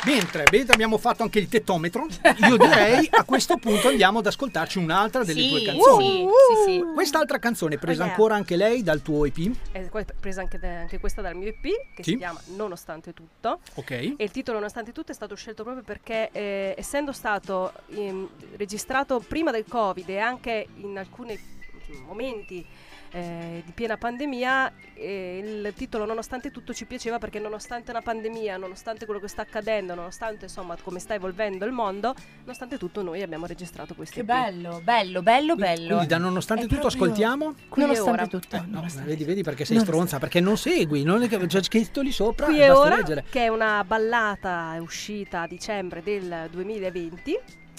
Speaker 2: Mentre, mentre abbiamo fatto anche il tettometro, io direi a questo punto andiamo ad ascoltarci un'altra delle
Speaker 13: Sì,
Speaker 2: tue canzoni.
Speaker 13: sì,
Speaker 2: Quest'altra canzone presa
Speaker 13: Oh, yeah.
Speaker 2: ancora anche lei dal tuo EP,
Speaker 13: È qua- presa anche, da- anche questa dal mio EP che
Speaker 2: Sì.
Speaker 13: si chiama Nonostante tutto.
Speaker 2: ok?
Speaker 13: E il titolo Nonostante tutto è stato scelto proprio perché eh, essendo stato ehm, registrato prima del Covid e anche in alcune momenti eh, di piena pandemia eh, il titolo nonostante tutto ci piaceva perché nonostante la pandemia, nonostante quello che sta accadendo, nonostante insomma come sta evolvendo il mondo, nonostante tutto noi abbiamo registrato questo
Speaker 3: Che bello, bello, bello, bello.
Speaker 2: Quindi da nonostante tutto ascoltiamo? Eh,
Speaker 13: Qui e ora.
Speaker 3: Nonostante tutto.
Speaker 2: No, vedi, vedi perché sei stronza, perché non segui, non è che c'è scritto lì sopra,
Speaker 13: Qui e
Speaker 2: basta
Speaker 13: ora,
Speaker 2: leggere.
Speaker 13: che è una ballata uscita a dicembre del 2020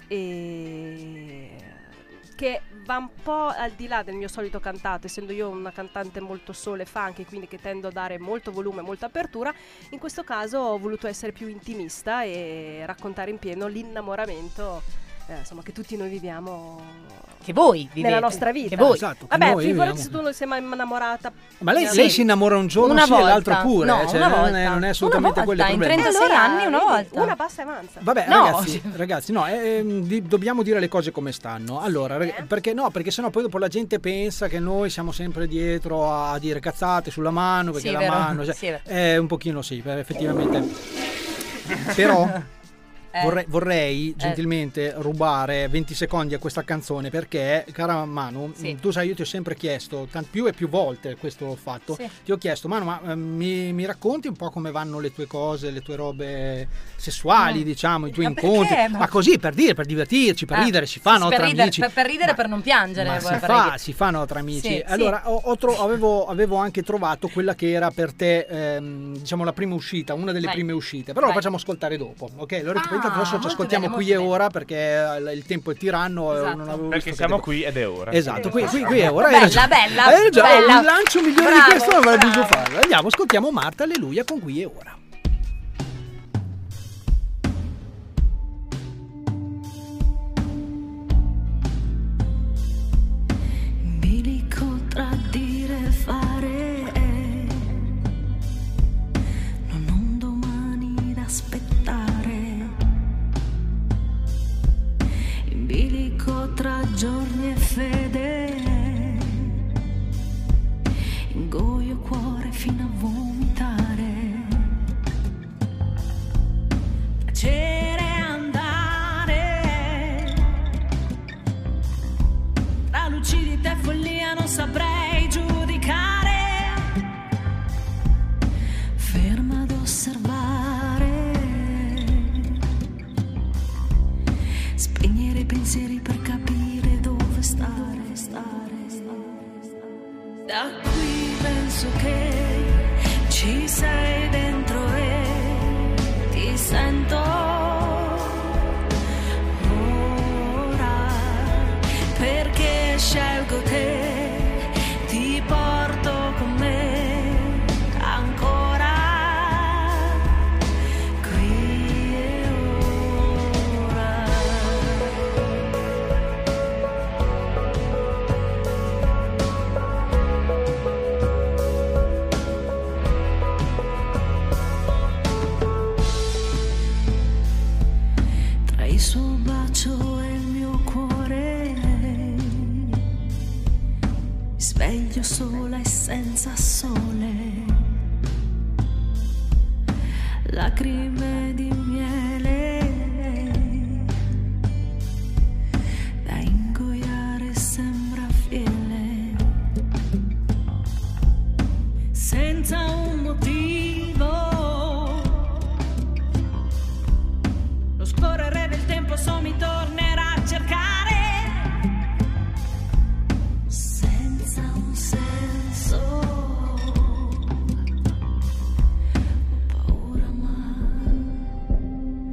Speaker 13: e che va un po' al di là del mio solito cantato, essendo io una cantante molto sole funky, quindi che tendo a dare molto volume, molta apertura, in questo caso ho voluto essere più intimista e raccontare in pieno l'innamoramento eh, insomma, che tutti noi viviamo
Speaker 3: Che voi vivete.
Speaker 13: nella nostra vita.
Speaker 3: Che voi.
Speaker 2: Esatto, che
Speaker 13: Vabbè,
Speaker 2: noi
Speaker 13: figurati
Speaker 2: viviamo.
Speaker 13: se tu non sei mai innamorata. diciamo.
Speaker 2: Ma lei,
Speaker 13: Sì.
Speaker 2: lei si innamora un giorno
Speaker 3: Una
Speaker 2: sì e l'altro
Speaker 3: volta.
Speaker 2: pure,
Speaker 3: No,
Speaker 2: cioè, non,
Speaker 3: una
Speaker 2: è,
Speaker 3: volta.
Speaker 2: non è
Speaker 3: Una
Speaker 2: assolutamente
Speaker 3: volta,
Speaker 2: quello il
Speaker 3: in
Speaker 2: problema.
Speaker 3: 36 anni, una
Speaker 13: vedi,
Speaker 3: volta.
Speaker 13: Una bassa e avanza.
Speaker 2: Vabbè,
Speaker 3: No,
Speaker 2: ragazzi,
Speaker 3: cioè-
Speaker 2: ragazzi, no, ehm, di- dobbiamo dire le cose come stanno. Allora,
Speaker 3: Eh.
Speaker 2: rag- perché no? Perché sennò poi dopo la gente pensa che noi siamo sempre dietro a dire cazzate sulla mano, perché
Speaker 3: Sì,
Speaker 2: la
Speaker 3: vero.
Speaker 2: mano. cioè,
Speaker 3: Sì, vero.
Speaker 2: eh, un pochino sì, eh, effettivamente. Però
Speaker 3: Eh.
Speaker 2: vorrei, vorrei gentilmente rubare 20 secondi a questa canzone perché, cara Manu,
Speaker 3: Sì.
Speaker 2: mh, tu sai, io ti ho sempre chiesto, tan- più e più volte questo ho fatto,
Speaker 3: Sì.
Speaker 2: ti ho chiesto, Manu, ma eh, mi, mi racconti un po' come vanno le tue cose, le tue robe sessuali, diciamo, i tuoi
Speaker 3: Eh. Ma
Speaker 2: incontri,
Speaker 3: perché? Ma-
Speaker 2: ma così per dire, per divertirci, per
Speaker 3: Ah,
Speaker 2: ridere, si fa, no,
Speaker 3: per
Speaker 2: tra
Speaker 3: ridere,
Speaker 2: amici.
Speaker 3: Per, per ridere e per non piangere.
Speaker 2: Ma si
Speaker 3: vorrei
Speaker 2: fa,
Speaker 3: dire.
Speaker 2: si fa, no, tra amici.
Speaker 3: Sì,
Speaker 2: allora,
Speaker 3: sì.
Speaker 2: ho- ho tro- avevo, avevo anche trovato quella che era per te, ehm, diciamo, la prima uscita, una delle
Speaker 3: Vai.
Speaker 2: prime uscite. Però
Speaker 3: Vai.
Speaker 2: lo facciamo ascoltare dopo, ok? Allora,
Speaker 3: Ah,
Speaker 2: intanto adesso ci
Speaker 3: molto
Speaker 2: ascoltiamo
Speaker 3: bene,
Speaker 2: qui e
Speaker 3: molto
Speaker 2: ora perché eh, il tempo è tiranno e
Speaker 3: Esatto.
Speaker 2: non avevo
Speaker 12: Perché
Speaker 2: visto
Speaker 12: siamo
Speaker 2: che-
Speaker 12: qui ed è ora.
Speaker 2: Esatto, qui, qui, qui è ora.
Speaker 3: Bella,
Speaker 2: hai ragione.
Speaker 3: bella,
Speaker 2: Hai ragione, Oh,
Speaker 3: bella.
Speaker 2: Un lancio migliore di
Speaker 3: Bravo,
Speaker 2: questo non avrei dovuto
Speaker 3: bravo.
Speaker 2: farlo. Andiamo, ascoltiamo Marta, alleluia, con qui e ora.
Speaker 17: Bilico tra dire e fare Non ho un domani da aspettare In bilico tra giorni e fede Ingoio cuore fino a vomitare Piacere andare tra lucidità e follia non saprei giudicare. Ferma ad osservare. Spegnere i pensieri per capire dove stare. Da qui penso che ci sei dentro e ti sento. Ora perché scelgo te, ti porto con me ancora qui e ora. Tra il suo bacio e il mio cuore mi sveglio sola e senza sole. Lacrime di miele da ingoiare sembra fiele. Senza un motivo lo scorrere del tempo so mi tornerà a cercare senza un senso. Ho paura ma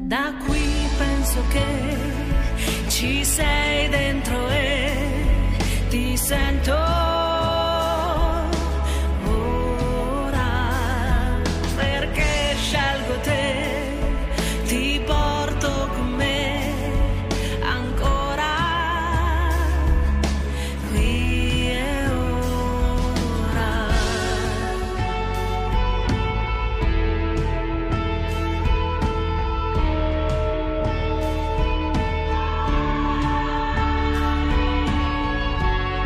Speaker 17: da qui penso che ci sei dentro e ti sento. ora Perché scelgo te ti porto con me ancora qui e ora.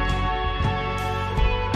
Speaker 7: Thank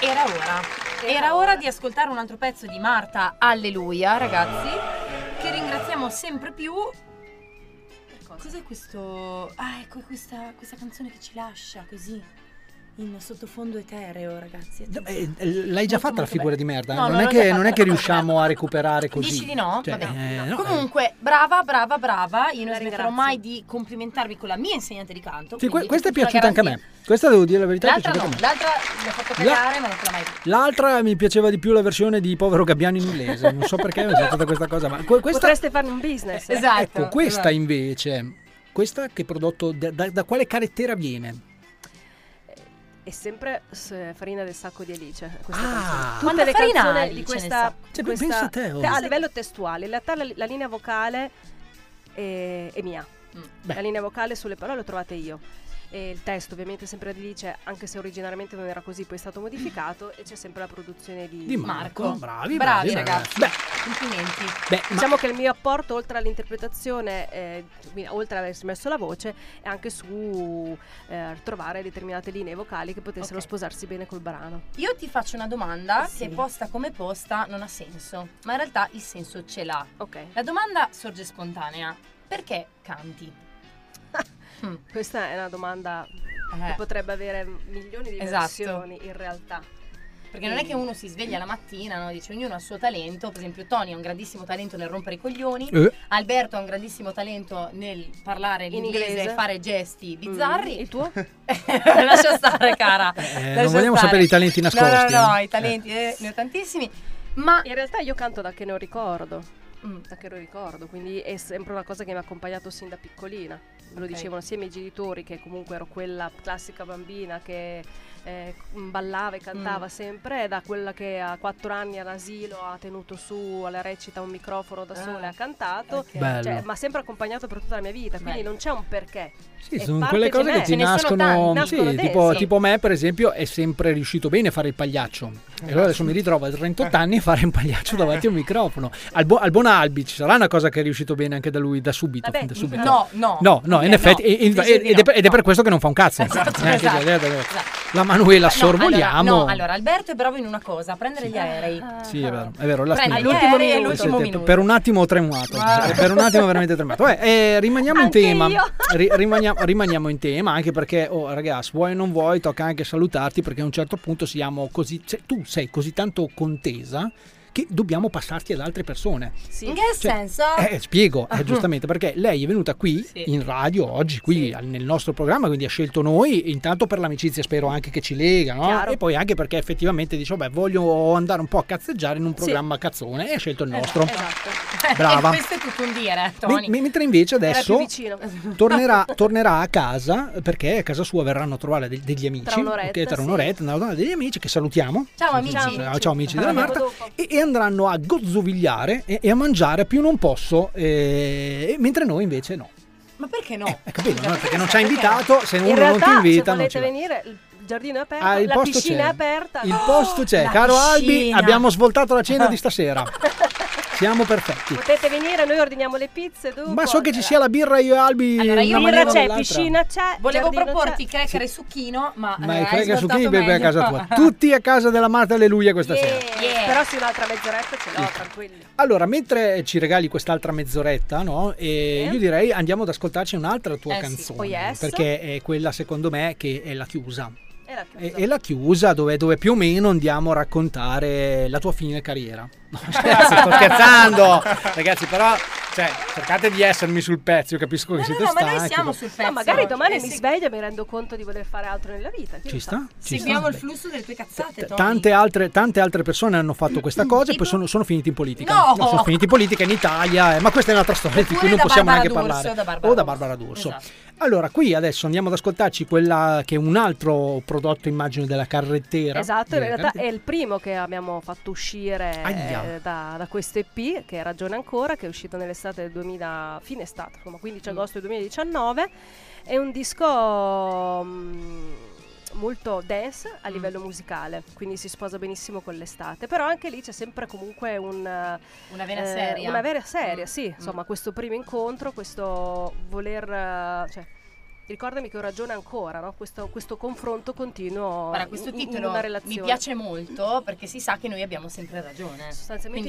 Speaker 3: Era ora. Era ora di ascoltare un altro pezzo di Marta Alleluia, ragazzi, che ringraziamo sempre più. Cos'è questo? Ah, ecco questa, questa canzone che ci lascia così in sottofondo etereo, ragazzi.
Speaker 2: Eh, L'hai già fatta la figura di merda? eh?
Speaker 3: No,
Speaker 2: non,
Speaker 3: no,
Speaker 2: è
Speaker 3: l'ho
Speaker 2: che,
Speaker 3: già
Speaker 2: non è
Speaker 3: fatta.
Speaker 2: che riusciamo a recuperare così.
Speaker 3: Dici di no?
Speaker 2: Cioè,
Speaker 3: Vabbè.
Speaker 2: eh, no,
Speaker 3: Comunque, brava, brava, brava. Io non smetterò
Speaker 13: ringrazio.
Speaker 3: mai di complimentarvi con la mia insegnante di canto.
Speaker 2: Sì, que-
Speaker 3: quindi
Speaker 2: questa è
Speaker 3: tutta una
Speaker 2: piaciuta anche a me. Questa devo dire la verità. è
Speaker 3: L'altra
Speaker 2: piaciuta
Speaker 3: no,
Speaker 2: anche a me.
Speaker 3: l'altra mi ha fatto
Speaker 2: La-
Speaker 3: cagare, ma non te l'ha mai fatta.
Speaker 2: L'altra mi piaceva di più la versione di Povero Gabbiano in inglese. Non so perché mi è stata questa cosa, ma que- questa,
Speaker 13: Potreste farne un business. eh?
Speaker 3: esatto,
Speaker 2: ecco, questa invece, questa che prodotto da, da- da quale carretera viene?
Speaker 13: È sempre s- farina del sacco di Alice. Questa
Speaker 2: Ah.
Speaker 13: canzone. Tutte
Speaker 2: Quanta
Speaker 13: le
Speaker 2: farina
Speaker 13: canzoni
Speaker 2: Alice
Speaker 13: di
Speaker 2: nel
Speaker 13: questa,
Speaker 2: sacco?
Speaker 13: di
Speaker 2: Cioè,
Speaker 13: questa-
Speaker 2: pensa te, oh.
Speaker 13: te- a livello testuale, in realtà la, la linea vocale è, è mia.
Speaker 3: Mm.
Speaker 13: La linea vocale sulle parole l'ho trovate io. E il testo ovviamente sempre di Alice, anche se originariamente non era così, poi è stato modificato e c'è sempre la produzione di,
Speaker 2: Di Marco. Bravi, bravi,
Speaker 13: bravi, ragazzi.
Speaker 3: Complimenti.
Speaker 2: Beh, ma-
Speaker 13: diciamo che il mio apporto, oltre all'interpretazione, eh, quindi oltre ad aver messo la voce, è anche su eh, trovare determinate linee vocali che potessero sposarsi bene col brano.
Speaker 3: Io ti faccio una domanda
Speaker 13: Sì.
Speaker 3: che posta come posta non ha senso, ma in realtà il senso ce l'ha.
Speaker 13: Ok.
Speaker 3: La domanda sorge spontanea. Perché
Speaker 13: [LAUGHS]
Speaker 3: canti?
Speaker 13: Hmm, Questa è una domanda
Speaker 3: Eh.
Speaker 13: che potrebbe avere milioni di
Speaker 3: Esatto.
Speaker 13: versioni in realtà.
Speaker 3: Perché non è
Speaker 13: Mm.
Speaker 3: che uno si sveglia la mattina, no? dice ognuno ha il suo talento, per esempio Tony ha un grandissimo talento nel rompere i coglioni,
Speaker 13: Eh.
Speaker 3: Alberto ha un grandissimo talento nel parlare
Speaker 13: In
Speaker 3: l'inglese
Speaker 13: inglese. Mm.
Speaker 3: e fare gesti bizzarri.
Speaker 13: Il tuo?
Speaker 3: [LAUGHS] Lascia stare cara.
Speaker 2: Eh,
Speaker 3: Lascia
Speaker 2: non vogliamo
Speaker 3: stare.
Speaker 2: sapere i talenti
Speaker 3: No,
Speaker 2: nascosti.
Speaker 3: No, no,
Speaker 2: eh.
Speaker 3: i talenti eh, ne ho tantissimi, ma Mm.
Speaker 13: in realtà io canto da che non ricordo. Da che non ricordo, quindi è sempre una cosa che mi ha accompagnato sin da piccolina. Me lo
Speaker 3: Ok.
Speaker 13: dicevano sia i miei genitori, che comunque ero quella classica bambina che eh, ballava e cantava
Speaker 3: Mm.
Speaker 13: sempre, e da quella che a quattro anni all'asilo ha tenuto su alla recita un microfono da
Speaker 3: Ah,
Speaker 13: sola e ha cantato.
Speaker 2: Bello.
Speaker 13: Cioè, mi ha sempre accompagnato per tutta la mia vita, quindi
Speaker 3: Bello.
Speaker 13: non c'è un perché.
Speaker 2: Sì,
Speaker 13: È
Speaker 2: sono
Speaker 13: parte
Speaker 2: quelle cose che
Speaker 13: genetica.
Speaker 2: ti nascono, sì, tipo,
Speaker 13: nascono dentro.
Speaker 2: tipo me per esempio è sempre riuscito bene a fare il pagliaccio e allora adesso mi ritrovo a
Speaker 3: Eh.
Speaker 2: 38 anni a fare il pagliaccio davanti a un microfono al, bu- al buon Albi ci sarà una cosa che è riuscito bene anche da lui da subito,
Speaker 3: Vabbè,
Speaker 2: da subito.
Speaker 3: no, no.
Speaker 2: no, no, in
Speaker 3: Ok,
Speaker 2: effetti
Speaker 3: no.
Speaker 2: e- e-
Speaker 3: Dice di
Speaker 2: ed, è, per-
Speaker 3: no,
Speaker 2: ed è per questo che non fa un cazzo
Speaker 3: Esatto,
Speaker 2: Eh, che-
Speaker 3: esatto,
Speaker 2: eh, la Manuela
Speaker 3: No, allora,
Speaker 2: sorvoliamo
Speaker 3: no, allora Alberto è bravo in una cosa, prendere gli aerei.
Speaker 13: Ah.
Speaker 2: sì è vero è vero la
Speaker 3: Prendi
Speaker 2: spinta.
Speaker 3: gli aerei
Speaker 2: Sì,
Speaker 3: all'ultimo
Speaker 2: sì,
Speaker 3: Eh, minuto.
Speaker 2: per un attimo ho tremuto
Speaker 3: Ah.
Speaker 2: per un attimo veramente tremato Vabbè, eh, rimaniamo
Speaker 3: Anche
Speaker 2: in tema
Speaker 3: io.
Speaker 2: Ri- rimaniamo, rimaniamo in tema anche perché oh ragazzi vuoi o non vuoi tocca anche salutarti perché a un certo punto siamo così se- tu sei così tanto contesa che dobbiamo passarti ad altre persone
Speaker 3: In che
Speaker 2: Cioè,
Speaker 3: senso? [LAUGHS]
Speaker 2: eh, spiego, eh, giustamente, perché lei è venuta qui
Speaker 3: Ah. Sì.
Speaker 2: in radio oggi, qui al- nel nostro programma, quindi ha scelto noi, intanto per l'amicizia spero anche che ci lega, no?
Speaker 13: Chiaro.
Speaker 2: E poi anche perché effettivamente dice, beh, voglio andare un po' a cazzeggiare in un programma cazzone e ha scelto il
Speaker 3: Esatto,
Speaker 2: nostro. Brava.
Speaker 3: questo è tutto un dire, Tony.
Speaker 2: Me- me- mentre invece
Speaker 3: Era
Speaker 2: adesso
Speaker 3: più vicino.
Speaker 2: [LAUGHS] tornerà, tornerà a casa perché a casa sua verranno a trovare de- degli amici
Speaker 3: Tra un'oretta,
Speaker 2: ok, tra
Speaker 3: sì.
Speaker 2: un'oretta, una donna degli amici che salutiamo
Speaker 3: Ciao, amici.
Speaker 2: ciao, ciao, amici della
Speaker 3: Ciao.
Speaker 2: Marta e, e andranno a gozzovigliare e, e a mangiare a più non posso eh, mentre noi invece no
Speaker 3: Ma perché no?
Speaker 2: Hai capito no? perché non ci ha Eh, ecco, invitato se uno
Speaker 13: In realtà,
Speaker 2: non ti
Speaker 13: se
Speaker 2: invita non
Speaker 13: volete
Speaker 2: ci va.
Speaker 13: venire, il giardino è aperto,
Speaker 2: Ah, il
Speaker 13: la
Speaker 2: posto
Speaker 13: piscina
Speaker 2: c'è.
Speaker 13: è aperta. Oh,
Speaker 2: il posto c'è
Speaker 13: la
Speaker 2: caro Albi
Speaker 13: piscina.
Speaker 2: abbiamo svoltato la
Speaker 3: [LAUGHS]
Speaker 2: cena di stasera siamo perfetti
Speaker 13: Potete venire, noi ordiniamo le pizze. dunque.
Speaker 2: ma so che ci sia la birra io e Albi
Speaker 13: Allora, io
Speaker 2: una
Speaker 13: birra
Speaker 2: maniera o
Speaker 13: c'è,
Speaker 2: nell'altra.
Speaker 13: piscina c'è.
Speaker 3: Volevo
Speaker 13: giardino
Speaker 3: proporti
Speaker 13: c'è.
Speaker 3: cracker e succhino, ma,
Speaker 2: Ma
Speaker 3: eh,
Speaker 2: i
Speaker 3: hai
Speaker 2: cracker su
Speaker 3: svoltato
Speaker 2: chi beve a
Speaker 3: meglio.
Speaker 2: casa
Speaker 3: [LAUGHS]
Speaker 2: tua. Tutti a casa della Marta Alleluia questa sera.
Speaker 3: Yeah.
Speaker 13: Però sì, un'altra mezz'oretta ce l'ho, tranquilli.
Speaker 2: Allora, mentre ci regali quest'altra mezz'oretta, no? E
Speaker 13: Sì.
Speaker 2: Io direi andiamo ad ascoltarci un'altra tua
Speaker 13: Eh sì,
Speaker 2: canzone.
Speaker 13: poi yes.
Speaker 2: Perché è quella, secondo me, che è la chiusa.
Speaker 13: È la
Speaker 2: È, è la chiusa dove, dove più o meno andiamo a raccontare la tua fine carriera. [LAUGHS] No,
Speaker 13: [LAUGHS]
Speaker 2: scherzo, sto scherzando! Ragazzi, però, cioè, cercate di essermi sul pezzo, io capisco che siete stanchi.
Speaker 13: No, magari domani mi sveglio e mi rendo conto di voler fare altro nella vita. chi
Speaker 2: Ci
Speaker 13: lo
Speaker 2: sta?
Speaker 13: sa?
Speaker 2: Ci Seguiamo sta? il
Speaker 3: flusso delle tue cazzate,
Speaker 2: T- Tante altre, tante altre persone hanno fatto questa cosa e poi sono, sono finiti in politica.
Speaker 3: Mm, No!
Speaker 2: sono finiti in politica in Italia, eh, ma questa è un'altra storia di
Speaker 3: Oppure
Speaker 2: cui non
Speaker 3: da
Speaker 2: possiamo
Speaker 3: Barbara
Speaker 2: neanche
Speaker 3: D'Urso,
Speaker 2: parlare.
Speaker 3: da Barbara
Speaker 2: o da Barbara D'Urso.
Speaker 3: Esatto.
Speaker 2: Allora, qui adesso andiamo ad ascoltarci quella che è un altro prodotto, immagino, della carrettera.
Speaker 13: Esatto, in
Speaker 2: Della
Speaker 13: realtà
Speaker 2: carrettera.
Speaker 13: è il primo che abbiamo fatto uscire
Speaker 2: Aia.
Speaker 13: eh, da, da questo EP, che è Ragione Ancora, che è uscito nell'estate del 2000, fine estate, insomma 15 agosto del 2019. È un disco mm, molto dance a livello musicale, quindi si sposa benissimo con l'estate, però anche lì c'è sempre comunque un... eh,
Speaker 3: [LAUGHS] Una vena
Speaker 13: eh,
Speaker 3: seria. Mm.
Speaker 13: Una vera seria, sì. Insomma, questo primo incontro, questo voler... eh, cioè, Ricordami che ho ragione ancora, no? questo, questo confronto continuo
Speaker 3: Guarda, questo
Speaker 13: in- in
Speaker 3: titolo
Speaker 13: una relazione.
Speaker 3: mi piace molto perché si sa che noi abbiamo sempre ragione.
Speaker 13: Sostanzialmente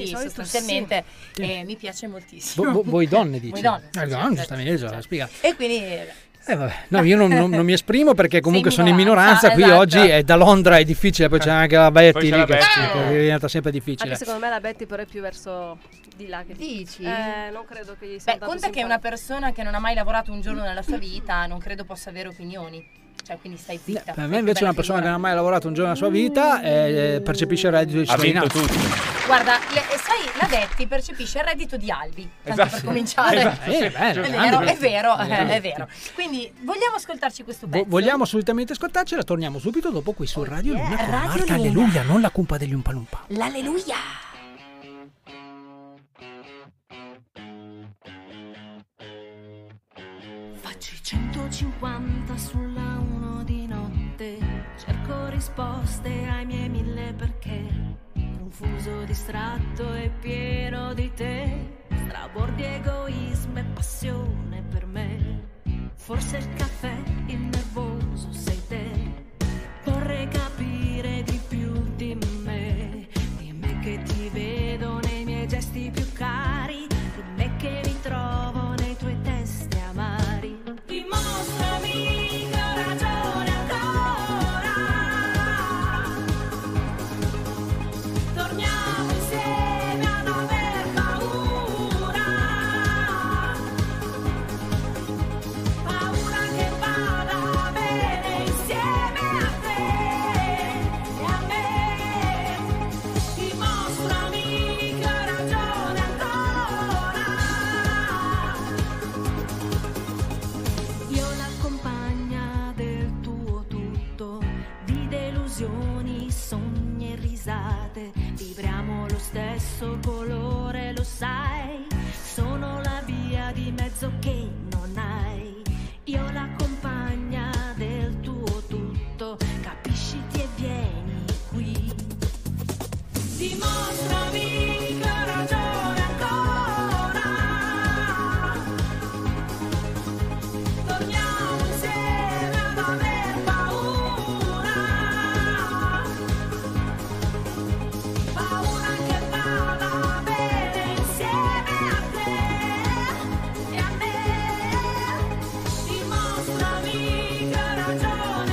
Speaker 3: Quindi
Speaker 13: di solito
Speaker 3: sostanzialmente
Speaker 2: sì.
Speaker 3: eh, mi piace moltissimo.
Speaker 2: Vo- vo-
Speaker 3: [LAUGHS]
Speaker 2: voi donne dici?
Speaker 3: Voi donne,
Speaker 2: Eh,
Speaker 3: sì,
Speaker 2: donne,
Speaker 3: certo,
Speaker 2: giustamente, io ce l'ho spiegata.
Speaker 3: E quindi eh,
Speaker 2: Eh, vabbè. No, io non, non- non mi esprimo perché comunque
Speaker 3: Sei
Speaker 2: sono in minoranza. Qui
Speaker 3: minoranza, Esatto.
Speaker 2: oggi è da Londra è difficile, poi c'è anche la Betty
Speaker 12: Poi c'è
Speaker 2: lì
Speaker 12: la
Speaker 2: che,
Speaker 12: Betty.
Speaker 2: che diventa sempre
Speaker 13: Anche
Speaker 2: difficile.
Speaker 13: secondo me la Betty però è più verso di là che
Speaker 3: Dici?
Speaker 13: Eh, non credo che gli sia
Speaker 3: beh, conta che è una persona che non ha mai lavorato un giorno nella sua vita, non credo possa avere opinioni. Cioè, quindi stai zitta.
Speaker 2: Per me invece una persona che non ha mai lavorato un giorno nella sua vita eh, percepisce il reddito di
Speaker 12: Ha vinto
Speaker 2: cittadinanza.
Speaker 12: tutto.
Speaker 3: Guarda, le- e sai, la Detti percepisce il reddito di Albi, tanto
Speaker 2: Esatto.
Speaker 3: per cominciare. Eh,
Speaker 2: Esatto, sì,
Speaker 3: è
Speaker 2: bello,
Speaker 3: vero,
Speaker 2: grande
Speaker 3: è vero,
Speaker 2: questo.
Speaker 3: eh, è vero. Quindi vogliamo ascoltarci questo
Speaker 2: Vo-
Speaker 3: pezzo.
Speaker 2: vogliamo assolutamente ascoltarcela, torniamo subito dopo qui su Radio Luna con
Speaker 3: Radio
Speaker 2: Marta
Speaker 3: Luna.
Speaker 2: Alleluia, non la cumpa degli Umpalumpa.
Speaker 3: L'alleluia!
Speaker 18: Faccio i 150 sulla 1 di notte, cerco risposte ai miei mille perché, confuso, distratto e pieno di te, strabordi egoismo e passione per me, forse il caffè, il nervoso sei te, vorrei capire di più di me, di me che ti vedo nei miei gesti più cari, di me che ritrovo nei tuoi testi amari. Dimostrami che ho ragione ancora. Torniamo insieme a non aver paura. Paura che vada bene insieme a te e a me. Dimostrami che ho ragione ancora. Io la compagna del tuo tutto, di delusioni, sogni e risate, vibriamo lo stesso colore, lo sai, sono la via di mezzo che non hai. Io la compagna del tuo tutto, capisciti e vieni qui. Dimostrami che ho ragione ancora. Torniamo insieme a non aver paura, paura che vada bene insieme a te e a me. Dimostrami che ho ragione ancora.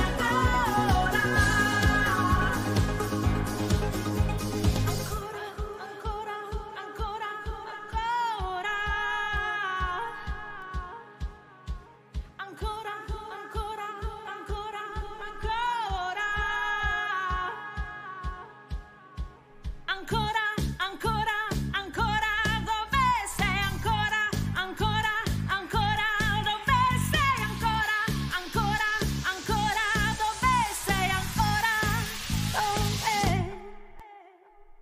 Speaker 18: Ancora, ancora, ancora, ancora. Ancora, ancora, ancora, ancora. Ancora, ancora, ancora, dove sei ancora? Ancora, ancora, dove sei ancora? Ancora, ancora, dove sei ancora? Oh, Dove?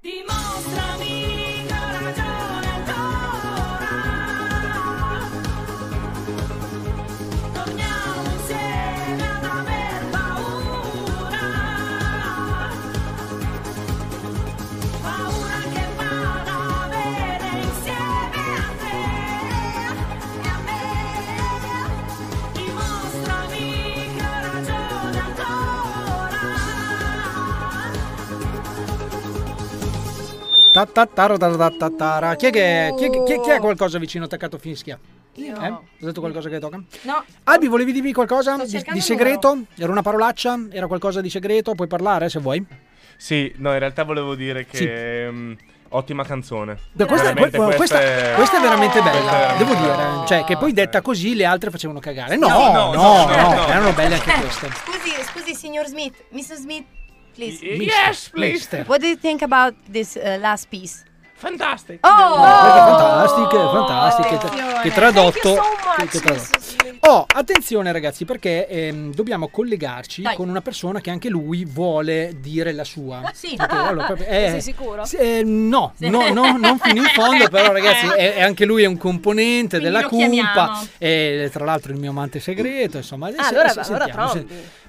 Speaker 18: Dimostrami che ho ragione ancora. Torniamo insieme ad aver paura, paura che vada bene insieme a te e a me. Dimostrami che ho ragione ancora.
Speaker 2: Ta ta taro taro ta ta tara. Chi è che chi è, che- chi è- chi è qualcosa vicino attaccato a Finschia?
Speaker 13: Io.
Speaker 21: Oh.
Speaker 2: Eh? Ho detto qualcosa che tocca?
Speaker 3: No.
Speaker 2: Albi, volevi dirmi qualcosa di- di,
Speaker 13: cercando il
Speaker 2: segreto? Era una parolaccia? Era qualcosa di segreto? Puoi parlare se vuoi.
Speaker 12: Sì, no, in realtà volevo dire che.
Speaker 11: mm,
Speaker 12: ehm, ottima canzone.
Speaker 2: Beh, questa,
Speaker 12: Veramente,
Speaker 2: que- questa-
Speaker 12: è-
Speaker 2: questa è veramente
Speaker 12: questa
Speaker 2: bella,
Speaker 12: è
Speaker 2: devo
Speaker 12: veramente-
Speaker 2: dire. Cioè, che poi detta così le altre facevano cagare. No,
Speaker 12: No,
Speaker 2: no,
Speaker 12: no,
Speaker 2: no,
Speaker 12: no, no, no.
Speaker 2: erano belle anche queste.
Speaker 3: Scusi, scusi, signor Smith, Mr. Smith, please.
Speaker 2: Y- yes, please. Mister.
Speaker 3: What do you think about this uh, last piece? Oh!
Speaker 12: Fantastic.
Speaker 2: Fantastiche, fantastiche.
Speaker 3: attenzione.
Speaker 2: Che tradotto.
Speaker 3: Thank you so much,
Speaker 2: che- che tradotto. Oh, attenzione ragazzi, perché ehm, dobbiamo collegarci con una persona che anche lui vuole dire la sua.
Speaker 13: Sì.
Speaker 7: [LAUGHS]
Speaker 2: Ok, allora, proprio-
Speaker 13: Sei sicuro?
Speaker 2: sì, eh, no, no, no, non fino in fondo, però ragazzi, è, è anche lui è un componente
Speaker 13: Quindi
Speaker 2: della
Speaker 13: lo chiamiamo.
Speaker 2: cumpa. E, tra l'altro il mio amante segreto, insomma. adesso-
Speaker 13: allora-
Speaker 2: se-
Speaker 13: allora
Speaker 2: sentiamo, se-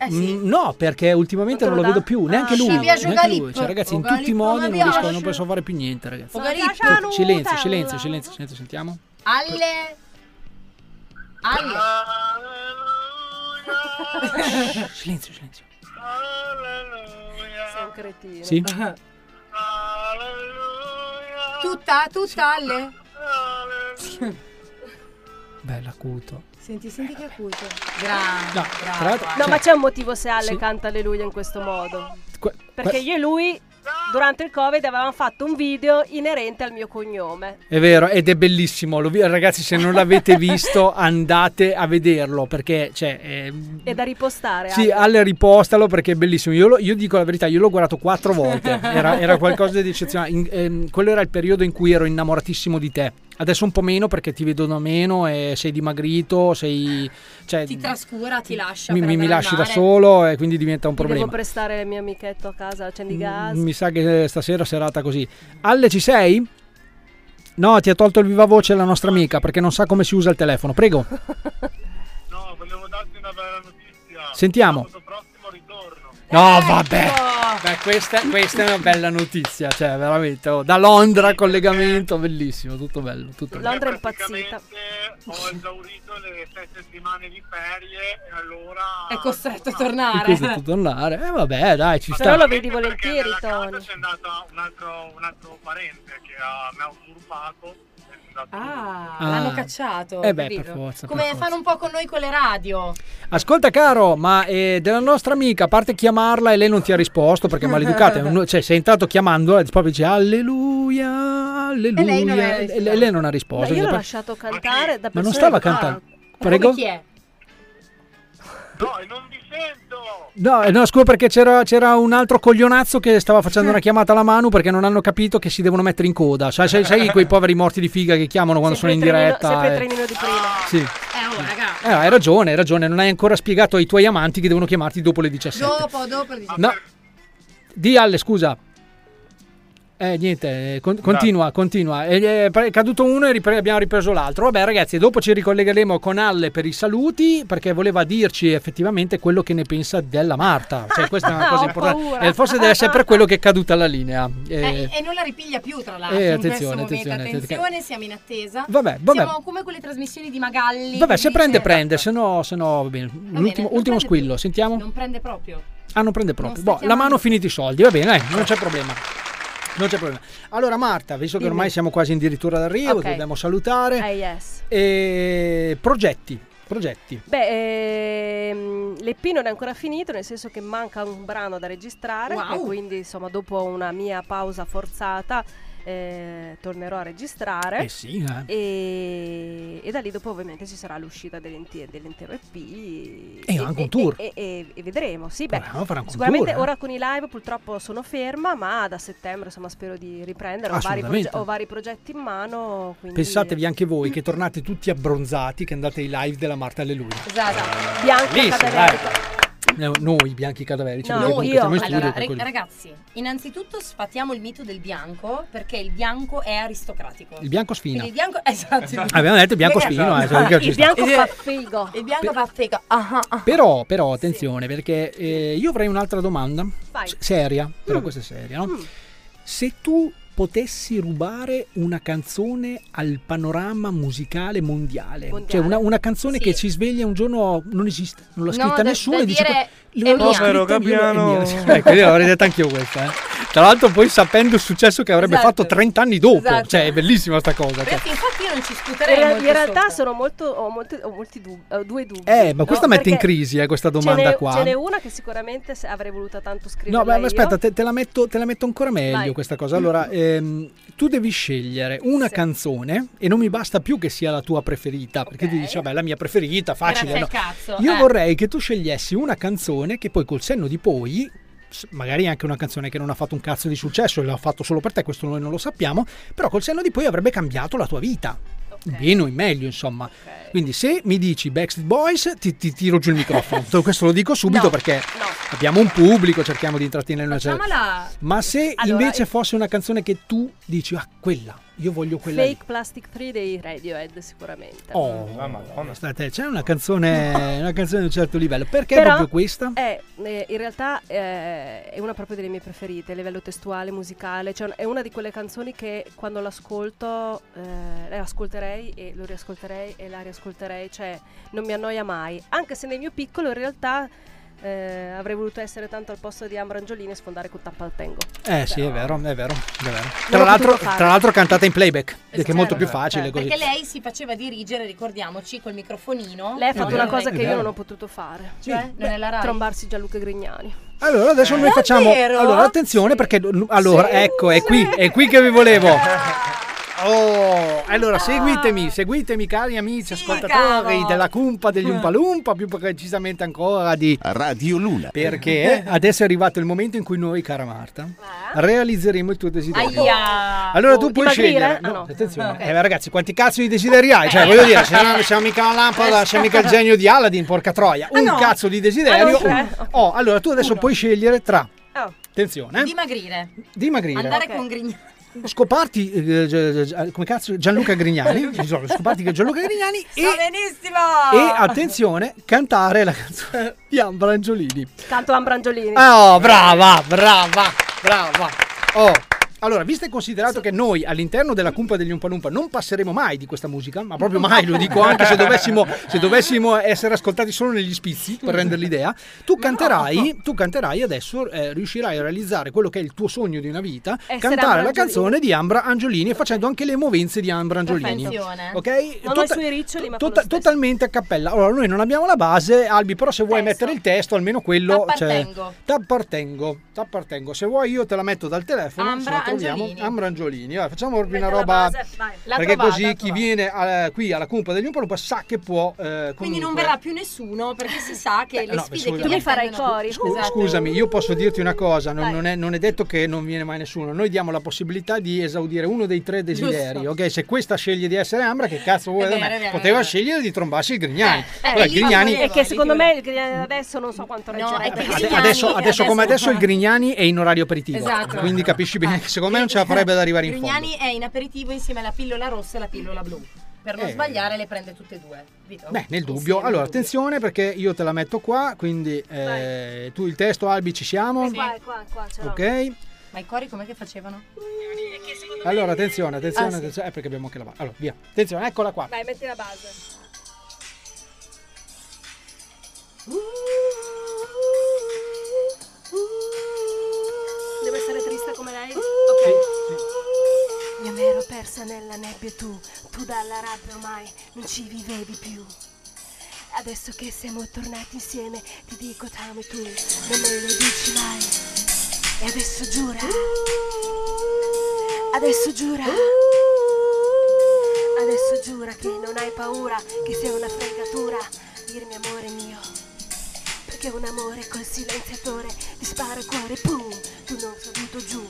Speaker 13: provi.
Speaker 2: Mm, No, perché ultimamente non lo vedo più, neanche lui.
Speaker 3: Sciabbia
Speaker 2: Neanche lui.
Speaker 3: Jogalip.
Speaker 2: Cioè, ragazzi, in
Speaker 3: Jogalip
Speaker 2: tutti i
Speaker 3: non
Speaker 2: modi
Speaker 3: mi
Speaker 2: non riesco,
Speaker 3: piace.
Speaker 2: non posso fare più niente, ragazzi.
Speaker 3: Jogalip.
Speaker 2: Silenzio, silenzio, silenzio, silenzio, silenzio, sentiamo.
Speaker 3: Alle. Alle.
Speaker 13: silenzio, silenzio. Sei un cretino.
Speaker 2: Sì.
Speaker 16: Tutta, tutta alle.
Speaker 2: Bello acuto.
Speaker 16: Senti, senti che acuto.
Speaker 3: Ah,
Speaker 16: Grande.
Speaker 2: No, tra l'altro-
Speaker 13: No,
Speaker 2: cioè-
Speaker 13: ma c'è un motivo se Ale
Speaker 2: Sì.
Speaker 13: canta Alleluia in questo modo.
Speaker 2: Que-
Speaker 13: Perché io e lui durante il Covid avevamo fatto un video inerente al mio cognome.
Speaker 2: È vero, ed è bellissimo. Lo vi- ragazzi, se non
Speaker 16: [LAUGHS]
Speaker 2: l'avete visto, andate a vederlo perché cioè, è-
Speaker 13: E da ripostare.
Speaker 2: Sì,
Speaker 13: Ale.
Speaker 2: Ale ripostalo perché è bellissimo. Io, lo- io dico la verità, io l'ho
Speaker 16: [LAUGHS]
Speaker 2: guardato quattro volte. Era, era qualcosa di eccezionale. In- ehm, quello era il periodo in cui ero innamoratissimo di te. Adesso un po' meno perché ti vedono meno e sei dimagrito, sei... Cioè,
Speaker 16: Ti trascura, ti lascia.
Speaker 2: mi,
Speaker 16: per
Speaker 2: mi- mi
Speaker 16: andare
Speaker 2: lasci
Speaker 16: al
Speaker 2: da
Speaker 16: mare.
Speaker 2: solo e quindi diventa un
Speaker 13: Mi devo
Speaker 2: problema. Mm,
Speaker 13: prestare il mio amichetto a casa, accendi gas.
Speaker 2: Mi sa che stasera serata così. Alle, ci sei? No, ti ha tolto il viva voce la nostra amica perché non sa come si usa il telefono. Prego. Sentiamo. No, vabbè. Beh, questa, questa è una bella notizia, cioè veramente. oh, da Londra collegamento, bellissimo, tutto bello. Tutto bello.
Speaker 13: Londra è impazzita.
Speaker 16: È costretto a tornare.
Speaker 2: Di questo è tutto tornare. Eh vabbè, dai, ci
Speaker 13: Però
Speaker 2: sta.
Speaker 13: lo vedi volentieri, Tony.
Speaker 16: Ah,
Speaker 2: Ah.
Speaker 16: l'hanno cacciato.
Speaker 2: Eh beh,
Speaker 16: capito?
Speaker 2: per forza, per
Speaker 16: Come
Speaker 2: forza.
Speaker 16: fanno un po' con noi con le radio.
Speaker 2: Ascolta caro, ma eh, della nostra amica, a parte chiamarla e lei non ti ha risposto perché è maleducata, è un- cioè sei entrato chiamandola e proprio dice alleluia, alleluia.
Speaker 16: E lei non ha
Speaker 2: e-
Speaker 16: risposto.
Speaker 2: e lei non ha
Speaker 13: Ma
Speaker 2: risposto.
Speaker 13: io l'ho
Speaker 2: Ma-
Speaker 13: lasciato cantare da
Speaker 2: ma non
Speaker 13: persone
Speaker 2: stava
Speaker 13: che-
Speaker 2: cantando.
Speaker 13: Ma
Speaker 2: Prego?
Speaker 13: come chi è?
Speaker 2: No, eh, no, scusa perché c'era, c'era un altro coglionazzo che stava facendo una chiamata alla mano perché non hanno capito che si devono mettere in coda. Sai, sai- sai quei poveri morti di figa che chiamano quando
Speaker 13: Sempre
Speaker 2: sono
Speaker 13: il
Speaker 2: in
Speaker 13: trenino-
Speaker 2: diretta?
Speaker 13: Sempre il
Speaker 2: eh.
Speaker 13: trenino di prima.
Speaker 2: Sì.
Speaker 16: Eh, oh, raga.
Speaker 2: Eh, hai ragione, hai ragione. Non hai ancora spiegato ai tuoi amanti che devono chiamarti dopo le 17.
Speaker 16: Dopo, dopo. dici-
Speaker 2: No. Di Alle, scusa. Eh, niente, eh, con-
Speaker 16: Esatto.
Speaker 2: continua, continua. Eh, eh, pre- È, caduto uno e ripre- abbiamo ripreso l'altro. Vabbè, ragazzi, dopo ci ricollegheremo con Alle per i saluti, perché voleva dirci effettivamente quello che ne pensa della Marta.
Speaker 16: [LAUGHS]
Speaker 2: Cioè, questa è una cosa
Speaker 16: Ho
Speaker 2: importante.
Speaker 16: paura.
Speaker 2: E forse deve essere per quello che è caduta la linea. Eh,
Speaker 16: Eh, e non la ripiglia più, tra l'altro.
Speaker 2: eh,
Speaker 16: in
Speaker 2: attenzione,
Speaker 16: questo momento.
Speaker 2: attenzione, attenzione.
Speaker 16: Attenzione, siamo in attesa.
Speaker 2: Vabbè, vabbè.
Speaker 16: Siamo come quelle trasmissioni di Magalli.
Speaker 2: Vabbè,
Speaker 16: che
Speaker 2: se
Speaker 16: dice-
Speaker 2: prende, prende, se no, se no va bene.
Speaker 16: esatto. bene,
Speaker 2: L'ultimo
Speaker 16: non
Speaker 2: ultimo
Speaker 16: prende
Speaker 2: squillo, sentiamo.
Speaker 16: Non prende proprio.
Speaker 2: Ah, non prende proprio.
Speaker 16: sta
Speaker 2: Boh, la
Speaker 16: chiamando.
Speaker 2: mano finiti i soldi, va bene, dai, non c'è problema. Non c'è problema. Allora, Marta, visto che
Speaker 13: Dimmi.
Speaker 2: ormai siamo quasi addirittura d'arrivo,
Speaker 13: Ok.
Speaker 2: ti dobbiamo salutare.
Speaker 13: Eh, yes.
Speaker 2: E progetti, progetti.
Speaker 13: Beh, ehm, l'EP non è ancora finito, nel senso che manca un brano da registrare
Speaker 16: Wow.
Speaker 13: e quindi insomma dopo una mia pausa forzata eh, tornerò a registrare.
Speaker 2: Eh sì, eh.
Speaker 13: E, e da lì dopo ovviamente ci sarà l'uscita dell'enti- dell'intero EP e,
Speaker 2: anche un tour.
Speaker 13: e, e- e vedremo sì beh
Speaker 2: Proviamo a fare anche un
Speaker 13: sicuramente
Speaker 2: tour, eh.
Speaker 13: ora con i live purtroppo sono ferma ma da settembre insomma spero di riprendere ho vari,
Speaker 2: Assolutamente.
Speaker 13: proge- ho vari progetti in mano quindi
Speaker 2: Pensatevi anche voi che tornate tutti abbronzati, che andate ai live della Marta Alleluia.
Speaker 16: Esatto.
Speaker 13: Bianca
Speaker 2: Bellissimo,
Speaker 13: cadaverica.
Speaker 2: Eh, Noi, bianchi cadaveri, cioè
Speaker 13: No,
Speaker 2: perché comunque
Speaker 13: io-
Speaker 2: siamo in studio.
Speaker 16: Allora,
Speaker 2: per
Speaker 16: re-
Speaker 2: quello-
Speaker 16: ragazzi, innanzitutto sfatiamo il mito del bianco perché il bianco è aristocratico.
Speaker 2: Il bianco sfina. Ah,
Speaker 16: Quindi il
Speaker 3: [LAUGHS]
Speaker 16: bianco, esatto.
Speaker 2: Abbiamo detto il bianco sfino, eh, cioè, che ci
Speaker 13: il
Speaker 2: sta.
Speaker 13: bianco fa figo
Speaker 16: Il bianco va a fega. Ah, ah, ah.
Speaker 2: Però, però, attenzione, perché eh, io avrei un'altra domanda.
Speaker 13: Vai.
Speaker 2: S- Seria, però
Speaker 16: Mm.
Speaker 2: questa è seria, no? Se tu potessi rubare una canzone al panorama musicale mondiale,
Speaker 13: Mondiale.
Speaker 2: cioè una, una canzone
Speaker 16: Sì.
Speaker 2: che ci sveglia un giorno non esiste, non l'ha
Speaker 16: No,
Speaker 2: scritta
Speaker 16: da-
Speaker 2: nessuno
Speaker 16: da
Speaker 2: e dice
Speaker 16: dire
Speaker 2: "Que-
Speaker 16: è
Speaker 2: l'ho
Speaker 16: mia."
Speaker 2: scritta io,
Speaker 12: Povero
Speaker 2: è
Speaker 12: Gabriano.
Speaker 2: mia. Sì, [LAUGHS] ecco, io l'avrei detta anch'io questa, eh. Tra l'altro poi sapendo il successo che avrebbe
Speaker 16: Esatto.
Speaker 2: fatto 30 anni dopo,
Speaker 16: Esatto.
Speaker 2: cioè è bellissima sta cosa. cioè.
Speaker 16: Ragazzi, infatti io non ci
Speaker 13: in,
Speaker 16: scuterei
Speaker 13: rea-
Speaker 16: molto
Speaker 13: in realtà
Speaker 16: sotto.
Speaker 13: sono molto ho, molti- ho molti dub- ho due dubbi
Speaker 2: Eh, ma questa
Speaker 13: No,
Speaker 2: mette in
Speaker 13: perché
Speaker 2: crisi eh, questa
Speaker 13: ce
Speaker 2: domanda
Speaker 13: n'è,
Speaker 2: qua.
Speaker 13: ce n'è una che sicuramente se- avrei voluta tanto scrivere
Speaker 2: No, ma ma aspetta, te, te la metto, te la metto ancora meglio
Speaker 13: Vai.
Speaker 2: questa
Speaker 16: [CLEARS THROAT]
Speaker 2: cosa. Allora, ehm, tu devi scegliere una
Speaker 13: Sì.
Speaker 2: canzone e non mi basta più che sia la tua preferita, perché tu
Speaker 16: Ok.
Speaker 2: dici, vabbè, la mia preferita, facile.
Speaker 16: Grazie
Speaker 2: no?"
Speaker 16: al cazzo.
Speaker 2: Io
Speaker 16: eh.
Speaker 2: vorrei che tu scegliessi una canzone che poi col senno di poi, s- magari anche una canzone che non ha fatto un cazzo di successo e l'ha fatto solo per te, questo noi non lo sappiamo, però col senno di poi avrebbe cambiato la tua vita. in Meno in meglio, insomma. Quindi se mi dici Backstreet Boys, ti, ti tiro giù il microfono. Questo lo dico subito
Speaker 16: No,
Speaker 2: perché
Speaker 16: no.
Speaker 2: abbiamo un pubblico, cerchiamo di intrattenere una certa...
Speaker 16: Facciamola.
Speaker 2: Ma se
Speaker 16: Allora,
Speaker 2: invece fosse una canzone che tu dici, ah, quella, Io voglio quella lì.
Speaker 13: Fake Plastic 3 dei Radiohead sicuramente.
Speaker 2: Oh, State, c'è una canzone, una canzone di un certo livello. Perché
Speaker 13: Però
Speaker 2: proprio questa?
Speaker 13: È, eh, in realtà eh, è una proprio delle mie preferite, a livello testuale, musicale. Cioè, è una di quelle canzoni che quando l'ascolto, eh, la ascolterei e lo riascolterei e la riascolterei. Cioè, non mi annoia mai. Anche se nel mio piccolo, in realtà, eh, avrei voluto essere tanto al posto di Ambrangiolini e sfondare con tappa al tengo.
Speaker 2: Eh sì, è vero, è vero. è vero. Tra,
Speaker 13: potuto
Speaker 2: l'altro,
Speaker 13: fare.
Speaker 2: tra l'altro cantata in playback, che è molto
Speaker 13: certo,
Speaker 2: più facile così.
Speaker 3: esatto. Cioè, Perché lei si faceva dirigere, ricordiamoci, col microfonino.
Speaker 13: Lei ha fatto
Speaker 2: vero,
Speaker 13: una cosa
Speaker 2: è
Speaker 13: che
Speaker 2: vero.
Speaker 13: io non ho potuto fare.
Speaker 3: Cioè? Non è la Rai?
Speaker 13: Trombarsi Gianluca Grignani.
Speaker 2: Allora, adesso noi facciamo.
Speaker 13: Davvero?
Speaker 2: Allora, attenzione perché. Allora, ecco, è qui, è qui che vi volevo. Oh, allora seguitemi, seguitemi cari amici ascoltatori
Speaker 6: cavolo.
Speaker 2: della cumpa degli Umpalumpa, più precisamente ancora di Radio Luna. Eh. Perché [LAUGHS] adesso è arrivato il momento in cui noi, cara Marta, realizzeremo il tuo desiderio.
Speaker 6: Aia.
Speaker 2: Allora
Speaker 6: Oh,
Speaker 2: tu puoi
Speaker 6: dimagrire?
Speaker 2: scegliere.
Speaker 6: Ah, no.
Speaker 2: Attenzione.
Speaker 6: Ok.
Speaker 2: Eh, beh, ragazzi, quanti cazzo di desideri hai? Cioè, voglio dire, se non c'è mica la lampada, c'è mica il genio di Aladdin, porca troia.
Speaker 3: Ah,
Speaker 2: Un
Speaker 3: no.
Speaker 2: cazzo di
Speaker 3: Ah,
Speaker 2: desiderio.
Speaker 3: non c'è?
Speaker 2: un- Oh, allora tu adesso puoi scegliere tra
Speaker 13: Oh.
Speaker 2: Attenzione,
Speaker 3: Dimagrire.
Speaker 2: dimagrire.
Speaker 3: Andare con Grignani.
Speaker 2: Scoparti, eh, Gia- Gia- come cazzo, Gianluca Grignani. Ci sono, scoparti che Gianluca
Speaker 3: [LAUGHS]
Speaker 2: Grignani.
Speaker 3: E... benissimo.
Speaker 2: E attenzione, cantare la canzone [LAUGHS] di Ambrangiolini.
Speaker 13: Tanto Ambrangiolini.
Speaker 2: Oh, brava, brava, brava. Oh. Allora, visto e considerato che noi all'interno della cumpa degli Umpalumpa non passeremo mai di questa musica, ma proprio mai, lo [LAUGHS] dico anche se dovessimo, se dovessimo essere ascoltati solo negli spizi, per rendere l'idea, tu canterai, tu canterai adesso, eh, riuscirai a realizzare quello che è il tuo sogno di una vita,
Speaker 13: Essere
Speaker 2: cantare la
Speaker 13: Ambra
Speaker 2: canzone di Ambra Angiolini e facendo anche le movenze di Ambra Angiolini.
Speaker 13: Perfezione.
Speaker 2: Ok?
Speaker 13: Non ho i suoi riccioli, ma fa
Speaker 2: tota- totalmente a cappella. Allora, noi non abbiamo la base, Albi, però se vuoi mettere il testo, almeno quello cioè,
Speaker 3: T'appartengo.
Speaker 2: T'appartengo, t'appartengo. Se vuoi io te la metto dal telefono, se
Speaker 3: Ambra
Speaker 2: la troviamo.
Speaker 3: Angiolini.
Speaker 2: Ambra Angiolini. Vai, facciamo proprio una
Speaker 3: Metto la
Speaker 2: roba
Speaker 3: base, vai. L'ha
Speaker 2: perché
Speaker 3: trovata,
Speaker 2: così
Speaker 3: l'ha
Speaker 2: chi viene eh, qui alla cumpa degli Umpalumpa sa che può eh,
Speaker 3: Quindi non
Speaker 2: comunque- Eh,
Speaker 3: verrà più nessuno perché si sa che le
Speaker 2: no,
Speaker 3: sfide
Speaker 2: scusa.
Speaker 3: che
Speaker 2: Tu
Speaker 3: gli
Speaker 2: mi
Speaker 13: farai
Speaker 3: attendono-
Speaker 13: i cori,
Speaker 3: Scusa.
Speaker 2: Scusami, io posso dirti una cosa, non, non è, non è detto che non viene mai nessuno, noi diamo la possibilità di esaudire uno dei tre desideri, ok? Se questa sceglie di essere Ambra, che cazzo vuole
Speaker 13: È
Speaker 2: da
Speaker 13: vero,
Speaker 2: me?
Speaker 13: è vero, è
Speaker 2: Poteva
Speaker 13: vero.
Speaker 2: scegliere di trombarsi il Grignani.
Speaker 13: Eh,
Speaker 2: Allora, il Grignani...
Speaker 13: E che secondo me il Grignani adesso non so quanto regge.
Speaker 2: Ade- Adesso, adesso come adesso il Grignani è in orario aperitivo,
Speaker 3: Esatto.
Speaker 2: quindi capisci bene che secondo me non ce la farebbe ad arrivare in fondo.
Speaker 3: Grignani è in aperitivo insieme alla pillola rossa e la pillola blu. Per non
Speaker 2: Eh.
Speaker 3: sbagliare le prende tutte e due. capito?
Speaker 2: Beh, nel dubbio. Allora, attenzione perché io te la metto qua, quindi eh, tu il testo Albi ci siamo.
Speaker 3: Qua, qua, qua, ce l'ho.
Speaker 2: Ok.
Speaker 3: Ma i cori com'è che facevano?
Speaker 2: Allora, attenzione, attenzione,
Speaker 3: Ah, sì.
Speaker 2: attenzione. Eh, perché abbiamo anche la base. Allora, via. Attenzione, eccola qua.
Speaker 13: Vai, metti la base. Devo essere triste come lei?
Speaker 18: Io mi ero persa nella nebbia e tu, tu dalla rabbia ormai non ci vivevi più. Adesso che siamo tornati insieme ti dico t'amo e tu non me lo dici mai. E adesso giura, adesso giura, adesso giura che non hai paura, che sei una fregatura, dirmi amore mio. Perché un amore col silenziatore ti spara il cuore, pum, tu non caduto giù.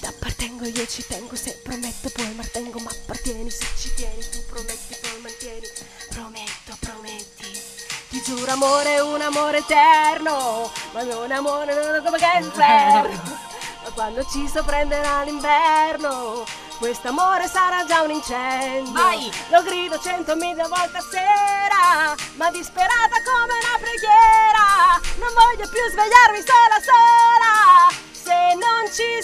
Speaker 18: T'appartengo, io ci tengo, se prometto poi mantengo, ma appartieni, se ci tieni, tu prometti poi mantieni, prometto, prometti. Ti giuro amore, un amore eterno, ma non amore, non è come che è
Speaker 3: [LAUGHS]
Speaker 18: inferno. Ma quando ci sorprenderà l'inverno, quest'amore sarà già un incendio.
Speaker 3: Vai!
Speaker 18: Lo grido centomila volte a sera, ma disperata come una preghiera, non voglio più svegliarmi sola sola, se non ci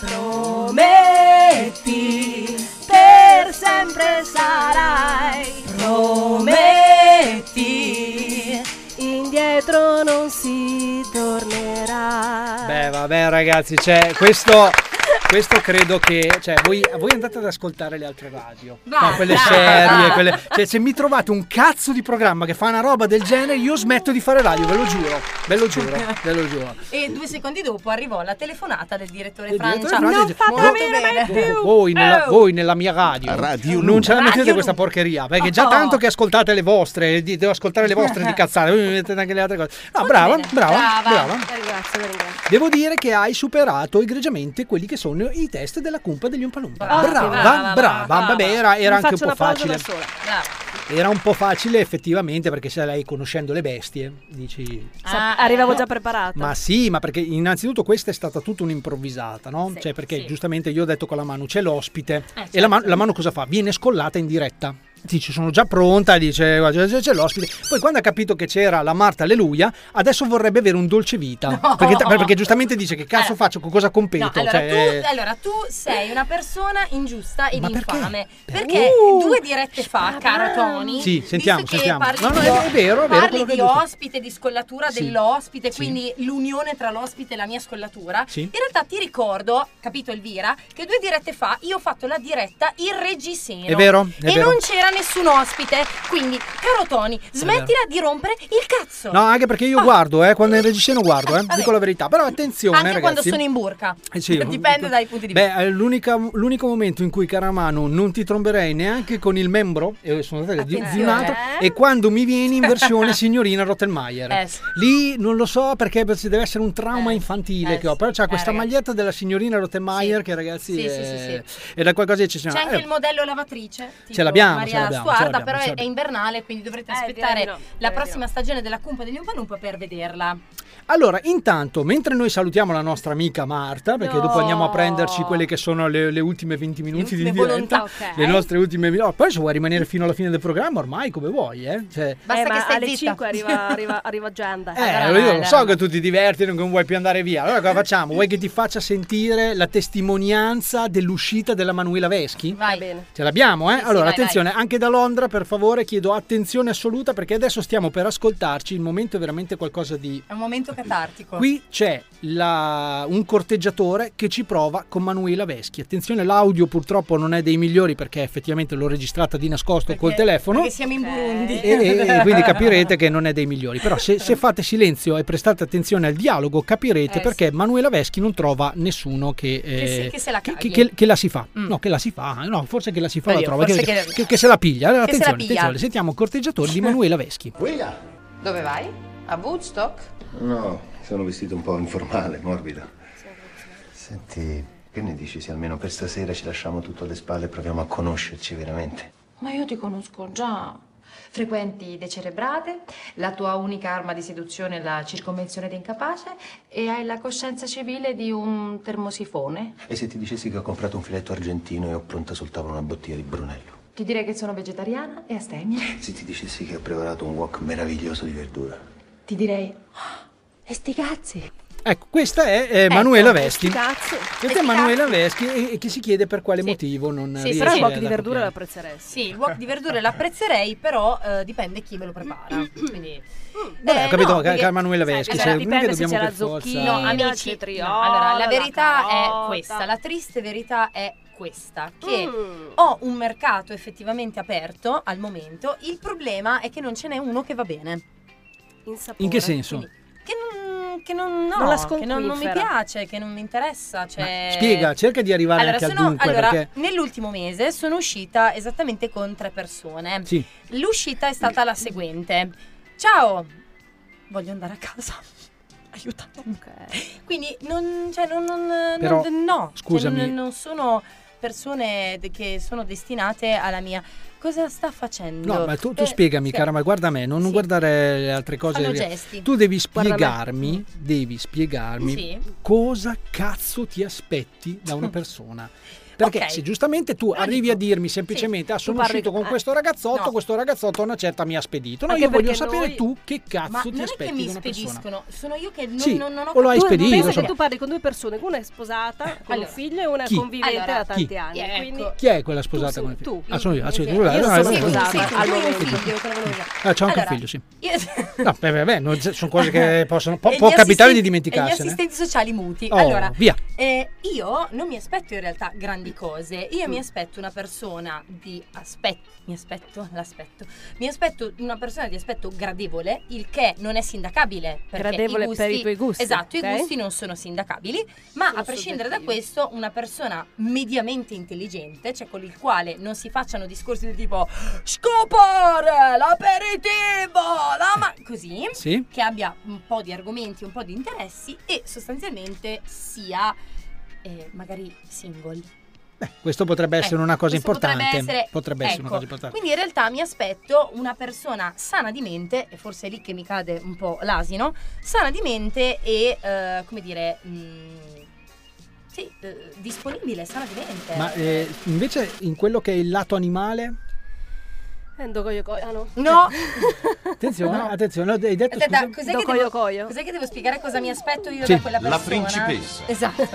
Speaker 18: sarai prometti per sempre sarai prometti indietro non si tornerà
Speaker 2: Beh, vabbè, ragazzi, cioè, questo. Questo credo che. Cioè, voi, voi andate ad ascoltare le altre radio.
Speaker 18: Va,
Speaker 2: no, quelle
Speaker 18: va,
Speaker 2: serie,
Speaker 18: va.
Speaker 2: quelle. Cioè, se mi trovate un cazzo di programma che fa una roba del genere, io smetto di fare radio, ve lo giuro. Ve lo giuro, ve lo giuro.
Speaker 3: E due secondi dopo arrivò la telefonata del direttore
Speaker 2: Il direttore
Speaker 3: Francia.
Speaker 2: Francia
Speaker 3: Non
Speaker 2: dice,
Speaker 3: fatemi
Speaker 2: "Voi-
Speaker 3: venire
Speaker 2: voi-
Speaker 3: più!
Speaker 2: Voi nella,
Speaker 3: Oh!
Speaker 2: voi nella mia radio, non ce la
Speaker 3: Radio
Speaker 2: mettete
Speaker 3: Luna. Oh.
Speaker 2: questa porcheria perché già tanto che ascoltate le vostre, di- devo ascoltare le vostre
Speaker 3: [LAUGHS]
Speaker 2: di cazzate, voi mi mettete anche le altre cose. No, brava, brava, brava,
Speaker 13: Eh, La ringrazio, la ringrazio.
Speaker 2: Devo dire che hai superato egregiamente quelli che sono giorno i test della cumpa degli Umpalumpa.
Speaker 13: Ah, che
Speaker 2: brava, brava,
Speaker 13: brava, brava.
Speaker 2: Vabbè, era, era
Speaker 13: Mi
Speaker 2: anche un
Speaker 13: faccio
Speaker 2: po'
Speaker 13: una pausa
Speaker 2: facile.
Speaker 13: da sola.
Speaker 2: Era un po' facile effettivamente perché se lei conoscendo le bestie dici...
Speaker 13: Sa- arrivavo già preparata.
Speaker 2: Ma sì, ma perché innanzitutto questa è stata tutta un'improvvisata, no?
Speaker 13: Sì,
Speaker 2: cioè perché
Speaker 13: sì.
Speaker 2: giustamente io ho detto con la mano c'è l'ospite e
Speaker 3: Eh,
Speaker 13: certo.
Speaker 2: la, man- la mano cosa fa? Viene scollata in diretta. Dice sono già pronta, dice "Guarda, c'è, c'è l'ospite. Poi quando ha capito che c'era la Marta Alleluia, adesso vorrebbe avere un dolce vita.
Speaker 3: No. Eh.
Speaker 2: Perché, perché giustamente dice che cazzo faccio, con cosa competo?
Speaker 3: No, allora,
Speaker 2: Cioè,
Speaker 3: tu, allora, tu sei una persona ingiusta ed
Speaker 2: Ma perché? Uh!
Speaker 3: infame. Perché due dirette fa, caro Tony,
Speaker 2: Sì, sentiamo,
Speaker 3: visto
Speaker 2: sentiamo.
Speaker 3: Che parli
Speaker 2: No, no,
Speaker 3: di-
Speaker 2: è- è vero, è vero
Speaker 3: parli
Speaker 2: quello che
Speaker 3: di
Speaker 2: hai detto.
Speaker 3: ospite, di scollatura
Speaker 2: Sì.
Speaker 3: dell'ospite,
Speaker 2: Sì.
Speaker 3: quindi l'unione tra l'ospite e la mia scollatura.
Speaker 2: Sì.
Speaker 3: In realtà ti ricordo, capito Elvira, che due dirette fa io ho fatto la diretta il reggiseno.
Speaker 2: È vero, è
Speaker 3: e
Speaker 2: vero.
Speaker 3: non c'era nessun ospite. Quindi, caro Tony, smettila di rompere il cazzo.
Speaker 2: No, anche perché io guardo, eh, quando è in reggiseno guardo, eh, dico la verità. Però attenzione,
Speaker 3: Ah, Anche
Speaker 2: ragazzi.
Speaker 3: quando sono in burca.
Speaker 2: Eh sì.
Speaker 3: [LAUGHS] Dipende dai punti di vista.
Speaker 2: Beh, eh, l'unica- l'unico momento in cui Caramano non ti tromberei neanche con il membro, e sono andata di, di un
Speaker 3: Attenzione,
Speaker 2: altro, è quando mi vieni in
Speaker 3: [LAUGHS]
Speaker 2: versione signorina Rottelmeier.
Speaker 3: Eh, sì. Eh.
Speaker 2: Lì non lo so perché ci deve essere un trauma infantile che ho, però c'è questa maglietta della signorina Rottelmeier che ragazzi
Speaker 3: Sì,
Speaker 2: è,
Speaker 3: sì, sì,
Speaker 2: è da qualcosa che ci
Speaker 3: C'è anche il modello lavatrice. tipo
Speaker 2: l'abbiamo, Eh, ce
Speaker 3: Maria
Speaker 2: l'abbiamo, ce
Speaker 3: Stuarda,
Speaker 2: l'abbiamo,
Speaker 3: però
Speaker 2: ce
Speaker 3: è- è
Speaker 2: l'abbiamo.
Speaker 3: invernale, quindi
Speaker 22: Eh,
Speaker 3: dovrete aspettare la prossima stagione della Cumpa degli Umpanumpa per vederla.
Speaker 2: Allora, intanto, mentre noi salutiamo la nostra amica Marta, perché
Speaker 3: No.
Speaker 2: dopo andiamo a prenderci quelle che sono le, le ultime 20 minuti di diretta,
Speaker 3: volontà, ok.
Speaker 2: le nostre ultime minuti. poi se vuoi rimanere fino alla fine del programma, ormai come vuoi, eh? Cioè,
Speaker 13: Eh, ma alle
Speaker 3: zitta.
Speaker 13: 5 arriva, arriva, arriva
Speaker 2: [LAUGHS]
Speaker 13: agenda.
Speaker 2: eh, allora io lo so che tu ti diverti, non non vuoi più andare via. Allora
Speaker 13: [LAUGHS]
Speaker 2: cosa facciamo? Vuoi che ti faccia sentire la testimonianza dell'uscita della Manuela Veschi?
Speaker 13: Vai. Bene.
Speaker 2: Ce l'abbiamo, eh?
Speaker 13: sì,
Speaker 2: allora,
Speaker 13: vai,
Speaker 2: attenzione, anche da Londra, per favore, chiedo attenzione assoluta perché adesso stiamo per ascoltarci. Il momento è veramente qualcosa di
Speaker 3: È un momento catartico.
Speaker 2: Qui c'è la- un corteggiatore che ci prova con Manuela Veschi. Attenzione, l'audio purtroppo non è dei migliori perché effettivamente l'ho registrata di nascosto col telefono.
Speaker 3: Perché siamo in Burundi.
Speaker 2: E, e- e
Speaker 3: eh.
Speaker 2: quindi capirete che non è dei migliori. Però se, se fate silenzio e prestate attenzione al dialogo capirete
Speaker 3: Eh,
Speaker 2: perché Manuela Veschi non trova nessuno che,
Speaker 3: Che
Speaker 2: eh,
Speaker 3: si- [LAUGHS] che se la
Speaker 2: che-
Speaker 3: caghi.
Speaker 2: che- che la si fa. No, che la si fa. eh, No, forse che la si fa
Speaker 3: Oddio,
Speaker 2: la trova.
Speaker 3: forse
Speaker 2: Che,
Speaker 3: che-
Speaker 2: che- che se la piglia. Allora,
Speaker 3: che se la
Speaker 2: attenzione,
Speaker 3: piglia.
Speaker 2: attenzione. Sentiamo il corteggiatore di Manuela
Speaker 3: [LAUGHS]
Speaker 2: Veschi.
Speaker 22: Dove vai? A Woodstock?
Speaker 23: No, sono vestito un po' informale, morbido. Senti, che ne dici se almeno per stasera ci lasciamo tutto alle spalle e proviamo a conoscerci veramente?
Speaker 22: Ma io ti conosco già. Frequenti Decerebrate, la tua unica arma di seduzione è la circonvenzione di incapace e hai la coscienza civile di un termosifone.
Speaker 23: E se ti dicessi che ho comprato un filetto argentino e ho pronta sul tavolo una bottiglia di Brunello?
Speaker 22: Ti direi che sono vegetariana e astemia.
Speaker 23: Se ti dicessi che ho preparato un wok meraviglioso di verdura?
Speaker 22: Ti direi... "Ah, e sti cazzi!
Speaker 2: Ecco, questa è eh, Manuela Veschi.
Speaker 13: Cazzo.
Speaker 2: Questa è Manuela Veschi e, e che si chiede per quale motivo non
Speaker 13: Sì,
Speaker 2: riesce
Speaker 13: però il
Speaker 2: ad
Speaker 13: wok di verdura
Speaker 2: accoppiare.
Speaker 13: l'apprezzeresti.
Speaker 3: Sì, il wok di verdure l'apprezzerei, però eh, dipende chi me lo prepara.
Speaker 13: Mm.
Speaker 3: Quindi,
Speaker 2: Vabbè, ho capito,
Speaker 3: no,
Speaker 2: ca-
Speaker 3: perché-
Speaker 2: ca- Manuela Veschi,
Speaker 3: allora,
Speaker 2: cioè,
Speaker 3: dipende
Speaker 2: non è che
Speaker 13: se
Speaker 2: dobbiamo
Speaker 13: c'è
Speaker 2: per
Speaker 13: la
Speaker 2: forza-
Speaker 13: zucchina,
Speaker 3: No, amici, no,
Speaker 13: cetriolo,
Speaker 3: allora la
Speaker 13: la oh,
Speaker 3: verità
Speaker 13: carota.
Speaker 3: è questa, la triste verità è questa, che
Speaker 13: Mm.
Speaker 3: ho un mercato effettivamente aperto al momento, il problema è che non ce n'è uno che va bene.
Speaker 2: In che senso?
Speaker 3: Che non, che non, no,
Speaker 13: Non la
Speaker 3: che non, non mi
Speaker 13: sconquifera.
Speaker 3: piace, che non mi interessa. Cioè...
Speaker 2: Spiega, cerca di arrivare
Speaker 3: Allora,
Speaker 2: anche al
Speaker 3: sono-
Speaker 2: dunque
Speaker 3: allora,
Speaker 2: perché
Speaker 3: nell'ultimo mese sono uscita esattamente con tre persone.
Speaker 2: sì.
Speaker 3: L'uscita è stata la seguente. Ciao, voglio andare a casa. [LAUGHS] Aiutatemi. Quindi non, cioè, non, non- non-
Speaker 2: Però,
Speaker 3: no, Cioè,
Speaker 2: scusami.
Speaker 3: non, non sono persone de- che sono destinate alla mia... Cosa sta facendo?
Speaker 2: No, ma tu, tu
Speaker 3: Eh,
Speaker 2: spiegami,
Speaker 3: sì.
Speaker 2: cara, ma guarda me, non non guardare le altre cose.
Speaker 3: Fanno gesti.
Speaker 2: Tu devi
Speaker 3: Guarda me. Mm.
Speaker 2: spiegarmi, devi spiegarmi
Speaker 3: Sì.
Speaker 2: cosa cazzo ti aspetti da
Speaker 3: [LAUGHS]
Speaker 2: una persona. Perché
Speaker 3: Ok.
Speaker 2: se giustamente tu arrivi a dirmi semplicemente ah,
Speaker 13: Tu
Speaker 2: sono
Speaker 13: parli-
Speaker 2: uscito con
Speaker 13: eh,
Speaker 2: questo ragazzotto,
Speaker 13: no.
Speaker 2: questo ragazzotto a una certa mi ha spedito. No,
Speaker 13: Anche
Speaker 2: io voglio
Speaker 13: perché
Speaker 2: sapere
Speaker 13: noi-
Speaker 2: tu che
Speaker 3: Ma
Speaker 2: cazzo
Speaker 3: non
Speaker 2: ti
Speaker 3: è che
Speaker 2: aspetti
Speaker 3: mi
Speaker 2: da una persona.
Speaker 3: spediscono, sono io che non,
Speaker 2: Sì,
Speaker 3: non, non ho
Speaker 2: o lo hai
Speaker 3: capito.
Speaker 2: spedito,
Speaker 13: Pensa
Speaker 2: insomma.
Speaker 13: che tu parli con due persone, una è sposata con
Speaker 3: Allora,
Speaker 13: un figlio e una è
Speaker 2: chi?
Speaker 13: convivente
Speaker 3: Allora,
Speaker 13: da tanti
Speaker 2: chi?
Speaker 13: anni.
Speaker 3: Ecco.
Speaker 13: Quindi
Speaker 2: Chi è quella sposata con il figlio?
Speaker 13: tu.
Speaker 2: Ah, sono io. Ah, sì,
Speaker 13: Io
Speaker 2: tu- ah,
Speaker 13: sono
Speaker 2: ah,
Speaker 13: sposata,
Speaker 2: ah,
Speaker 13: al
Speaker 3: tu hai un
Speaker 13: momento.
Speaker 3: figlio, te lo volevo dire.
Speaker 2: Ah, c'ho anche
Speaker 3: Allora,
Speaker 2: un figlio, sì.
Speaker 3: io- [LAUGHS] Eh,
Speaker 2: No, beh, beh, beh, non- sono cose che possono,
Speaker 3: E
Speaker 2: po-
Speaker 3: gli
Speaker 2: può capitare
Speaker 3: assistenti-
Speaker 2: di
Speaker 3: e Gli
Speaker 2: dimenticarsene.
Speaker 3: assistenti sociali muti.
Speaker 2: Oh,
Speaker 3: allora,
Speaker 2: via.
Speaker 3: eh, io non mi aspetto in realtà grandi cose. Io mi aspetto una persona di aspetto. Mi aspetto l'aspetto. Mi aspetto una persona di aspetto gradevole, il che non è sindacabile. Perché
Speaker 13: Gradevole
Speaker 3: i gusti,
Speaker 13: per i tuoi gusti,
Speaker 3: Esatto,
Speaker 13: ok?
Speaker 3: i gusti non sono sindacabili. Ma a prescindere da questo, una persona mediamente intelligente, cioè con il quale non si facciano discorsi del tipo scopore, l'aperitivo, la ma. così
Speaker 2: Sì.
Speaker 3: che abbia un po' di argomenti, un po' di interessi e sostanzialmente sia eh, eh, magari single.
Speaker 2: Questo potrebbe essere una cosa
Speaker 3: Eh, questo
Speaker 2: importante.
Speaker 3: Potrebbe essere,
Speaker 2: essere una
Speaker 3: ecco,
Speaker 2: cosa importante.
Speaker 3: Quindi in realtà mi aspetto una persona sana di mente, e forse è lì che mi cade un po' l'asino, sana di mente e, eh, come dire, mh, sì, eh, disponibile, sana di mente.
Speaker 2: Ma eh, invece in quello che è il lato animale,
Speaker 13: eh, ah, no.
Speaker 3: No, [LAUGHS]
Speaker 2: attenzione, attenzione, hai detto
Speaker 3: aspetta,
Speaker 2: scusa?
Speaker 3: cos'è, che devo, cos'è che devo spiegare cosa mi aspetto io
Speaker 2: Sì,
Speaker 3: da quella
Speaker 2: la
Speaker 3: persona?
Speaker 2: principessa. [LAUGHS]
Speaker 3: Esatto.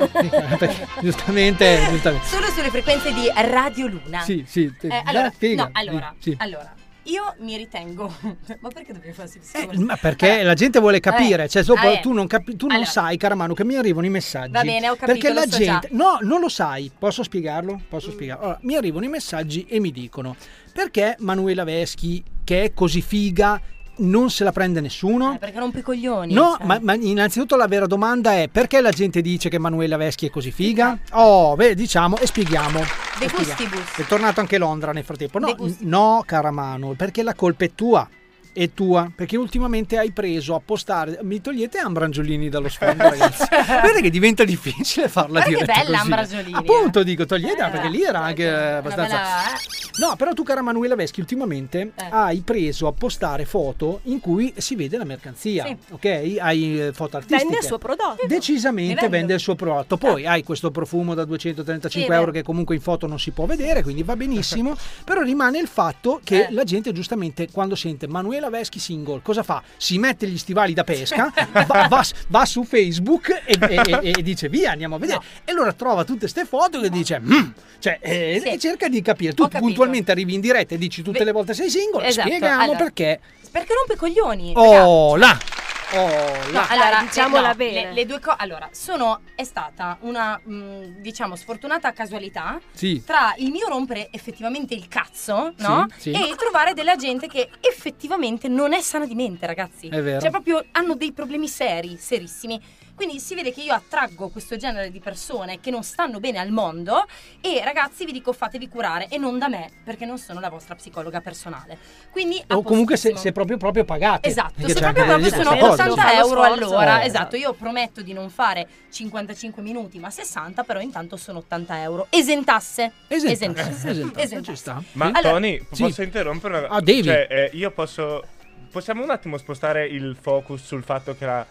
Speaker 2: giustamente, giustamente.
Speaker 3: Solo sulle frequenze di Radio Luna.
Speaker 2: Sì, sì, te-
Speaker 3: Eh,
Speaker 2: dai,
Speaker 3: allora,
Speaker 2: spiega,
Speaker 3: no, allora,
Speaker 2: sì.
Speaker 3: allora, io mi ritengo. [LAUGHS] ma perché dobbiamo farsi psicologi?
Speaker 2: Ma perché la gente vuole capire,
Speaker 3: Eh,
Speaker 2: cioè so-
Speaker 3: eh.
Speaker 2: tu, non, capi- tu non sai, Caramano, che mi arrivano i messaggi.
Speaker 3: Va bene, ho capito,
Speaker 2: Perché
Speaker 3: lo
Speaker 2: la
Speaker 3: so già.
Speaker 2: gente, no, non lo sai. Posso spiegarlo? Posso spiegarlo. Allora, mi arrivano i messaggi e mi dicono perché Manuela Veschi, che è così figa, non se la prende nessuno?
Speaker 3: Eh, Perché rompo i coglioni.
Speaker 2: No,
Speaker 3: cioè.
Speaker 2: ma, ma innanzitutto la vera domanda è perché la gente dice che Manuela Veschi è così figa? Oh, beh, diciamo e spieghiamo.
Speaker 3: De
Speaker 2: E spieghiamo.
Speaker 3: gustibus.
Speaker 2: È tornato anche Londra nel frattempo.
Speaker 3: De
Speaker 2: No,
Speaker 3: gustibus.
Speaker 2: no cara Manu, perché la colpa è tua. È tua, perché ultimamente hai preso a postare. Mi togliete Ambrangiolini dallo sfondo,
Speaker 3: [LAUGHS]
Speaker 2: ragazzi. Guarda che diventa difficile farla
Speaker 3: Guarda che
Speaker 2: dire.
Speaker 3: bella Ambragiolini,
Speaker 2: Appunto, dico, toglietela perché lì era anche eh, abbastanza.
Speaker 3: bella, eh.
Speaker 2: No, però tu, cara Manuela Veschi, ultimamente
Speaker 13: Eh.
Speaker 2: hai preso a postare foto in cui si vede la mercanzia.
Speaker 13: Sì.
Speaker 2: Ok? Hai eh, foto artistiche.
Speaker 13: Vende il suo prodotto.
Speaker 3: Certo.
Speaker 2: Decisamente
Speaker 13: Le vendo.
Speaker 2: vende il suo prodotto. Poi hai questo profumo da 235
Speaker 13: Sì,
Speaker 2: euro
Speaker 13: beh.
Speaker 2: che comunque in foto non si può vedere, quindi va
Speaker 3: [LAUGHS]
Speaker 2: benissimo. però rimane il fatto
Speaker 3: Eh.
Speaker 2: che la gente giustamente quando sente Manuela Veschi single, cosa fa? Si mette gli stivali da pesca, va, va- va su Facebook e, e-
Speaker 3: [LAUGHS]
Speaker 2: e- e dice via, andiamo a vedere. E allora trova tutte queste foto che dice... "Mm", cioè, eh, e cerca di capire. Tu puntualmente arrivi in diretta e dici tutte le volte sei single,
Speaker 3: Esatto,
Speaker 2: spieghiamo
Speaker 3: allora.
Speaker 2: perché.
Speaker 3: Perché rompo i coglioni.
Speaker 2: Oh là! Oh
Speaker 3: No,
Speaker 2: là!
Speaker 3: allora,
Speaker 13: Dai, diciamola
Speaker 3: eh, no,
Speaker 13: bene.
Speaker 3: Le, le due cose. Allora, sono, è stata una, mh, diciamo, sfortunata casualità
Speaker 2: Sì.
Speaker 3: tra il mio rompere effettivamente il cazzo,
Speaker 2: Sì,
Speaker 3: no?
Speaker 2: sì.
Speaker 3: E trovare della gente che effettivamente non è sana di mente, ragazzi.
Speaker 2: È vero.
Speaker 3: Cioè, proprio hanno dei problemi seri, serissimi. Quindi si vede che io attraggo questo genere di persone che non stanno bene al mondo e ragazzi vi dico fatevi curare e non da me perché non sono la vostra psicologa personale. Quindi a
Speaker 2: o comunque se,
Speaker 3: postissimo.
Speaker 2: se proprio proprio pagate
Speaker 3: Esatto,
Speaker 2: Perché
Speaker 3: se
Speaker 2: c'è
Speaker 3: proprio,
Speaker 2: anche
Speaker 3: proprio
Speaker 2: questa cosa.
Speaker 3: sono 80 euro all'ora,
Speaker 2: Eh,
Speaker 3: esatto, io prometto di non fare 55 minuti ma 60, però intanto sono 80 euro. Esentasse.
Speaker 2: [LAUGHS]
Speaker 3: Esentasse. Esentasse.
Speaker 12: Ma
Speaker 3: Allora-
Speaker 12: Tony,
Speaker 2: Sì.
Speaker 12: posso interrompere una
Speaker 2: Ah, devi.
Speaker 12: Cioè, eh, io posso. Possiamo un attimo spostare il focus sul fatto che la,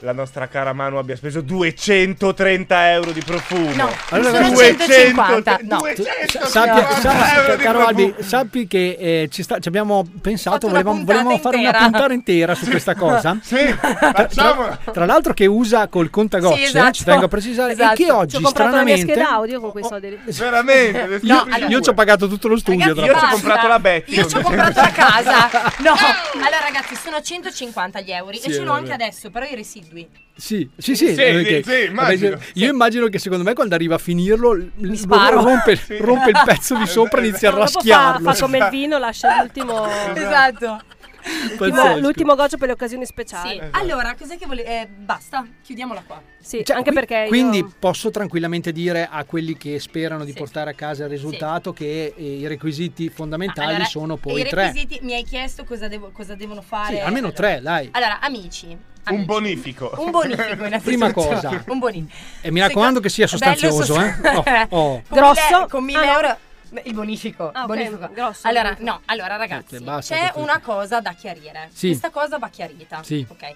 Speaker 12: la nostra cara Manu abbia speso 230 euro di profumo.
Speaker 3: No,
Speaker 2: sono
Speaker 3: 150, no.
Speaker 12: 200
Speaker 2: Sappi,
Speaker 21: Eh,
Speaker 2: sa-
Speaker 12: euro di
Speaker 2: caro
Speaker 12: profumo.
Speaker 2: Albi, sappi che eh, ci, sta- ci abbiamo pensato,
Speaker 12: Fatto una
Speaker 2: volevamo,
Speaker 12: puntata
Speaker 2: volevamo fare una
Speaker 12: intera.
Speaker 2: puntata intera su
Speaker 3: [LAUGHS]
Speaker 2: questa cosa. tra, tra- tra l'altro che usa col contagocce, eh,
Speaker 13: Sì, esatto.
Speaker 2: ci tengo a precisare,
Speaker 13: Esatto.
Speaker 2: e che oggi
Speaker 13: Ci ho comprato la mia
Speaker 2: stranamente...
Speaker 13: scheda audio con
Speaker 3: Oh,
Speaker 13: quei soldi lì.
Speaker 12: Veramente?
Speaker 2: Io, io ci ho pagato tutto lo studio.
Speaker 3: Ragazzi,
Speaker 2: tra
Speaker 3: io ci ho
Speaker 2: l'altro.
Speaker 3: comprato la
Speaker 12: Betty.
Speaker 3: Io ci ho comprato
Speaker 12: [LAUGHS]
Speaker 3: la casa. No. Allora ragazzi, sono 150 gli euro
Speaker 2: Sì,
Speaker 3: e ce l'ho
Speaker 2: vabbè.
Speaker 3: anche adesso, però i residui.
Speaker 2: Sì, sì, sì.
Speaker 12: Sì,
Speaker 2: perché-
Speaker 12: sì, sì, immagino.
Speaker 2: vabbè, Io immagino che secondo me quando arriva a finirlo l- lo
Speaker 13: sparo.
Speaker 12: [LAUGHS]
Speaker 2: rompe,
Speaker 13: Sì.
Speaker 2: rompe il pezzo di sopra e inizia a
Speaker 13: Dopo fa,
Speaker 2: raschiarlo.
Speaker 13: fa come il vino, lascia l'ultimo.
Speaker 3: Esatto.
Speaker 13: L'ultimo,
Speaker 2: Pazzesco. Esatto.
Speaker 13: l'ultimo goccio per le occasioni speciali.
Speaker 3: Sì. Allora, cos'è che volevo eh, basta, chiudiamola qua.
Speaker 13: Sì,
Speaker 2: Cioè,
Speaker 13: anche
Speaker 2: qui-
Speaker 13: perché io-
Speaker 2: Quindi posso tranquillamente dire a quelli che sperano di portare a casa il risultato che eh, i requisiti fondamentali
Speaker 3: Allora,
Speaker 2: sono poi
Speaker 3: i
Speaker 2: tre.
Speaker 3: requisiti mi hai chiesto cosa, devo- cosa devono fare.
Speaker 2: Sì, almeno tre, dai.
Speaker 3: Allora, amici,
Speaker 12: Un bonifico.
Speaker 2: [LAUGHS]
Speaker 3: Un bonifico, innanzitutto.
Speaker 2: Prima cosa.
Speaker 3: [LAUGHS] Un bonifico.
Speaker 2: E mi raccomando che sia sostanzioso,
Speaker 3: Bello sost-
Speaker 12: [LAUGHS]
Speaker 3: [LAUGHS]
Speaker 2: eh. Oh, oh.
Speaker 3: Con
Speaker 13: Grosso?
Speaker 3: mille- Con 1000
Speaker 13: Ah, no.
Speaker 3: euro. Beh, Il bonifico.
Speaker 13: Ah, ok,
Speaker 3: bonifico.
Speaker 13: grosso,
Speaker 3: allora,
Speaker 13: bonifico.
Speaker 3: no, allora ragazzi,
Speaker 2: Niente, basta,
Speaker 3: c'è
Speaker 2: tutto.
Speaker 3: una cosa da chiarire.
Speaker 2: Sì.
Speaker 3: Questa cosa va chiarita.
Speaker 2: Sì.
Speaker 3: Ok.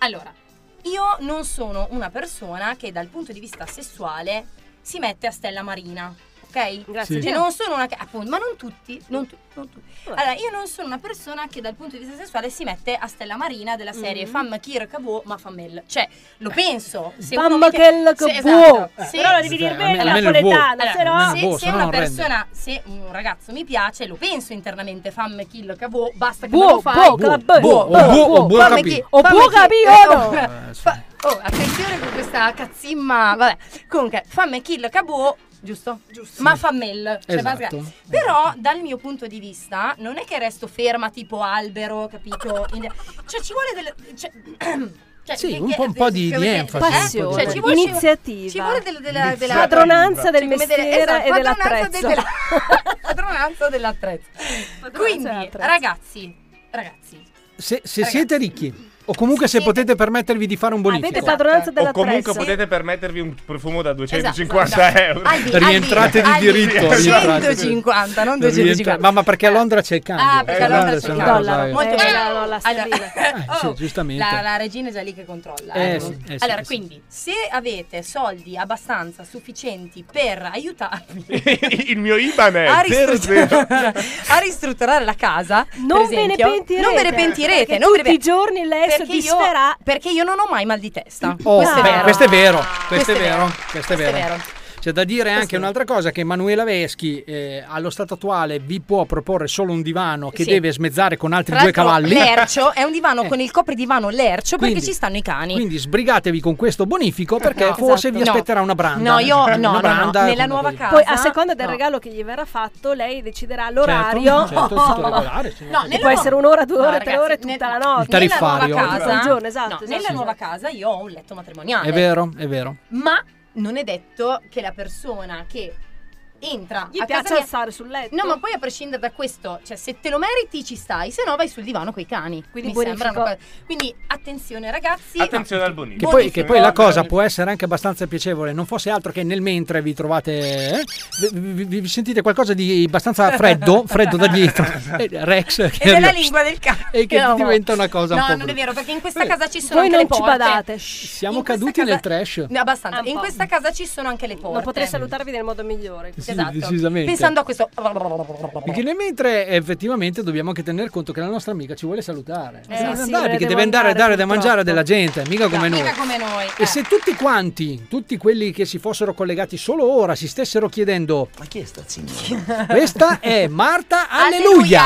Speaker 3: Allora, io non sono una persona che dal punto di vista sessuale si mette a stella marina. Ok?
Speaker 13: Grazie.
Speaker 3: Cioè, non sono una che- appunto, ma non tutti, non tu- non tutti. Allora, io non sono una persona che dal punto di vista sessuale si mette a stella marina della serie
Speaker 13: Mm.
Speaker 3: fam kir cavo ma fammel. Cioè, lo
Speaker 13: Eh.
Speaker 3: penso. Se
Speaker 13: Famma
Speaker 3: uno mi
Speaker 13: che-
Speaker 3: se-
Speaker 13: che
Speaker 3: esatto.
Speaker 13: buo.
Speaker 3: Se-
Speaker 13: Eh. Però la devi dire bene,
Speaker 3: almeno-
Speaker 13: almeno il buo. napoletano, se no-
Speaker 3: Allora,
Speaker 13: almeno il buo,
Speaker 3: se
Speaker 13: se no
Speaker 3: una
Speaker 13: non rende.
Speaker 3: persona, se un ragazzo mi piace, lo penso internamente fam kill cavo, basta che
Speaker 2: Boh,
Speaker 13: Buo,
Speaker 3: me lo fai.
Speaker 13: buo,
Speaker 7: Boh,
Speaker 13: con la B. O buo, o buo
Speaker 3: famme
Speaker 13: capì.
Speaker 3: chi-
Speaker 13: O
Speaker 3: famme
Speaker 13: buo
Speaker 3: chi-
Speaker 13: capì,
Speaker 3: eh,
Speaker 13: o no.
Speaker 3: oh, fa- Oh, attenzione con questa cazzimma. Vabbè, comunque, famme kill cavo, giusto? Giusto. Ma fammel. Cioè,
Speaker 2: Esatto.
Speaker 3: basta- però dal mio punto di vista non è che resto ferma tipo albero, capito? In- Cioè ci vuole delle... Cioè, [CLEARS THROAT] cioè,
Speaker 2: Sì,
Speaker 3: che-
Speaker 2: un
Speaker 3: che-
Speaker 2: po', un po' di, di
Speaker 3: eh,
Speaker 2: enfasi. ecco, un po' di-
Speaker 3: Cioè, ci vuole,
Speaker 13: iniziativa,
Speaker 3: Ci vuole del- della, della,
Speaker 13: Iniziativa. Padronanza del
Speaker 3: come
Speaker 13: mestiere
Speaker 3: esatto,
Speaker 13: e
Speaker 3: padronanza
Speaker 13: dell'attrezzo.
Speaker 3: del- [LAUGHS] padronanza dell'attrezzo. Quindi,
Speaker 13: dell'attrezzo.
Speaker 3: ragazzi, ragazzi,
Speaker 2: Se, se siete ricchi O comunque se potete permettervi di fare un bonifico.
Speaker 13: Avete padronanza della
Speaker 12: o comunque
Speaker 13: pressa.
Speaker 12: potete permettervi un profumo da 250 [LAUGHS]
Speaker 2: Esatto, esatto.
Speaker 12: euro.
Speaker 2: Aldi, Rientrate Aldi, di Aldi.
Speaker 3: [LAUGHS]
Speaker 2: diritto, rientrate.
Speaker 3: 150, non
Speaker 2: Rientra-
Speaker 3: 250.
Speaker 2: Ma, ma perché a Londra c'è il cambio? Eh,
Speaker 3: Ah, perché a Londra c'è il
Speaker 2: no,
Speaker 3: dollaro.
Speaker 2: sai.
Speaker 3: Molto
Speaker 13: Eh,
Speaker 3: bene.
Speaker 13: no, no, la
Speaker 3: Allora- [LAUGHS]
Speaker 2: Eh, sì,
Speaker 3: Oh,
Speaker 2: giustamente.
Speaker 3: La, la regina è già lì che controlla.
Speaker 2: Eh,
Speaker 3: ecco.
Speaker 2: sì, eh, sì,
Speaker 3: allora,
Speaker 2: sì.
Speaker 3: quindi, se avete soldi abbastanza sufficienti per aiutarmi
Speaker 12: Il mio IBAN è
Speaker 3: a,
Speaker 12: 00.
Speaker 3: ristrutturare, a ristrutturare la casa,
Speaker 13: Non
Speaker 3: per
Speaker 13: ve ne
Speaker 3: esempio,
Speaker 13: pentirete,
Speaker 3: non ve ne pentirete.
Speaker 13: perché
Speaker 3: non ve ne
Speaker 13: tutti i
Speaker 3: pent-
Speaker 13: giorni lei soddisferà-
Speaker 3: Io, perché io non ho mai mal di testa.
Speaker 2: Oh,
Speaker 3: questo, è
Speaker 2: beh,
Speaker 3: vero.
Speaker 2: questo è vero, questo
Speaker 3: Questo
Speaker 2: è
Speaker 3: è
Speaker 2: vero,
Speaker 3: vero,
Speaker 2: questo è
Speaker 3: questo è
Speaker 2: vero.
Speaker 3: vero.
Speaker 2: C'è da dire
Speaker 3: Questo
Speaker 2: anche
Speaker 3: è
Speaker 2: un'altra cosa che Manuela Veschi eh, allo stato attuale vi può proporre solo un divano che
Speaker 3: Eh, Sì.
Speaker 2: deve smezzare con altri
Speaker 3: Tra
Speaker 2: due
Speaker 3: l'altro,
Speaker 2: cavalli. Eh.
Speaker 3: Lercio è un
Speaker 2: [LAUGHS]
Speaker 3: divano con il copridivano lercio
Speaker 2: Quindi-
Speaker 3: perché ci stanno i cani.
Speaker 2: Quindi sbrigatevi con questo
Speaker 3: [LAUGHS]
Speaker 2: bonifico perché
Speaker 3: No,
Speaker 2: forse
Speaker 3: esatto.
Speaker 2: vi
Speaker 3: No.
Speaker 2: aspetterà una branda.
Speaker 3: No, io-
Speaker 2: [LAUGHS] Una
Speaker 3: no, no, no.
Speaker 2: branda
Speaker 3: Nella
Speaker 2: con-
Speaker 3: nuova
Speaker 2: così.
Speaker 3: casa-
Speaker 13: Poi a seconda del
Speaker 3: No.
Speaker 13: regalo che gli verrà fatto, lei deciderà l'orario.
Speaker 2: certo,
Speaker 13: [LAUGHS]
Speaker 2: tutto regolare, sì.
Speaker 3: No,
Speaker 13: Che
Speaker 3: nella
Speaker 13: può essere
Speaker 3: nuova-
Speaker 13: un'ora, due
Speaker 3: No,
Speaker 13: ore, tre
Speaker 3: ragazzi,
Speaker 13: ore,
Speaker 3: nel-
Speaker 13: tutta la notte.
Speaker 2: Il tariffario.
Speaker 3: Nella nuova casa,
Speaker 13: Il giorno, esatto,
Speaker 3: no,
Speaker 13: esatto,
Speaker 3: nella
Speaker 13: sì.
Speaker 3: nuova casa io ho un letto matrimoniale.
Speaker 2: È vero, è vero.
Speaker 3: Ma non è detto che la persona che entra
Speaker 13: Gli
Speaker 3: a
Speaker 13: piace
Speaker 3: casa mia-
Speaker 13: alzare sul letto.
Speaker 3: No, ma poi a prescindere da questo, cioè se te lo meriti ci stai, se no vai sul divano coi cani.
Speaker 13: Quindi
Speaker 3: Mi sembra
Speaker 13: bonifico.
Speaker 3: una cosa- Quindi attenzione ragazzi. [LAUGHS]
Speaker 12: Attenzione al
Speaker 2: Che
Speaker 12: bonifico.
Speaker 2: poi, che
Speaker 3: eh,
Speaker 2: poi la cosa può essere anche abbastanza piacevole, non fosse altro che nel mentre vi trovate, eh, vi, vi- vi sentite qualcosa di abbastanza freddo, freddo da
Speaker 3: [LAUGHS]
Speaker 2: dietro, Eh, Rex, che
Speaker 3: E della
Speaker 2: arriva-
Speaker 3: lingua del cane.
Speaker 2: [LAUGHS] E che
Speaker 3: No.
Speaker 2: diventa una cosa un
Speaker 3: No,
Speaker 2: po'
Speaker 3: non è
Speaker 2: brutta.
Speaker 3: vero, perché in questa
Speaker 2: Vabbè.
Speaker 3: casa ci sono
Speaker 13: Voi
Speaker 3: anche
Speaker 13: non
Speaker 3: le
Speaker 13: ci
Speaker 3: porte.
Speaker 13: badate.
Speaker 2: Siamo caduti nel trash.
Speaker 3: No, Abbastanza.
Speaker 13: Ah, un
Speaker 3: In
Speaker 13: po'.
Speaker 3: questa casa ci sono anche le porte.
Speaker 13: Non potrei salutarvi nel modo migliore.
Speaker 2: Sì, decisamente.
Speaker 3: Pensando a questo.
Speaker 2: Perché nel mentre effettivamente dobbiamo anche tener conto che la nostra amica ci vuole salutare.
Speaker 3: Eh, sì,
Speaker 2: Dai, perché
Speaker 3: sì, me ne
Speaker 2: deve, andare
Speaker 3: devo
Speaker 2: a
Speaker 3: andare,
Speaker 2: dare da mangiare a della gente, mica
Speaker 3: No,
Speaker 2: come noi.
Speaker 3: mica come noi.
Speaker 2: E se tutti quanti, tutti quelli che si fossero collegati solo ora, si stessero chiedendo Ma chi è sta signora? Questa è Marta Alleluia!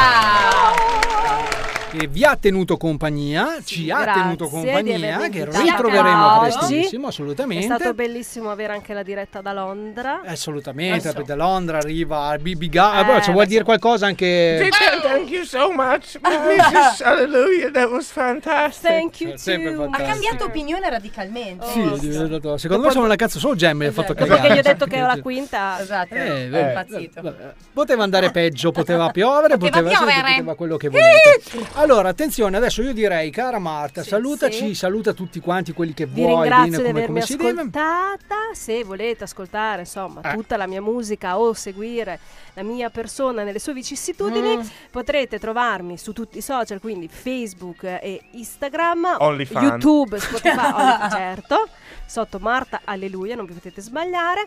Speaker 2: Che vi ha tenuto compagnia, ci ha
Speaker 13: grazie
Speaker 2: tenuto
Speaker 13: di
Speaker 2: compagnia,
Speaker 13: avermi
Speaker 2: che
Speaker 13: invitata
Speaker 2: ritroveremo
Speaker 13: oggi.
Speaker 2: prestissimo,
Speaker 13: È
Speaker 2: assolutamente.
Speaker 13: stato bellissimo avere anche la diretta da Londra.
Speaker 2: Assolutamente,
Speaker 13: Adesso-
Speaker 2: da Londra arriva Bibiga.
Speaker 13: Eh,
Speaker 2: Eh, se vuoi
Speaker 13: adesso-
Speaker 2: dire qualcosa anche...
Speaker 11: Thank thank you so much, Mrs. Hallelujah, that was fantastic.
Speaker 13: Thank
Speaker 2: you È Eh, sempre too.
Speaker 3: Ha
Speaker 2: fantastico.
Speaker 3: cambiato opinione radicalmente. Oh,
Speaker 2: Sì, è diventato- secondo me sono una cazzo solo gemme, ha fatto
Speaker 13: Oh, È
Speaker 2: cagare.
Speaker 13: perché gli ho detto che ho la quinta.
Speaker 3: Esatto.
Speaker 2: Eh,
Speaker 3: è
Speaker 2: vabbè.
Speaker 3: impazzito.
Speaker 2: Poteva andare peggio,
Speaker 13: [LAUGHS]
Speaker 2: poteva piovere,
Speaker 3: Poteva
Speaker 2: poteva, essere che
Speaker 3: piovere.
Speaker 2: poteva quello che volete. Allora, attenzione, adesso io direi, cara Marta, salutaci,
Speaker 13: sì.
Speaker 2: saluta tutti quanti quelli che
Speaker 13: Vi
Speaker 2: vuoi,
Speaker 13: ringrazio
Speaker 2: bene
Speaker 13: di
Speaker 2: come,
Speaker 13: avermi
Speaker 2: come si deve. Eh.
Speaker 13: ascoltata. Se volete ascoltare insomma tutta la mia musica o seguire la mia persona nelle sue
Speaker 2: Mm.
Speaker 13: vicissitudini, potrete trovarmi su tutti i social, quindi Facebook e Instagram,
Speaker 12: OnlyFan.
Speaker 2: [LAUGHS]
Speaker 13: YouTube, Spotify, Only- certo, sotto Marta Alleluia, non vi potete sbagliare.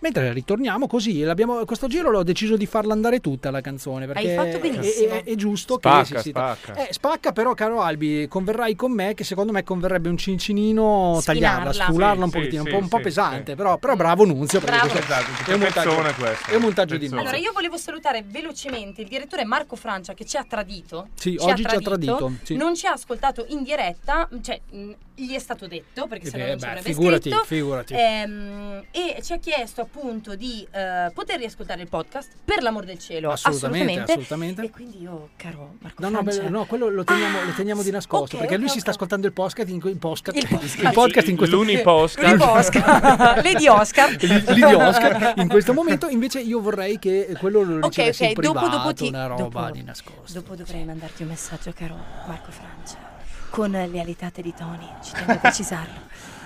Speaker 2: Mentre ritorniamo così, l'abbiamo- questo giro l'ho deciso di farla andare tutta la canzone. Perché
Speaker 3: Hai fatto
Speaker 2: è-
Speaker 3: benissimo.
Speaker 2: È, è giusto
Speaker 12: Spacca,
Speaker 2: che si sita-
Speaker 12: spacca.
Speaker 2: Eh, spacca, però, caro Albi, converrai con me che secondo me converrebbe un cincinino tagliarla,
Speaker 12: Sfinarla.
Speaker 2: sfularla un
Speaker 12: Sì,
Speaker 2: pochettino,
Speaker 12: sì,
Speaker 2: un po', un po'
Speaker 12: sì,
Speaker 2: pesante. Però, però bravo Nunzio, perché
Speaker 12: Bravo.
Speaker 2: questo
Speaker 12: Esatto,
Speaker 2: è un montaggio,
Speaker 12: pezzone questo,
Speaker 2: è un montaggio di
Speaker 12: pezzone.
Speaker 2: Nunzio.
Speaker 3: Allora, io volevo salutare velocemente il direttore Marco Francia che ci ha tradito.
Speaker 2: Sì, oggi ci ha tradito, sì.
Speaker 3: Non ci ha ascoltato in diretta, cioè mh, gli è stato detto perché
Speaker 2: Eh
Speaker 3: se no
Speaker 2: beh,
Speaker 3: non ci
Speaker 2: beh,
Speaker 3: avrebbe
Speaker 2: figurati,
Speaker 3: scritto.
Speaker 2: figurati.
Speaker 3: Ehm, e ci ha chiesto appunto di eh, poter riascoltare il podcast per l'amor del cielo.
Speaker 2: Assolutamente,
Speaker 3: Assolutamente.
Speaker 2: assolutamente.
Speaker 3: E quindi io, caro Marco
Speaker 2: No, no,
Speaker 3: Francia, Ah,
Speaker 2: beh, no, quello lo teniamo, lo teniamo di nascosto
Speaker 3: ok,
Speaker 2: perché lui
Speaker 3: ok,
Speaker 2: si sta ascoltando il podcast in, in podcast, [LAUGHS] il podcast. in
Speaker 12: Il-
Speaker 2: questo
Speaker 12: l'uniposca.
Speaker 3: L'uniposca. [LAUGHS] Lady Oscar.
Speaker 2: L- Lady Oscar. In questo momento invece io vorrei che quello lo
Speaker 3: Ok,
Speaker 2: ricevessi
Speaker 3: ok,
Speaker 2: in
Speaker 3: dopo-
Speaker 2: privato,
Speaker 3: dopo ti-
Speaker 2: una roba
Speaker 3: dopo-
Speaker 2: di nascosto.
Speaker 3: Dopo dovrei mandarti un messaggio, caro Marco Francia. Con le alitate di Tony, ci
Speaker 2: [LAUGHS]
Speaker 3: tengo a precisarlo.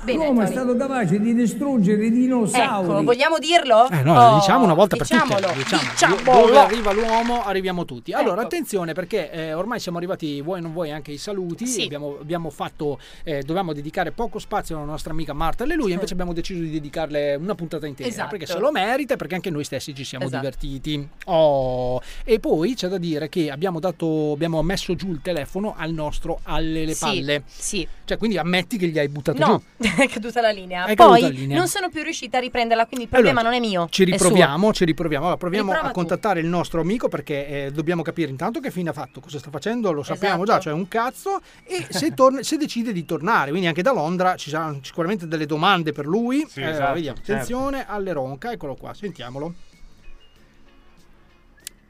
Speaker 3: Bene,
Speaker 24: L'uomo è
Speaker 3: Tony.
Speaker 24: stato capace di distruggere i dinosauri.
Speaker 3: Ecco, vogliamo dirlo?
Speaker 2: Eh, no,
Speaker 3: Oh,
Speaker 2: diciamo una volta per
Speaker 3: diciamolo,
Speaker 2: tutte. Diciamo,
Speaker 3: diciamolo. Ecco.
Speaker 2: Dove arriva l'uomo, arriviamo tutti. Allora, attenzione perché eh, ormai siamo arrivati, voi non voi, anche ai saluti. Abbiamo, abbiamo fatto, eh, dovevamo dedicare poco spazio alla nostra amica Marta Alleluia, invece abbiamo deciso di dedicarle una puntata intera
Speaker 25: Esatto.
Speaker 2: perché se lo merita e perché anche noi stessi ci siamo
Speaker 25: Esatto.
Speaker 2: divertiti. Oh, e poi c'è da dire che abbiamo, dato, abbiamo messo giù il telefono al nostro alle le
Speaker 3: Sì,
Speaker 2: palle.
Speaker 3: Sì.
Speaker 2: Cioè, quindi ammetti che gli hai buttato giù.
Speaker 3: No, [LAUGHS] è caduta la linea.
Speaker 2: È
Speaker 3: Poi
Speaker 2: caduta la linea.
Speaker 3: non sono più riuscita a riprenderla, quindi il problema
Speaker 2: Allora,
Speaker 3: non è mio.
Speaker 2: Ci
Speaker 3: è suo.
Speaker 2: riproviamo, ci riproviamo. Allora, proviamo
Speaker 3: Riprova
Speaker 2: a
Speaker 3: tu.
Speaker 2: contattare il nostro amico perché eh, dobbiamo capire intanto che fine ha fatto, cosa sta facendo, lo sappiamo
Speaker 3: Esatto.
Speaker 2: già, cioè un cazzo. E se, torna- se decide di tornare, quindi anche da Londra ci saranno sicuramente delle domande per lui.
Speaker 12: Sì,
Speaker 2: Eh, allora,
Speaker 12: esatto,
Speaker 2: vediamo.
Speaker 12: certo.
Speaker 2: Attenzione alle ronca, eccolo qua, sentiamolo.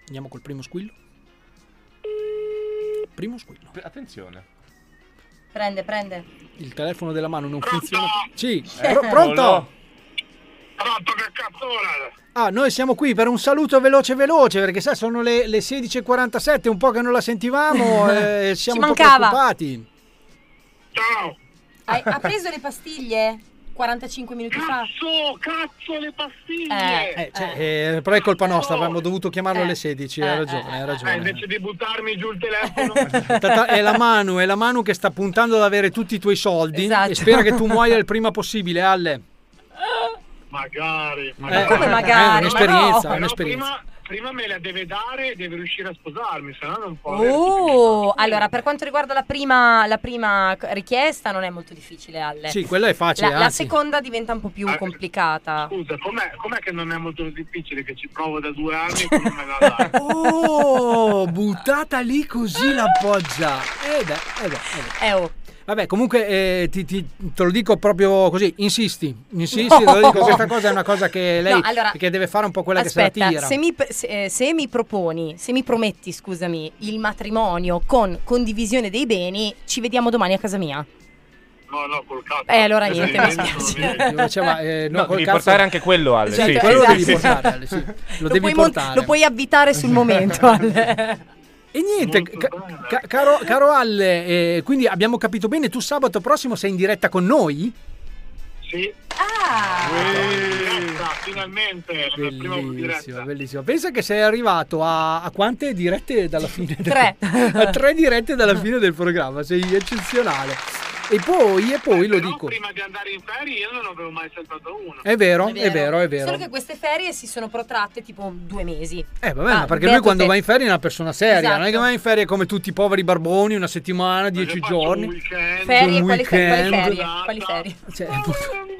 Speaker 2: Andiamo col primo squillo. Primo squillo.
Speaker 12: Attenzione.
Speaker 3: Prende, prende.
Speaker 2: Il telefono della mano non funziona. Sì,
Speaker 3: Eccolo.
Speaker 2: pro- pronto? Ah, noi siamo qui per un saluto veloce veloce, perché sai, sono le, le 16.47, un po' che non la sentivamo, eh,
Speaker 3: Ci
Speaker 2: siamo un po'
Speaker 3: mancava.
Speaker 2: preoccupati.
Speaker 3: Hai- ha preso le pastiglie 45 minuti fa? Cazzo, cazzo le pastiglie!
Speaker 2: Eh, cioè, eh, però è colpa nostra, avremmo dovuto chiamarlo alle 16, hai ragione,
Speaker 21: eh,
Speaker 2: hai ragione. Eh, invece di Eh. buttarmi giù il telefono. è la Manu, è la Manu che sta puntando ad avere tutti i tuoi soldi e spera che tu muoia il prima possibile, Alle.
Speaker 21: [LAUGHS] Magari,
Speaker 2: magari. Eh, come magari?
Speaker 21: Eh,
Speaker 2: Ma no.
Speaker 21: però
Speaker 2: un'esperienza.
Speaker 21: Prima, prima me la deve dare e deve riuscire a sposarmi, se no non può avere tutti i
Speaker 3: Oh, allora per quanto riguarda la prima, la prima c- richiesta non è molto difficile, Alle.
Speaker 2: Sì, quella è facile,
Speaker 3: La, la
Speaker 21: anzi.
Speaker 3: seconda diventa un po' più complicata.
Speaker 21: Ah, Scusa, com'è, com'è che non è molto difficile che ci provo da due anni e tu non me la dai?
Speaker 2: Oh, buttata lì così l'appoggia. Eh beh, eh beh,
Speaker 3: eh beh.
Speaker 2: Vabbè, comunque eh, ti- ti- te lo dico proprio così, insisti, insisti, te lo dico,
Speaker 3: No.
Speaker 2: questa cosa è una cosa che lei
Speaker 3: No, allora,
Speaker 2: che deve fare un po' quella che se la
Speaker 3: Aspetta,
Speaker 2: tira.
Speaker 3: se mi, pr- se- eh, se mi proponi, se mi prometti, scusami, il matrimonio con condivisione dei beni, ci vediamo domani a casa mia.
Speaker 21: No, no, col cazzo.
Speaker 3: Eh, allora
Speaker 2: Esatto.
Speaker 3: niente, mi
Speaker 2: Eh,
Speaker 3: spiace.
Speaker 2: diceva, eh,
Speaker 3: [LAUGHS]
Speaker 2: no,
Speaker 12: No,
Speaker 2: col
Speaker 12: devi
Speaker 2: cazzo-
Speaker 12: portare anche quello, Ale.
Speaker 2: Esatto,
Speaker 12: Sì,
Speaker 2: quello
Speaker 12: sì,
Speaker 2: lo
Speaker 12: sì,
Speaker 2: devi
Speaker 12: sì.
Speaker 2: portare, Ale, sì. Lo, devi
Speaker 3: puoi mont-
Speaker 2: portare.
Speaker 3: lo puoi avvitare sul momento.
Speaker 2: [LAUGHS]
Speaker 3: Ale.
Speaker 2: E niente, ca- ca- caro, caro Alle, eh, quindi abbiamo capito bene, tu sabato prossimo sei in diretta con noi?
Speaker 21: Sì.
Speaker 2: Ah!
Speaker 21: Diretta, finalmente, la mia prima diretta.
Speaker 2: Bellissimo, bellissimo. Pensa che sei arrivato a, a quante dirette dalla fine? del-
Speaker 21: Tre.
Speaker 2: [LAUGHS] a tre dirette dalla fine del programma, sei eccezionale. E poi, e poi lo dico.
Speaker 21: Prima di andare in ferie io non avevo mai saltato uno.
Speaker 2: È vero, è vero, è vero.
Speaker 3: Solo che queste ferie si sono protratte tipo due mesi.
Speaker 2: Eh, vabbè, ma
Speaker 3: Ah,
Speaker 2: perché
Speaker 3: beato
Speaker 2: lui quando
Speaker 3: te.
Speaker 2: va in ferie è una persona seria, non è che
Speaker 3: Esatto.
Speaker 2: va in ferie come tutti i poveri barboni, una settimana, dieci giorni.
Speaker 3: Ferie,
Speaker 2: un
Speaker 3: quali ferie? Quali
Speaker 2: weekend.
Speaker 3: ferie? Quali ferie?
Speaker 2: Cioè,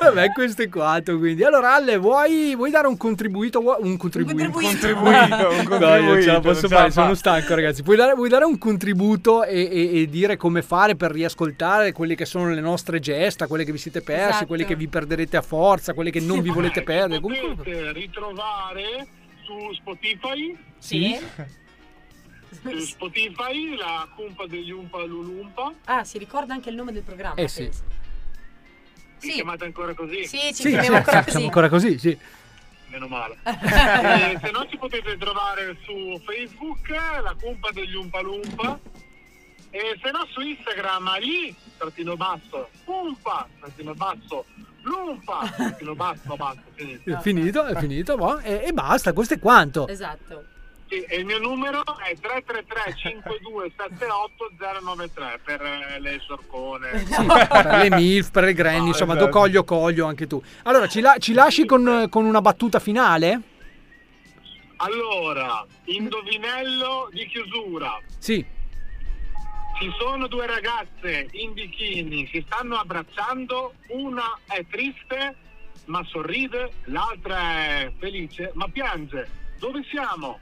Speaker 2: Vabbè, questo è quanto. Quindi, allora, Ale, vuoi, vuoi dare un contribuito? vuo- Un contribuito. Un
Speaker 11: contribuito, un
Speaker 2: [LAUGHS] No, io ce
Speaker 11: contribuito,
Speaker 2: la
Speaker 11: non
Speaker 2: posso
Speaker 11: ce
Speaker 2: fare,
Speaker 11: la fa.
Speaker 2: sono stanco, ragazzi. Puoi dare, vuoi dare un contributo e, e- e dire come fare per riascoltare quelle che sono le nostre gesta, quelle che vi siete persi,
Speaker 21: Esatto.
Speaker 2: quelle che vi perderete a forza, quelle che non vi volete perdere. Comunque,
Speaker 21: Potete ritrovare su Spotify.
Speaker 2: Sì.
Speaker 21: Su Spotify la cumpa degli Umpa Lulumpa.
Speaker 3: Ah, si ricorda anche il nome del programma.
Speaker 2: eh sì.
Speaker 3: penso.
Speaker 21: Mi chiamate ancora così?
Speaker 3: Sì, ci
Speaker 2: Sì, sì, facciamo ancora così, sì.
Speaker 21: Meno
Speaker 2: [LAUGHS]
Speaker 21: male. Eh, se no ci potete trovare su Facebook, la cumpa degli Umpa Lumpa. E se no su Instagram, lì, trattino basso, Umpa, trattino basso, Lumpa, trattino basso, basso,
Speaker 2: È
Speaker 21: finito.
Speaker 2: finito, è finito, boh, e, e basta, questo è quanto.
Speaker 3: Esatto.
Speaker 21: Sì, e il mio numero è 333 5278 093 per eh, le sorcone.
Speaker 2: Sì, per le MILF, per le Granny, insomma, do
Speaker 21: esatto.
Speaker 2: coglio coglio anche tu. Allora, ci, la- ci lasci con, con una battuta finale?
Speaker 21: Allora, indovinello di chiusura.
Speaker 2: Sì.
Speaker 21: Ci sono due ragazze in bikini, si stanno abbracciando, una è triste ma sorride, l'altra è felice ma piange. Dove siamo?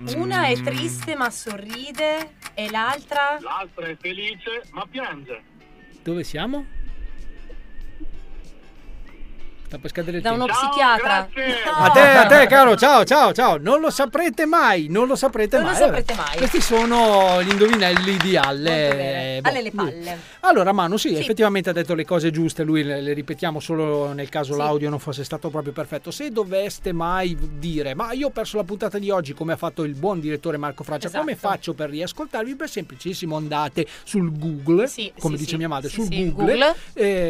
Speaker 2: Mm.
Speaker 3: Una è triste ma sorride e l'altra...
Speaker 21: L'altra è felice ma piange.
Speaker 2: Dove siamo? Sta per scadere il
Speaker 3: Da uno
Speaker 2: tempo.
Speaker 3: psichiatra.
Speaker 2: A te, a te, caro, ciao, ciao, ciao. Non lo saprete mai, non lo saprete
Speaker 3: Non lo
Speaker 2: mai.
Speaker 3: saprete mai.
Speaker 2: Questi sono gli indovinelli di Alle. Eh, boh.
Speaker 3: Alle le palle.
Speaker 2: Allora, Manu, sì,
Speaker 3: Sì.
Speaker 2: effettivamente ha detto le cose giuste, lui le, le ripetiamo solo nel caso l'audio non fosse stato proprio perfetto. Se doveste mai dire, ma io ho perso la puntata di oggi, come ha fatto il buon direttore Marco Francia,
Speaker 3: Esatto.
Speaker 2: come faccio per riascoltarvi? Beh, semplicissimo, andate sul Google, come
Speaker 3: sì,
Speaker 2: dice
Speaker 3: sì.
Speaker 2: mia madre,
Speaker 3: Sì,
Speaker 2: sul
Speaker 3: sì,
Speaker 2: Google,
Speaker 3: Google.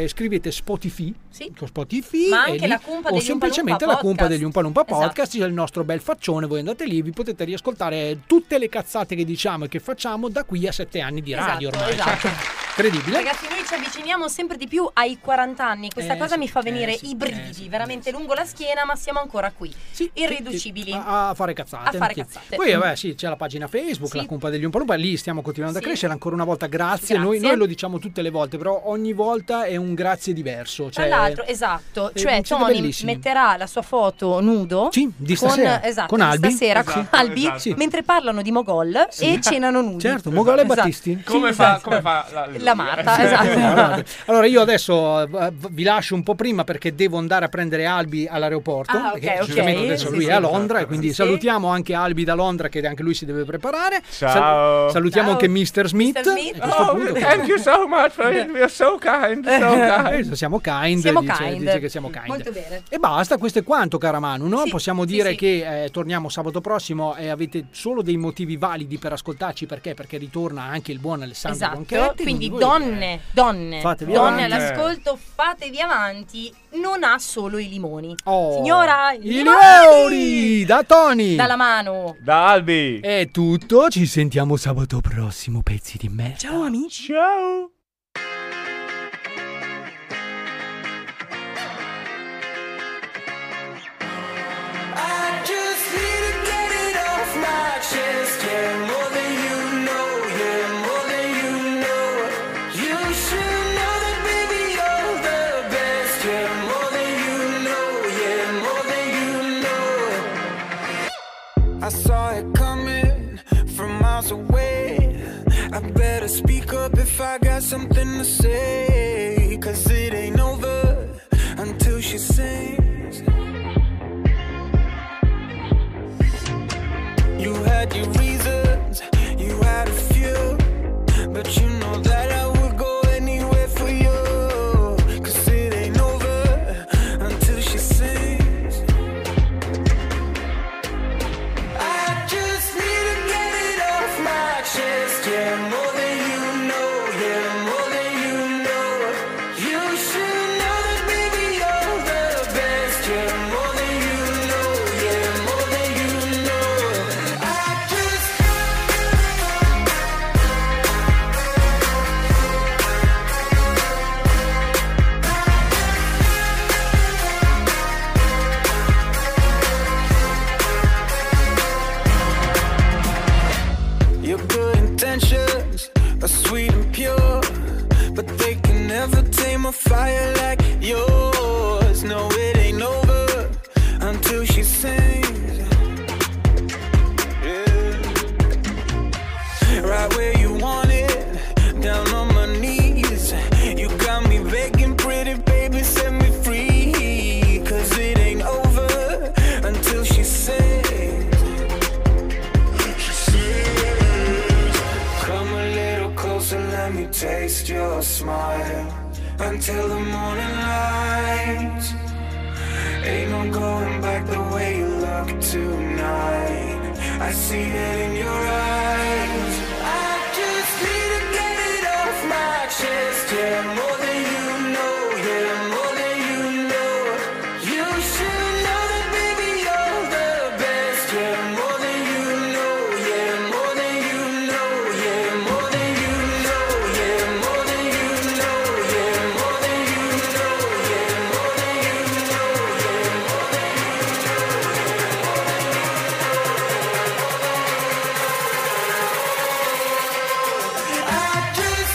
Speaker 2: eh, scrivete Spotify,
Speaker 3: Sì.
Speaker 2: con Spotify,
Speaker 3: Ma
Speaker 2: e
Speaker 3: anche
Speaker 2: lì-
Speaker 3: la cumpa
Speaker 2: o
Speaker 3: degli
Speaker 2: semplicemente
Speaker 3: Umpa Lumpa
Speaker 2: la cumpa
Speaker 3: Podcast.
Speaker 2: degli Umpalumpa
Speaker 3: Esatto.
Speaker 2: Podcast, c'è il nostro bel faccione, voi andate lì, vi potete riascoltare tutte le cazzate che diciamo e che facciamo da qui a sette anni di radio
Speaker 3: Esatto,
Speaker 2: ormai. cioè,
Speaker 3: esatto.
Speaker 2: Incredibile.
Speaker 3: Ragazzi, noi ci avviciniamo sempre di più ai 40 anni. Questa
Speaker 2: Eh,
Speaker 3: cosa
Speaker 2: sì,
Speaker 3: mi fa
Speaker 2: eh,
Speaker 3: venire
Speaker 2: sì,
Speaker 3: i brividi, veramente lungo la schiena, ma siamo ancora qui. Irriducibili.
Speaker 2: A, a fare cazzate.
Speaker 3: A fare
Speaker 2: Sì.
Speaker 3: cazzate.
Speaker 2: Poi vabbè, sì, c'è la pagina Facebook,
Speaker 3: Sì.
Speaker 2: la Cumpa degli Umpalumpa, lì stiamo continuando
Speaker 3: Sì.
Speaker 2: a crescere ancora una volta. Grazie,
Speaker 3: Grazie.
Speaker 2: Noi, noi lo diciamo tutte le volte, però ogni volta è un grazie diverso.
Speaker 3: Tra
Speaker 2: cioè-
Speaker 3: l'altro, esatto,
Speaker 2: eh,
Speaker 3: cioè
Speaker 2: siete
Speaker 3: Tony
Speaker 2: bellissimi.
Speaker 3: metterà la sua foto nudo
Speaker 2: di
Speaker 3: con,
Speaker 2: stasera,
Speaker 3: esatto,
Speaker 2: con
Speaker 3: di
Speaker 2: Albi.
Speaker 3: stasera
Speaker 2: Esatto,
Speaker 3: con Albi
Speaker 2: esatto. Sì.
Speaker 3: mentre parlano di Mogol e
Speaker 2: Sì.
Speaker 3: cenano nudi. Esatto.
Speaker 2: Certo, Mogol e Battisti.
Speaker 11: Come
Speaker 2: Sì,
Speaker 11: fa,
Speaker 2: esatto.
Speaker 11: come fa la,
Speaker 3: La Marta, [LAUGHS] esatto.
Speaker 2: Guardate. Allora io adesso eh, v- vi lascio un po' prima perché devo andare a prendere Albi all'aeroporto.
Speaker 3: Ah,
Speaker 2: perché
Speaker 3: ok, ok.
Speaker 2: giustamente adesso
Speaker 3: Sì,
Speaker 2: lui
Speaker 3: sì. esatto.
Speaker 2: è a Londra e quindi
Speaker 3: Sì, sì.
Speaker 2: salutiamo anche Albi da Londra che anche lui si deve preparare. Sal-
Speaker 11: Ciao.
Speaker 2: salutiamo
Speaker 11: Ciao.
Speaker 2: anche Mr. Smith.
Speaker 11: Mr. Smith.
Speaker 2: A questo
Speaker 11: Oh,
Speaker 2: punto,
Speaker 11: thank you so much, you're so kind, so kind.
Speaker 2: Eh, siamo kind,
Speaker 3: Siamo
Speaker 2: dice,
Speaker 3: kind.
Speaker 2: dice che siamo kind.
Speaker 3: Molto bene.
Speaker 2: E basta, questo è quanto, cara Manu. No? Possiamo
Speaker 3: sì,
Speaker 2: dire
Speaker 3: sì.
Speaker 2: che eh, torniamo sabato prossimo e avete solo dei motivi validi per ascoltarci. Perché? Perché ritorna anche il buon Alessandro
Speaker 3: Esatto,
Speaker 2: Ronchetti.
Speaker 3: quindi
Speaker 2: voi-
Speaker 3: donne, donne,
Speaker 2: eh, Fatevi
Speaker 3: donne
Speaker 2: avanti.
Speaker 3: all'ascolto, fatevi avanti, non ha solo i limoni.
Speaker 2: Oh,
Speaker 3: Signora, i
Speaker 2: i
Speaker 3: limoni!
Speaker 2: Leuri da Tony.
Speaker 3: Dalla mano.
Speaker 11: Da Albi.
Speaker 2: È tutto, ci sentiamo sabato prossimo, pezzi di me.
Speaker 3: Ciao amici.
Speaker 11: Ciao.
Speaker 8: I just need to get it off my chest, yeah, more than you know, yeah, more than you know. You should know that, baby, you're the best, yeah, more than you know, yeah, more than you know. I saw it coming from miles away. I better speak up if I got something to say, cause it ain't over until she sings. You had your reasons, you had a few, but you know that I would go anywhere for you. Cause it ain't over until she sings. I just need to get it off my chest, yeah, more than you know, yeah, more than you know. You should know that, baby, you're the best, yeah, more than you know, yeah, more than you know. I just Your good intentions are sweet and pure, but they can never tame a fire like yours. No, it ain't over until she sings. Yeah. Right where you want it, down on my knees. You got me begging, pretty baby, set me free. Cause it ain't over until she sings. She sings. Come a little closer, let me taste your smile until the morning light. Ain't no going back the way you look tonight. I see it in your eyes. I just need to get it off my chest, yeah, more than you know, yeah, more than you know. You should know that, baby, you're the best, yeah, more than you know, yeah, more than you know, yeah, more than you know, yeah, more than you know, yeah, more than you know, yeah, more than you know, yeah, more than you know. I just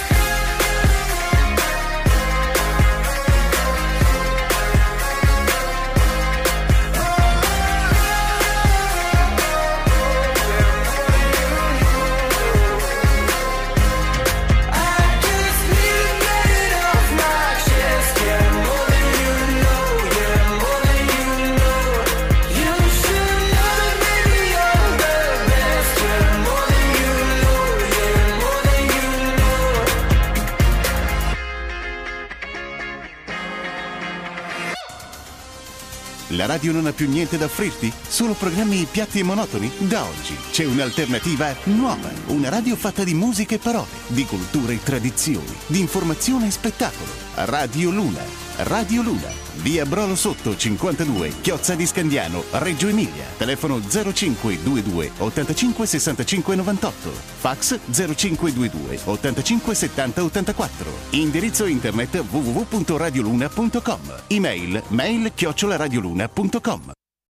Speaker 9: La radio non ha più niente da offrirti? Solo programmi piatti e monotoni? Da oggi c'è un'alternativa nuova. Una radio fatta di musica e parole, di cultura e tradizioni, di informazione e spettacolo. Radio Luna. Radio Luna. Via Brolo Sotto 52, Chiozza di Scandiano, Reggio Emilia. Telefono 0522 85 65 98. Fax 0522 85 70 84. Indirizzo internet www.radioluna.com. Email mail chiocciolaradioluna.com.